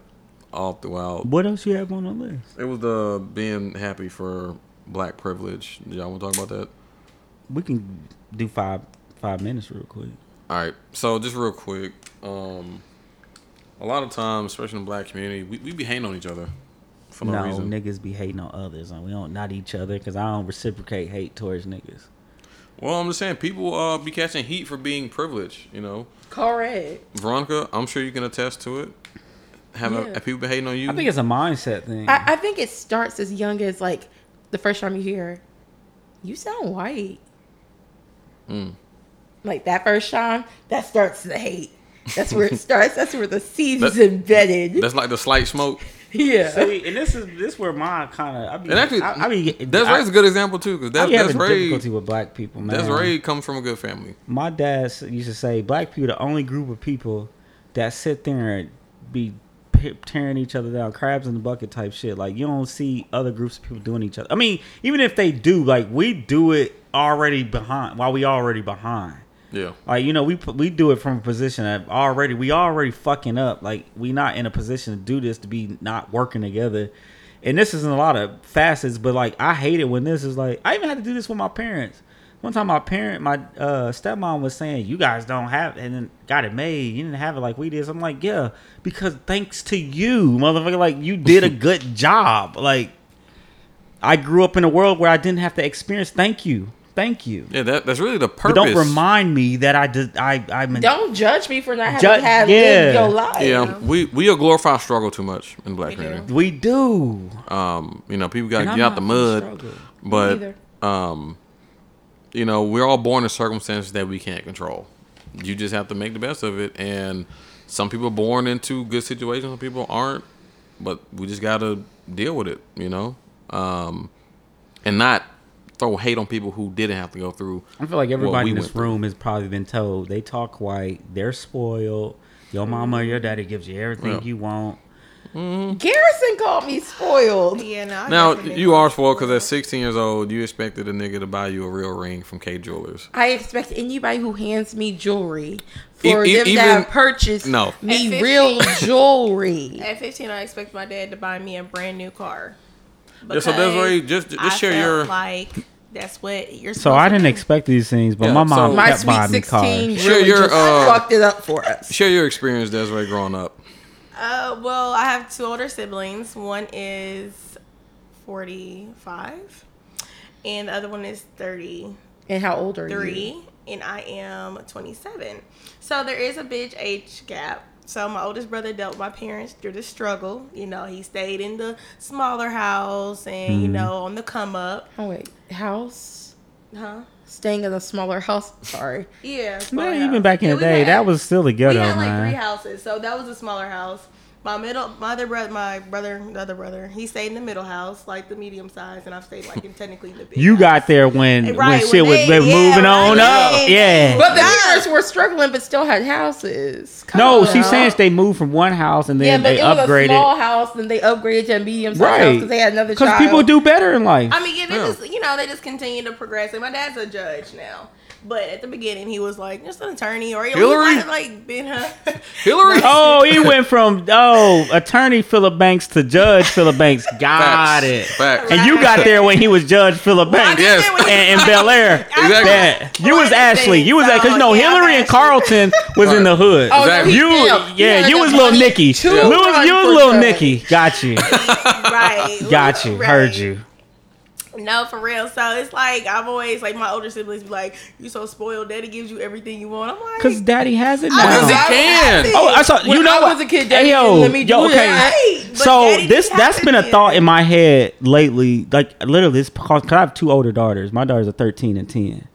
Speaker 1: all throughout.
Speaker 3: What else you have on the list?
Speaker 1: It was the being happy for black privilege. Did y'all want to talk about that?
Speaker 3: We can do five five minutes real quick.
Speaker 1: All right. So just real quick, um, a lot of times, especially in the black community, we, we be hating on each other for no,
Speaker 3: no,
Speaker 1: reason.
Speaker 3: niggas be hating on others, and we don't not each other because I don't reciprocate hate towards niggas.
Speaker 1: Well, I'm just saying people uh be catching heat for being privileged. You know,
Speaker 4: Correct.
Speaker 3: Mm.
Speaker 1: Veronica, I'm sure you can attest to it. Have,
Speaker 4: Yeah.
Speaker 1: have people been hating on you?
Speaker 3: I think it's a mindset thing.
Speaker 4: I, I think it starts as young as like the first time you hear, you sound white.
Speaker 3: Mm.
Speaker 4: Like that first time, that starts the hate. That's where it starts. That's where the seed is
Speaker 1: That-
Speaker 4: embedded.
Speaker 1: that's like the slight smoke.
Speaker 4: yeah.
Speaker 3: See, and this is this where mine kind of. I be,
Speaker 1: And actually,
Speaker 3: I, I be,
Speaker 1: Des'ree's
Speaker 3: I,
Speaker 1: a good example too, because
Speaker 3: I
Speaker 1: Des,
Speaker 3: be having difficulty
Speaker 1: Desiree,
Speaker 3: with black people, man.
Speaker 1: Desiree comes from a good family.
Speaker 3: my dad s- used to say black people the only group of people that sit there and be p- tearing each other down crabs in the bucket type shit like you don't see other groups of people doing each other i mean even if they do like we do it already behind while we already behind
Speaker 1: Yeah,
Speaker 3: like you know we pu- we do it from a position that already we already fucking up like we not in a position to do this to be not working together and this isn't a lot of facets but like i hate it when this is like i even had to do this with my parents one time my parent my uh stepmom was saying you guys don't have and then got it made you didn't have it like we did so i'm like yeah because thanks to you motherfucker like you did a good job like i grew up in a world where i didn't have to experience thank you thank you
Speaker 1: yeah. That, that's really the
Speaker 3: but
Speaker 1: purpose.
Speaker 3: don't remind me that I did. I I'm.
Speaker 4: Don't judge me for not having
Speaker 3: Judge-
Speaker 4: had
Speaker 3: yeah.
Speaker 4: lived your life.
Speaker 1: Yeah, we we glorify struggle too much in black
Speaker 5: We do.
Speaker 1: community.
Speaker 3: we do.
Speaker 1: Um, you know, people got to
Speaker 3: And
Speaker 1: get
Speaker 3: I'm
Speaker 1: out the
Speaker 3: not gonna
Speaker 1: mud,
Speaker 3: struggle.
Speaker 1: but
Speaker 4: Neither.
Speaker 1: um, you know, we're all born in circumstances that we can't control. You just have to make the best of it, and some people are born into good situations, some people aren't. But we just got to deal with it, you know, um, and not throw hate on people who didn't have to go through.
Speaker 3: I feel like
Speaker 1: what
Speaker 3: everybody
Speaker 1: we
Speaker 3: in
Speaker 1: went
Speaker 3: this
Speaker 1: through.
Speaker 3: room has probably been told they talk white, they're spoiled. Your mama, or your daddy gives you everything
Speaker 1: Yeah.
Speaker 3: you want.
Speaker 4: Garrison called me spoiled.
Speaker 5: Yeah, no. I
Speaker 1: Now
Speaker 5: definitely-
Speaker 1: you are spoiled because at 16 years old, you expected a nigga to buy you a real ring from K Jewelers.
Speaker 4: I expect anybody who hands me jewelry
Speaker 1: E-
Speaker 4: for
Speaker 1: e-
Speaker 4: them to
Speaker 1: even-
Speaker 4: have purchased
Speaker 1: No.
Speaker 5: At
Speaker 4: me
Speaker 5: 15.
Speaker 4: real jewelry.
Speaker 5: At 15, I expect my dad to buy me a brand new car.
Speaker 1: Yeah, so that's why you-
Speaker 5: Because
Speaker 1: just- just
Speaker 5: I
Speaker 1: share
Speaker 5: felt
Speaker 1: your-
Speaker 5: like that's what you're.
Speaker 3: So I didn't
Speaker 5: expect.
Speaker 3: expect these things, but
Speaker 1: Yeah,
Speaker 3: my
Speaker 1: so-
Speaker 3: mom
Speaker 4: My
Speaker 3: kept
Speaker 4: sweet
Speaker 3: buying me cars.
Speaker 4: sixteen really
Speaker 1: Sure, you're,
Speaker 4: just
Speaker 1: uh,
Speaker 4: fucked it up for us.
Speaker 1: Share your experience, Desiree, growing up.
Speaker 5: Uh, well, I have two older siblings. One is 45, and the other one is 33,
Speaker 4: And how old are you?
Speaker 5: and I am 27. So there is a big age gap. So my oldest brother dealt with my parents through the struggle. You know, he stayed in the smaller house and, you
Speaker 3: Mm-hmm.
Speaker 5: know, on the come up.
Speaker 4: Oh wait, house
Speaker 5: Huh?
Speaker 4: staying in a smaller house. Sorry,
Speaker 5: Yeah.
Speaker 3: Man,
Speaker 5: smaller
Speaker 3: even
Speaker 5: house.
Speaker 3: back in
Speaker 5: Yeah,
Speaker 3: the
Speaker 5: we
Speaker 3: day,
Speaker 5: had-
Speaker 3: that was still the
Speaker 5: we
Speaker 3: ghetto,
Speaker 5: had like
Speaker 3: man.
Speaker 5: three houses, so that was a smaller house. My middle, my other brother, my brother, the other brother, he stayed in the middle house, like the medium size, and I've stayed like in technically the big.
Speaker 3: you
Speaker 5: house.
Speaker 3: got there when when
Speaker 5: Right,
Speaker 3: shit
Speaker 5: when
Speaker 3: was
Speaker 5: they-
Speaker 3: was
Speaker 5: yeah,
Speaker 3: moving
Speaker 5: right,
Speaker 3: on
Speaker 5: yeah.
Speaker 3: up. Yeah.
Speaker 4: but the parents were struggling, but still had houses. Come
Speaker 3: no,
Speaker 4: on
Speaker 3: she's
Speaker 4: now.
Speaker 3: saying they moved from one house and
Speaker 4: yeah,
Speaker 3: then
Speaker 4: but
Speaker 3: they
Speaker 4: it was a
Speaker 3: upgraded.
Speaker 4: small house, then they upgraded to a medium sized house
Speaker 3: Right.
Speaker 4: because they had another
Speaker 3: Because
Speaker 4: child.
Speaker 3: people do better in life.
Speaker 5: I mean, yeah, they
Speaker 3: Oh.
Speaker 1: Yeah.
Speaker 5: just you know they just continue to progress. And my dad's a judge now, but at the beginning he was like just an attorney or he
Speaker 1: Hillary?
Speaker 5: might have, like been huh?
Speaker 1: Hillary.
Speaker 3: Oh, he went from oh attorney Philip Banks to judge Philip Banks. Got
Speaker 1: Facts.
Speaker 3: it.
Speaker 1: Facts.
Speaker 3: And you got there when he was judge Philip Banks
Speaker 1: did. Yes.
Speaker 3: and, and Bel Air.
Speaker 5: I
Speaker 1: Exactly.
Speaker 3: That you
Speaker 5: Well,
Speaker 3: was
Speaker 5: I didn't
Speaker 3: Ashley.
Speaker 5: think
Speaker 3: You was
Speaker 5: so.
Speaker 3: because you know
Speaker 5: Yeah, I'm
Speaker 3: Hillary and
Speaker 5: Ashley.
Speaker 3: Carlton was in the hood.
Speaker 4: Oh, no,
Speaker 1: Exactly.
Speaker 4: he
Speaker 3: You,
Speaker 4: still- he
Speaker 3: yeah,
Speaker 4: had
Speaker 3: you was
Speaker 4: enough
Speaker 3: little
Speaker 4: money
Speaker 3: Nicky.
Speaker 4: to
Speaker 3: You was
Speaker 4: run
Speaker 3: you was
Speaker 4: for
Speaker 3: little
Speaker 4: judge.
Speaker 3: Nicky. Got you,
Speaker 5: right?
Speaker 3: got you.
Speaker 5: Right.
Speaker 3: Heard you.
Speaker 5: No, for real. So it's like I've always like my older siblings be like, "You so spoiled. Daddy gives you everything you want." I'm like,
Speaker 3: Cause daddy has it
Speaker 1: Because he
Speaker 3: now.
Speaker 5: I was
Speaker 1: can.
Speaker 5: happy.
Speaker 3: Oh, I saw.
Speaker 4: When
Speaker 3: you know
Speaker 4: I
Speaker 3: what?
Speaker 4: was a kid,
Speaker 3: Hey,
Speaker 4: daddy
Speaker 3: yo,
Speaker 4: didn't let me
Speaker 3: yo,
Speaker 4: do
Speaker 3: okay.
Speaker 4: that.
Speaker 5: Right, but
Speaker 3: so
Speaker 5: daddy be
Speaker 3: this that's
Speaker 5: happy
Speaker 3: been a
Speaker 5: then.
Speaker 3: thought in my head lately. Like literally, this because I have two older daughters. My daughters are thirteen and 10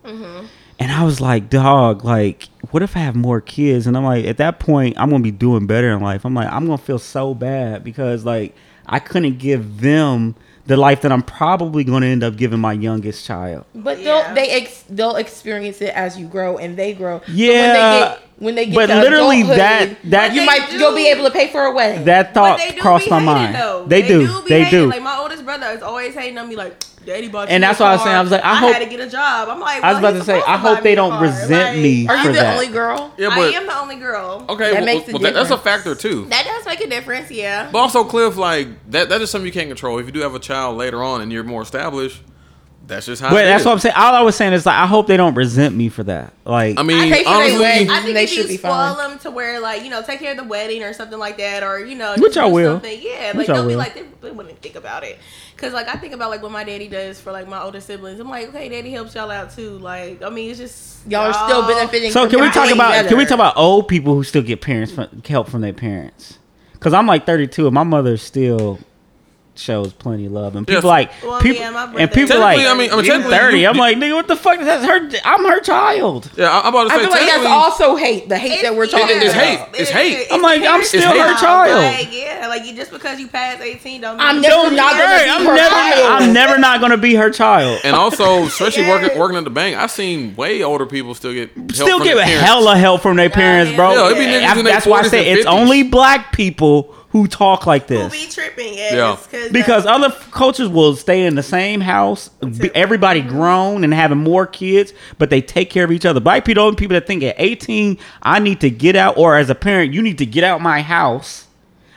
Speaker 3: and I was like, dog, like, what if I have more kids? And I'm like, at that point, I'm gonna be doing better in life. I'm like, I'm gonna feel so bad because like I couldn't give them the life that I'm probably gonna end up giving my youngest child.
Speaker 4: But
Speaker 5: Yeah.
Speaker 4: they'll they ex, they'll experience it as you grow and they grow. So
Speaker 3: Yeah,
Speaker 4: when they get,
Speaker 3: but
Speaker 4: when they get to
Speaker 3: literally
Speaker 4: adulthood,
Speaker 3: that- that-
Speaker 4: you
Speaker 5: They
Speaker 4: might
Speaker 5: do.
Speaker 4: you'll be able to pay for a wedding.
Speaker 3: That
Speaker 5: But
Speaker 3: thought
Speaker 5: they do
Speaker 3: crossed
Speaker 5: be
Speaker 3: my
Speaker 5: hating,
Speaker 3: mind.
Speaker 5: Though.
Speaker 3: They, do.
Speaker 5: be
Speaker 3: they
Speaker 5: hating.
Speaker 3: do.
Speaker 5: Like my oldest brother is always hating on me. Like daddy bought you
Speaker 3: And
Speaker 5: a
Speaker 3: that's what I was
Speaker 5: car.
Speaker 3: saying. I was like, I hope-
Speaker 5: had to get a job. I'm like,
Speaker 3: I was about
Speaker 5: well, Oh, he's
Speaker 3: to say,
Speaker 5: supposed
Speaker 3: I hope
Speaker 5: buy
Speaker 3: they
Speaker 5: me a
Speaker 3: don't
Speaker 5: car.
Speaker 3: resent
Speaker 5: Like,
Speaker 3: me.
Speaker 4: Are you
Speaker 3: for
Speaker 4: the
Speaker 3: that.
Speaker 4: only girl?
Speaker 1: Yeah,
Speaker 5: I
Speaker 1: but
Speaker 5: am the only girl.
Speaker 1: okay, well,
Speaker 4: makes a
Speaker 1: well, that- that's a
Speaker 4: difference.
Speaker 1: factor too.
Speaker 5: That does make a difference, yeah.
Speaker 1: But also, Cliff, like that—that that is something you can't control. If you do have a child later on and you're more established, that's just how.
Speaker 3: But
Speaker 1: it
Speaker 3: that's
Speaker 1: is.
Speaker 3: what I'm saying. All I was saying is like, I hope they don't resent me for that. Like,
Speaker 1: I mean,
Speaker 4: I pay for they
Speaker 1: honestly,
Speaker 4: wage.
Speaker 5: I think
Speaker 4: They
Speaker 5: if
Speaker 4: should
Speaker 5: you
Speaker 4: be
Speaker 5: spoil
Speaker 4: fine.
Speaker 5: them to where, like, you know, take care of the wedding or something like that, or you know,
Speaker 3: Which
Speaker 5: just
Speaker 3: I
Speaker 5: do
Speaker 3: will.
Speaker 5: Something. Yeah,
Speaker 3: Which
Speaker 5: like
Speaker 3: I
Speaker 5: they'll be
Speaker 3: will.
Speaker 5: like, they, they wouldn't think about it. Cause like I think about like what my daddy does for like my older siblings. I'm like, okay, daddy helps y'all out too. Like, I mean, it's just
Speaker 4: Y'all are still benefiting.
Speaker 3: so
Speaker 4: from
Speaker 3: can we
Speaker 4: y'all
Speaker 3: talk
Speaker 4: being
Speaker 3: about
Speaker 4: better.
Speaker 3: can we talk about old people who still get parents from, help from their parents? Because I'm like 32 and my mother still shows plenty of love and people
Speaker 1: Yes.
Speaker 3: like
Speaker 5: Well,
Speaker 3: people
Speaker 5: yeah, my brother-
Speaker 3: and people like
Speaker 1: Technically, I mean, I mean,
Speaker 3: "You
Speaker 1: technically,
Speaker 3: 30
Speaker 1: you-
Speaker 3: I'm like nigga what the fuck is that her I'm her child
Speaker 1: Yeah, I, I'm about to
Speaker 4: I
Speaker 1: say.
Speaker 4: feel like that's
Speaker 1: technically-
Speaker 4: also hate. The hate
Speaker 5: It's-
Speaker 4: that we're
Speaker 5: yeah.
Speaker 4: talking about.
Speaker 1: It's hate. It's hate.
Speaker 5: it's
Speaker 3: I'm like, I'm
Speaker 5: parents'
Speaker 1: still her
Speaker 5: job.
Speaker 3: child.
Speaker 5: Like, yeah, like you just because you passed 18 don't.
Speaker 4: I'm
Speaker 5: mean-
Speaker 4: never not gonna
Speaker 3: Right,
Speaker 4: be
Speaker 3: I'm
Speaker 4: her
Speaker 3: never
Speaker 4: child.
Speaker 3: I'm never not gonna be her child
Speaker 1: And also, especially
Speaker 5: Yes.
Speaker 1: working working at the bank, I've seen way older people still get help
Speaker 3: still
Speaker 1: from
Speaker 3: give
Speaker 1: their
Speaker 3: a
Speaker 1: parents.
Speaker 3: hella help from their parents
Speaker 5: yeah.
Speaker 3: bro
Speaker 1: Yeah, it be niggas
Speaker 3: I-
Speaker 1: in their
Speaker 3: that's why I
Speaker 1: 40s
Speaker 3: say
Speaker 1: and
Speaker 3: it's
Speaker 1: 50s.
Speaker 3: only black people who talk like
Speaker 5: Who
Speaker 3: this
Speaker 5: be tripping? Yes,
Speaker 1: Yeah.
Speaker 5: cause
Speaker 3: because other f- cultures will stay in the same house, be, everybody grown and having more kids, but they take care of each other. Black people, only people that think at eighteen, I need to get out, or as a parent, you need to get out my house.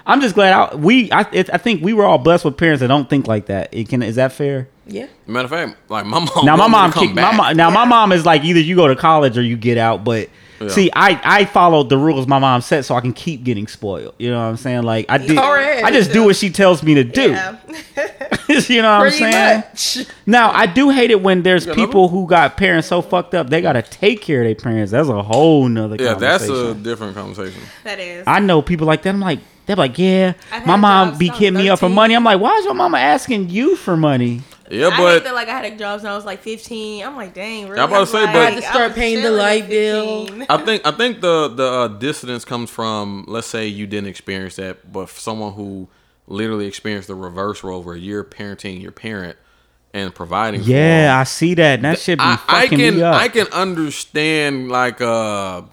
Speaker 3: I'm just glad I, we. I, it, I think we were all blessed with parents that don't think like that. It can is that fair?
Speaker 4: Yeah.
Speaker 1: Matter of fact, like my mom.
Speaker 3: Now
Speaker 1: wanted me
Speaker 3: my
Speaker 1: to
Speaker 3: mom
Speaker 1: come
Speaker 3: kicked my
Speaker 1: back.
Speaker 3: mom. Now my mom is like either you go to college or you get out. But
Speaker 1: Yeah.
Speaker 3: see, I I followed the rules my mom set so I can keep getting spoiled. You know what I'm saying? Like I did.
Speaker 4: Correct.
Speaker 3: I just do what she tells me to do.
Speaker 5: yeah.
Speaker 3: you know what I'm
Speaker 4: Pretty
Speaker 3: saying?
Speaker 4: much.
Speaker 3: Now I do hate it when there's
Speaker 1: another
Speaker 3: people who got parents so fucked up they gotta take care of their parents. That's a whole nother
Speaker 1: Yeah, that's
Speaker 3: conversation.
Speaker 1: a different conversation.
Speaker 5: that is.
Speaker 3: I know people like that. I'm like, they're like, yeah,
Speaker 5: I've
Speaker 3: my
Speaker 5: had
Speaker 3: mom
Speaker 5: jobs
Speaker 3: be
Speaker 5: since I was
Speaker 3: hitting me up for
Speaker 5: 13.
Speaker 3: money. I'm like, why is your mama asking you for money?
Speaker 1: Yeah,
Speaker 5: I hate
Speaker 1: but
Speaker 5: that like I had a job when I was like 15. I'm like, dang, really?
Speaker 1: I'm about to say,
Speaker 5: like,
Speaker 1: but- I had
Speaker 4: to start
Speaker 5: was
Speaker 4: paying the
Speaker 5: chilling at
Speaker 4: light bill.
Speaker 5: 15.
Speaker 1: I think I think the the uh, dissonance comes from let's say you didn't experience that, but for someone who literally experienced the reverse role where you're parenting your parent and providing. for
Speaker 3: Yeah, I see that. And that should be
Speaker 1: I, I
Speaker 3: fucking
Speaker 1: can
Speaker 3: me up.
Speaker 1: I can understand like uh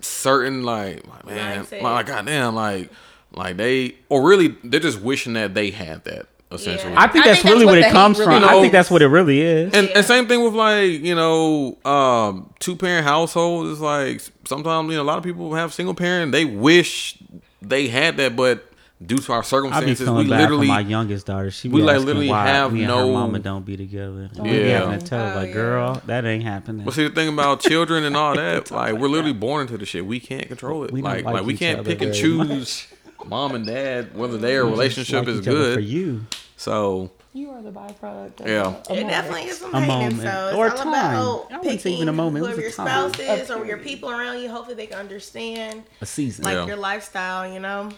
Speaker 1: certain like man
Speaker 5: Mindset.
Speaker 1: like goddamn like Like they, or really, they're just wishing that they had that. Essentially,
Speaker 3: I think
Speaker 4: I
Speaker 3: that's
Speaker 4: think
Speaker 3: really
Speaker 4: that's
Speaker 3: what
Speaker 4: what
Speaker 3: it
Speaker 4: the
Speaker 3: comes
Speaker 4: hate
Speaker 3: from.
Speaker 4: really
Speaker 3: I
Speaker 1: is.
Speaker 3: think that's what it really is.
Speaker 1: And, and same thing with like you know um, two parent households. It's like sometimes you know a lot of people have single parent. They wish they had that, but due to our
Speaker 3: I be
Speaker 1: circumstances, we
Speaker 3: feeling bad for my
Speaker 1: literally
Speaker 3: youngest daughter. She
Speaker 1: we,
Speaker 3: be
Speaker 1: like,
Speaker 3: asking
Speaker 1: literally
Speaker 3: why
Speaker 1: have
Speaker 3: me and her
Speaker 1: no-
Speaker 3: mama don't be together. Yeah,
Speaker 1: Yeah.
Speaker 3: having to tell
Speaker 5: Oh,
Speaker 3: like,
Speaker 5: yeah.
Speaker 3: girl, that ain't happening.
Speaker 1: But see, the thing about children and all that, like we're literally born into the shit. We can't control it.
Speaker 3: We don't
Speaker 1: like,
Speaker 3: like
Speaker 1: like, we
Speaker 3: each
Speaker 1: can't
Speaker 3: other
Speaker 1: pick and
Speaker 3: very much.
Speaker 1: choose mom and dad whether their relationship
Speaker 3: Like
Speaker 1: is
Speaker 3: each other
Speaker 1: good.
Speaker 3: for you.
Speaker 1: So
Speaker 4: You are the byproduct. Of
Speaker 1: yeah,
Speaker 5: It definitely is some
Speaker 3: A
Speaker 5: hating,
Speaker 3: moment.
Speaker 5: so it's
Speaker 3: Or a
Speaker 5: all
Speaker 3: time.
Speaker 5: about
Speaker 3: I wouldn't say
Speaker 5: picking
Speaker 3: even a moment, it
Speaker 5: whoever your
Speaker 3: was a time.
Speaker 5: spouse is or your people around you. Hopefully, they can understand
Speaker 3: A season.
Speaker 5: like
Speaker 1: Yeah.
Speaker 5: your lifestyle. You know.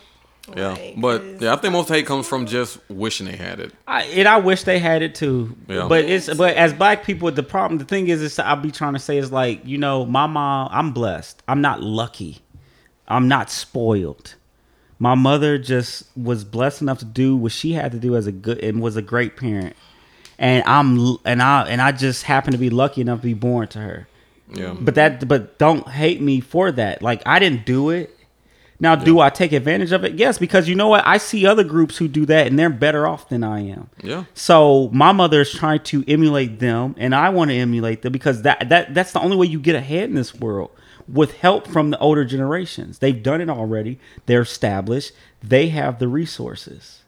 Speaker 1: yeah.
Speaker 5: Like,
Speaker 1: But
Speaker 5: 'cause-
Speaker 1: yeah, I think most hate comes from just wishing they had it.
Speaker 3: I, and I wish they had it too.
Speaker 1: Yeah.
Speaker 3: But it's but as black people, the problem, the thing is, is I'll be trying to say is like you know, my mom, I'm blessed. I'm not lucky. I'm not spoiled. My mother just was blessed enough to do what she had to do as a good and was a great parent. And I'm l- and I and I just happened to be lucky enough to be born to her.
Speaker 1: Yeah,
Speaker 3: But that but don't hate me for that. Like I didn't do it. Now do I take advantage of it? Yes, because you know what? I see other groups who do that and they're better off than I am.
Speaker 1: yeah,
Speaker 3: So my mother is trying to emulate them, and I want to emulate them because that that that's the only way you get ahead in this world with help from the older generations. They've done it already. They're established. They have the resources.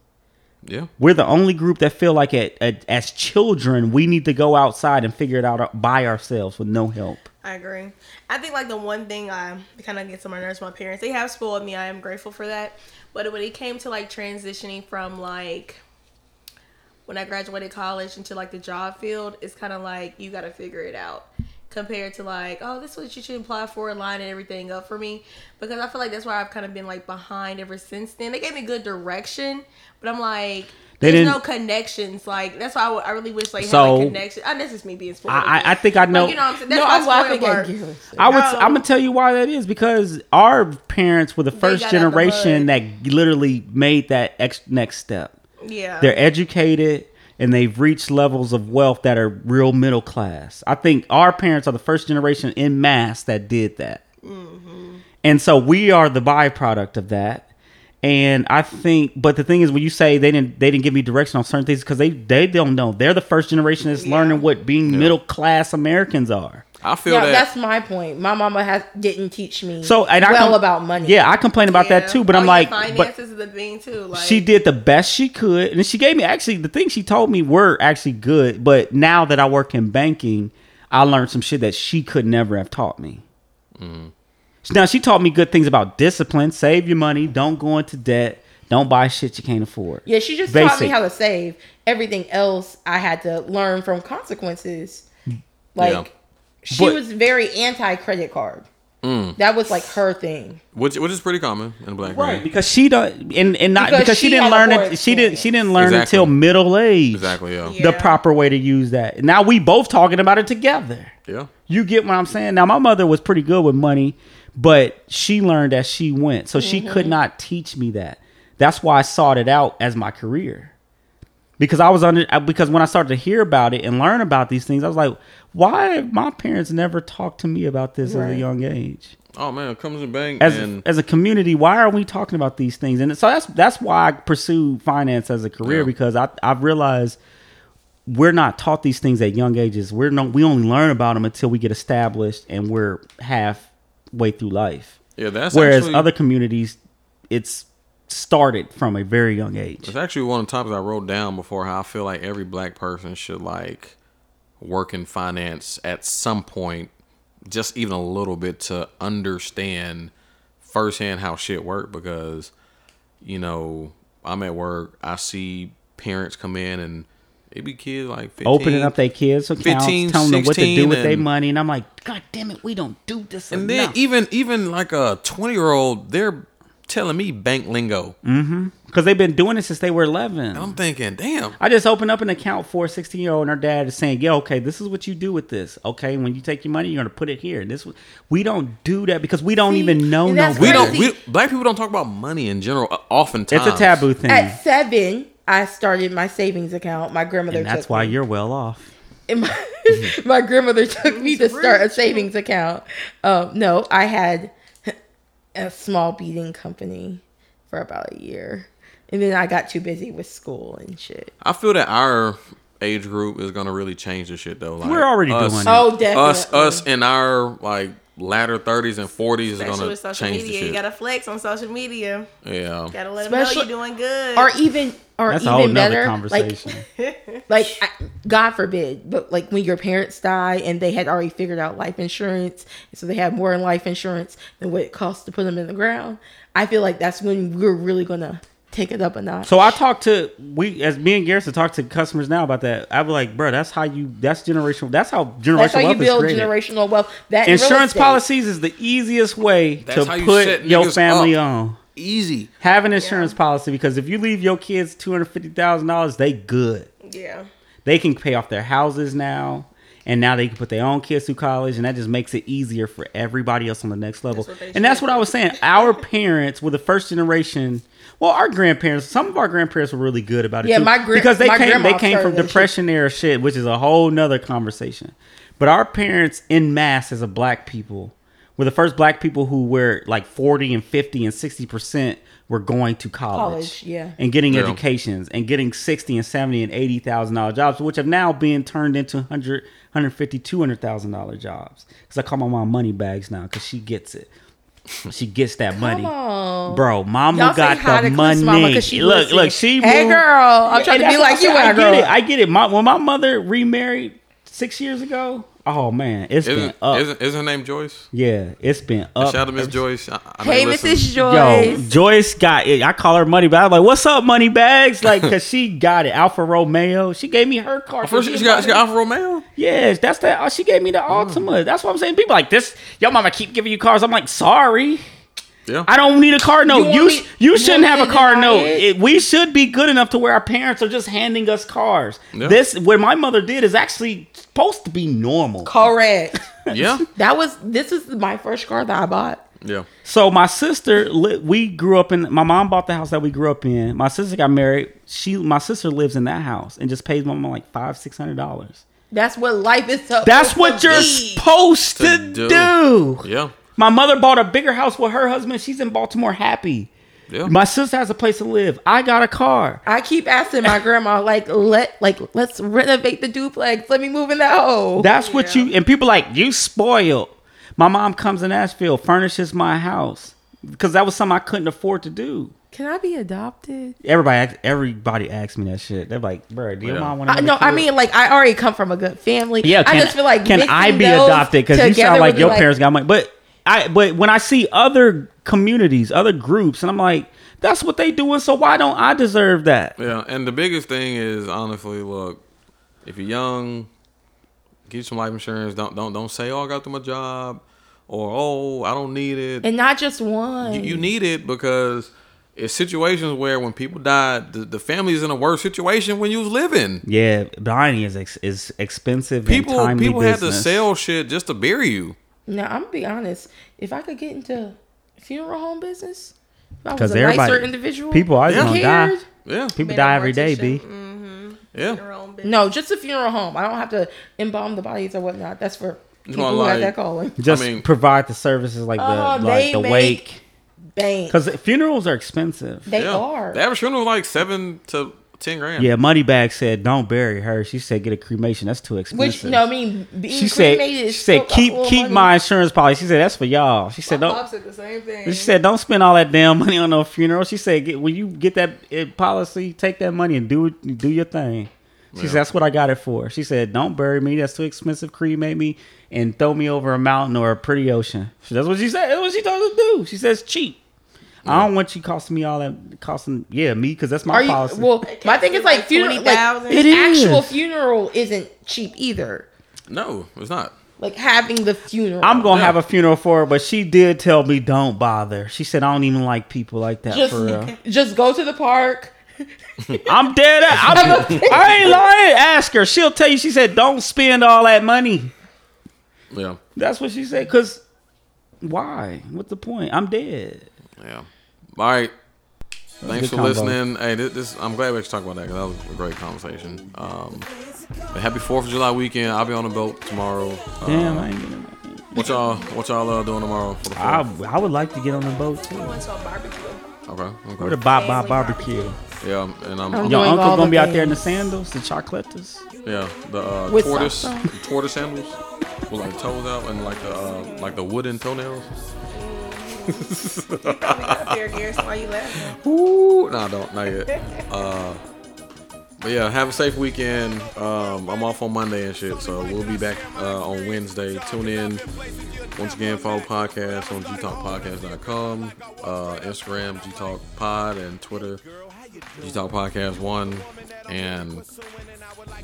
Speaker 1: yeah.
Speaker 3: We're the only group that feel like at, at, as children we need to go outside and figure it out by ourselves with no help.
Speaker 5: I agree. I think like the one thing I kind of gets on my nerves, my parents, they have spoiled me. I am grateful for that. But when it came to like transitioning from like when I graduated college into like the job field, it's kind of like you got to figure it out compared to like, oh, this is what you should apply for, line and everything up for me. Because I feel like that's why I've kind of been like behind ever since then. They gave me good direction, but I'm like,
Speaker 3: They
Speaker 5: there's
Speaker 3: didn't-
Speaker 5: no connections. Like that's why I, would- I really wish like
Speaker 3: So-
Speaker 5: had like connections. I this is me being spoiled.
Speaker 3: I, I, I
Speaker 5: again.
Speaker 3: think I know.
Speaker 5: Like, you know what I'm saying? That's
Speaker 4: No,
Speaker 5: why
Speaker 4: I'm laughing
Speaker 5: spoiled
Speaker 4: at
Speaker 5: work.
Speaker 4: Garrett.
Speaker 3: I would.
Speaker 5: No.
Speaker 3: I'm gonna tell you why that is because our parents were the first
Speaker 5: got out the
Speaker 3: generation
Speaker 5: hood.
Speaker 3: that literally made that ex- next step.
Speaker 5: Yeah.
Speaker 3: they're educated and they've reached levels of wealth that are real middle class. I think our parents are the first generation in mass that did that.
Speaker 5: Mm-hmm.
Speaker 3: And so we are the byproduct of that. And I think, but the thing is, when you say they didn't, they didn't give me direction on certain things because they they don't know. They're the first generation that's learning what being middle class Americans are.
Speaker 1: I feel
Speaker 4: Yeah,
Speaker 1: that.
Speaker 4: that's my point. My mama has didn't teach me
Speaker 3: So and I
Speaker 4: well
Speaker 3: com-
Speaker 4: about money.
Speaker 3: Yeah, I complain about
Speaker 5: Yeah.
Speaker 3: that too. But
Speaker 5: Oh,
Speaker 3: I'm
Speaker 5: yeah,
Speaker 3: like, but
Speaker 5: finances is the thing too. Like,
Speaker 3: she did the best she could and she gave me actually the things she told me were actually good but now that i work in banking i learned some shit that she could never have taught me now she taught me good things about discipline save your money don't go into debt don't buy shit you can't afford
Speaker 4: Yeah, she just taught me
Speaker 3: Basic.
Speaker 4: how to save. Everything else I had to learn from consequences. Like
Speaker 1: Yeah.
Speaker 4: she
Speaker 3: But- Mm.
Speaker 4: was very anti credit card. That was like her thing.
Speaker 1: which which is pretty common in black
Speaker 3: right
Speaker 1: men.
Speaker 3: because she don't and, and not because,
Speaker 4: Because
Speaker 3: she,
Speaker 4: she
Speaker 3: didn't
Speaker 4: had a
Speaker 3: learn
Speaker 4: poor
Speaker 3: it she didn't she didn't learn
Speaker 1: Exactly.
Speaker 3: until middle age
Speaker 1: Exactly. Yeah.
Speaker 5: Yeah.
Speaker 3: the proper way to use that now we both talking about it together
Speaker 1: Yeah.
Speaker 3: You get what I'm saying? Now, my mother was pretty good with money, but she learned as she went. So she could not teach me that. That's why I sought it out as my career. Because I was under, because when I started to hear about it and learn about these things, I was like, why have my parents never talked to me about this at a
Speaker 4: Right.
Speaker 3: young age?
Speaker 1: Oh man, comes to the bank
Speaker 3: As,
Speaker 1: and
Speaker 3: as a community, why are we talking about these things? And so that's that's why I pursue finance as a career
Speaker 1: Yeah.
Speaker 3: because I I've realized we're not taught these things at young ages. We're no, we only learn about them until we get established and we're halfway through life.
Speaker 1: yeah. That's
Speaker 3: Whereas
Speaker 1: actually,
Speaker 3: other communities, it's started from a very young age.
Speaker 1: It's actually one of the topics I wrote down before how I feel like every black person should like work in finance at some point, just even a little bit to understand firsthand how shit work because you know, I'm at work, I see parents come in and it be kids like 15,
Speaker 3: Opening up their kids' accounts,
Speaker 1: 15,
Speaker 3: telling them what to do
Speaker 1: 16,
Speaker 3: with their
Speaker 1: and-
Speaker 3: money, and I'm like, God damn it, we don't do this
Speaker 1: And then
Speaker 3: enough.
Speaker 1: even even like a 20 year old, they're telling me bank lingo.
Speaker 3: Because they've been doing it since they were 11.
Speaker 1: I'm thinking, damn.
Speaker 3: I just opened up an account for a 16 year old, and her dad is saying, "Yeah, okay, this is what you do with this. Okay, when you take your money, you're gonna put it here." And this, we don't do that because we don't
Speaker 4: See,
Speaker 3: even know
Speaker 4: and
Speaker 3: no.
Speaker 4: that's
Speaker 1: We don't.
Speaker 4: Crazy.
Speaker 1: We, black people don't talk about money in general. uh, Oftentimes,
Speaker 3: It's a taboo thing,
Speaker 4: At seven, I started my savings account. My grandmother
Speaker 3: and that's
Speaker 4: took
Speaker 3: why
Speaker 4: me.
Speaker 3: you're well off.
Speaker 4: And my, my grandmother took me to start a savings account. Um, no, I had a small beading company. for about a year. And then I got too busy with school and shit.
Speaker 1: I feel that our age group is gonna really change the shit though. Like
Speaker 3: We're already
Speaker 1: us,
Speaker 3: doing it.
Speaker 4: Oh, definitely.
Speaker 1: us us in our like latter thirties and forties is
Speaker 5: Especially
Speaker 1: gonna
Speaker 5: with social
Speaker 1: change
Speaker 5: media, you
Speaker 1: the shit.
Speaker 5: gotta flex on social media.
Speaker 1: Yeah.
Speaker 5: Gotta let
Speaker 4: Especially-
Speaker 5: them know you're doing good.
Speaker 4: Or even, or
Speaker 3: That's a whole
Speaker 4: even
Speaker 3: nother
Speaker 4: better,
Speaker 3: conversation.
Speaker 4: like, like I, God forbid, but like when your parents die and they had already figured out life insurance, so they have more in life insurance than what it costs to put them in the ground. I feel like that's when we're really gonna take it up a notch.
Speaker 3: So I talked to we as me and Garrison talk to customers now about that. I was like, bro, that's how you that's generational. That's how generational
Speaker 4: that's how you
Speaker 3: wealth
Speaker 4: build
Speaker 3: is created.
Speaker 4: generational wealth. That and real
Speaker 3: Insurance
Speaker 4: estate.
Speaker 3: policies is the easiest way
Speaker 1: That's how
Speaker 3: to
Speaker 1: you
Speaker 3: put
Speaker 1: set
Speaker 3: your
Speaker 1: niggas
Speaker 3: family
Speaker 1: up.
Speaker 3: on.
Speaker 1: Easy.
Speaker 3: Have an insurance policy because if you leave your kids two hundred fifty thousand dollars, they good.
Speaker 5: yeah.
Speaker 3: They can pay off their houses now, and now they can put their own kids through college, and that just makes it easier for everybody else on the next level.
Speaker 5: they
Speaker 3: and that's what I was saying. Our parents were the first generation. Well, our grandparents, some of our grandparents were really good about it.
Speaker 4: Yeah,
Speaker 3: too,
Speaker 4: my gran-
Speaker 3: because they
Speaker 4: my
Speaker 3: came they
Speaker 4: grandma
Speaker 3: came from
Speaker 4: started that shit.
Speaker 3: depression era shit, which is a whole nother conversation. But our parents, in mass, as a black people, were the first black people who were like forty and fifty and sixty percent were going to college,
Speaker 4: College, yeah.
Speaker 3: and getting
Speaker 1: Yeah.
Speaker 3: educations and getting 60 and 70 and 80 thousand dollar jobs which have now been turned into 100 150 200 thousand dollar jobs because i call my mom money bags now because she gets it she gets that money
Speaker 4: on.
Speaker 3: bro mama
Speaker 4: Y'all say hi
Speaker 3: got
Speaker 4: to
Speaker 3: the
Speaker 4: Clint's
Speaker 3: money
Speaker 4: mama 'cause she
Speaker 3: look
Speaker 4: listening.
Speaker 3: look she
Speaker 4: Hey,
Speaker 3: moved-
Speaker 4: girl, I'm trying to
Speaker 3: that's
Speaker 4: be
Speaker 3: what I'm
Speaker 4: like you
Speaker 3: saying.
Speaker 4: when I
Speaker 3: i
Speaker 4: grow
Speaker 3: get it
Speaker 4: up.
Speaker 3: i get it my, when my mother remarried six years ago oh man it's
Speaker 1: Isn't,
Speaker 3: been up
Speaker 1: isn't is her name Joyce?
Speaker 3: yeah it's been up
Speaker 1: Shout out to Miss Joyce. I, I
Speaker 4: Hey,
Speaker 1: may listen.
Speaker 4: Mrs.
Speaker 3: Yo,
Speaker 4: Joyce.
Speaker 3: Joyce got it. I call her Money Bags. I'm like, what's up, Money Bags? Like, cause she got it. Alfa Romeo. She gave me her car.
Speaker 1: First, she got, she got Mm. Alfa Romeo.
Speaker 3: yes, that's that. Oh, she gave me the Altima. That's what I'm saying. People like this. Your mama keep giving you cars. I'm like, sorry,
Speaker 1: Yeah.
Speaker 3: I don't need a car note.
Speaker 4: want
Speaker 3: You
Speaker 4: me-
Speaker 3: sh- you
Speaker 4: you
Speaker 3: shouldn't
Speaker 4: want
Speaker 3: have a
Speaker 4: me to
Speaker 3: car
Speaker 4: deny
Speaker 3: note.
Speaker 4: it?
Speaker 3: It- we should be good enough to where our parents are just handing us cars.
Speaker 1: Yeah.
Speaker 3: This what my mother did is actually supposed to be normal.
Speaker 4: Correct.
Speaker 1: yeah.
Speaker 4: That was this is my first car that I bought.
Speaker 1: Yeah.
Speaker 3: So my sister, li- we grew up in. My mom bought the house that we grew up in. My sister got married. She, my sister lives in that house and just pays my mom like five, six hundred dollars.
Speaker 4: That's what life is. Supposed
Speaker 3: That's what
Speaker 4: to
Speaker 3: you're
Speaker 4: be.
Speaker 3: supposed to,
Speaker 1: To
Speaker 3: do.
Speaker 1: do. Yeah.
Speaker 3: My mother bought a bigger house with her husband. She's in Baltimore, happy.
Speaker 1: Yeah.
Speaker 3: My sister has a place to live. I got a car.
Speaker 4: I keep asking my grandma, like, let, like, let's renovate the duplex. Let me move in that hole.
Speaker 3: That's what you and people like you spoiled. My mom comes to Nashville, furnishes my house because that was something I couldn't afford to do.
Speaker 4: Can I be adopted?
Speaker 3: Everybody, ask- everybody asks me that shit. They're like, "Bro, do your
Speaker 1: Yeah.
Speaker 3: mom want
Speaker 4: I,
Speaker 3: to?"
Speaker 4: no, I mean, like, I already come from a good family.
Speaker 3: Yeah,
Speaker 4: I just feel like
Speaker 3: can I
Speaker 4: mixing
Speaker 3: be
Speaker 4: those
Speaker 3: adopted? Because you
Speaker 4: together
Speaker 3: sound
Speaker 4: would
Speaker 3: like
Speaker 4: be
Speaker 3: your parents got money, but I but when I see other communities, other groups, and I'm like, that's what they doing. So why don't I deserve that?
Speaker 1: Yeah, and the biggest thing is honestly, look, if you're young, get you some life insurance. Don't don't don't say, "Oh, I got through my job," or "Oh, I don't need it."
Speaker 4: and not just one.
Speaker 1: you, you need it because it's situations where when people die, the, the family is in a worse situation when you was living.
Speaker 3: Yeah, buying is ex- is expensive. People and
Speaker 1: People
Speaker 3: timely
Speaker 1: people had to
Speaker 3: business.
Speaker 1: sell shit just to bury you.
Speaker 4: Now I'm gonna be honest. If I could get into funeral home business, if I was
Speaker 3: because
Speaker 4: a
Speaker 3: everybody
Speaker 4: nicer individual,
Speaker 3: People are
Speaker 1: Yeah.
Speaker 3: gonna
Speaker 4: cared.
Speaker 3: die.
Speaker 1: Yeah,
Speaker 3: People die every day. B.
Speaker 4: Mm.
Speaker 1: yeah.
Speaker 4: No, just a funeral home. I don't have to embalm the bodies or whatnot. That's for people
Speaker 1: want,
Speaker 4: who have
Speaker 1: like-
Speaker 4: that calling.
Speaker 3: Just
Speaker 1: mean-
Speaker 3: provide the services like the
Speaker 4: Oh,
Speaker 3: like
Speaker 4: they
Speaker 3: the
Speaker 4: make-
Speaker 3: wake
Speaker 4: Bank.
Speaker 3: because funerals are expensive.
Speaker 4: They
Speaker 1: yeah.
Speaker 4: are.
Speaker 1: The average funeral was like seven to ten grand.
Speaker 3: yeah, Moneybag said don't bury her. She said get a cremation. That's too expensive.
Speaker 4: Which no, I mean being
Speaker 3: she said
Speaker 4: cremated
Speaker 3: she
Speaker 4: is
Speaker 3: said
Speaker 4: still
Speaker 3: keep
Speaker 4: costs
Speaker 3: keep
Speaker 4: money.
Speaker 3: my insurance policy. She said that's for y'all. She said
Speaker 5: My
Speaker 3: don't.
Speaker 5: mom said the same thing.
Speaker 3: She said, "Don't spend all that damn money on no funeral." She said, get, "When you get that eh, policy, take that money and do it- do your thing." She said, "That's what I got it for." She said, "Don't bury me. That's too expensive. Cremate me and throw me over a mountain or a pretty ocean." So that's what she said. That's what she told us to do. She says, "Cheap. I don't want you costing me all that costing. Yeah, me because that's my
Speaker 4: Are you
Speaker 3: policy.
Speaker 4: well? My thing is like
Speaker 5: like
Speaker 4: funeral. Like,
Speaker 5: 20,000.
Speaker 4: the
Speaker 3: It is.
Speaker 4: actual funeral isn't cheap either.
Speaker 1: No, it's not.
Speaker 4: Like having the funeral.
Speaker 3: I'm gonna
Speaker 1: Yeah.
Speaker 3: have a funeral for her." But she did tell me, "Don't bother." She said, "I don't even like people like that
Speaker 4: just
Speaker 3: for real."
Speaker 4: just go to the park.
Speaker 3: I'm dead. ass. I'm, I ain't lying. Ask her. She'll tell you. She said, "Don't spend all that money."
Speaker 1: Yeah,
Speaker 3: That's what she said. Cause why? What's the point? I'm dead.
Speaker 1: yeah. All right. Thanks
Speaker 3: good
Speaker 1: for
Speaker 3: combo.
Speaker 1: listening. Hey, this, this I'm glad we actually talked about that because that was a great conversation. Um, but happy Fourth of July weekend. I'll be on the boat tomorrow. Uh,
Speaker 3: Damn, I ain't gonna.
Speaker 1: what y'all What y'all uh, doing tomorrow? For the
Speaker 3: I,
Speaker 1: Fourth?
Speaker 3: I would like to get on the boat too.
Speaker 5: went to a barbecue.
Speaker 1: Okay. Okay.
Speaker 3: Where the Oh, Bob Bob barbecue?
Speaker 1: Yeah, and I'm,
Speaker 4: I'm
Speaker 1: I'm
Speaker 3: Your
Speaker 4: Doing
Speaker 3: uncle
Speaker 4: all
Speaker 3: gonna
Speaker 4: the
Speaker 3: be out there in the
Speaker 4: things.
Speaker 3: sandals, the chocolates.
Speaker 1: yeah the uh,
Speaker 4: With
Speaker 1: tortoise
Speaker 4: socks
Speaker 1: tortoise sandals with like toes out and like the uh, like the wooden toenails.
Speaker 5: Probably got fair gears while you laughing.
Speaker 1: Ooh, no, don't not yet. Uh, but yeah, have a safe weekend. Um, I'm off on Monday and shit, so we'll be back uh, on Wednesday. Tune in. Once again, follow podcast on gtalkpodcast.com, uh, Instagram gtalkpod, and Twitter gtalk podcast one. And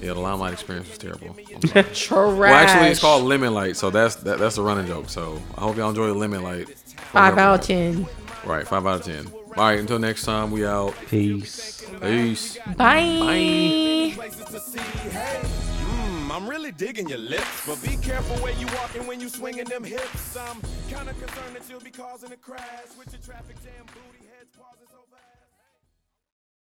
Speaker 1: yeah, the limelight experience was terrible. I'm sorry.
Speaker 4: Trash.
Speaker 1: well, actually, it's called Lemon Light, so that's that, that's the running joke. So I hope y'all enjoy Lemon Light.
Speaker 4: five out of ten.
Speaker 1: Right, five out of ten. All right, until next time, we out.
Speaker 3: Peace.
Speaker 1: Peace.
Speaker 4: Bye.
Speaker 6: places to see. Hey, mm, I'm really digging your lips, but be careful where you walking when you swinging them hips. I'm kind of concerned that you'll be causing a crash with your traffic jam, booty heads, pauses.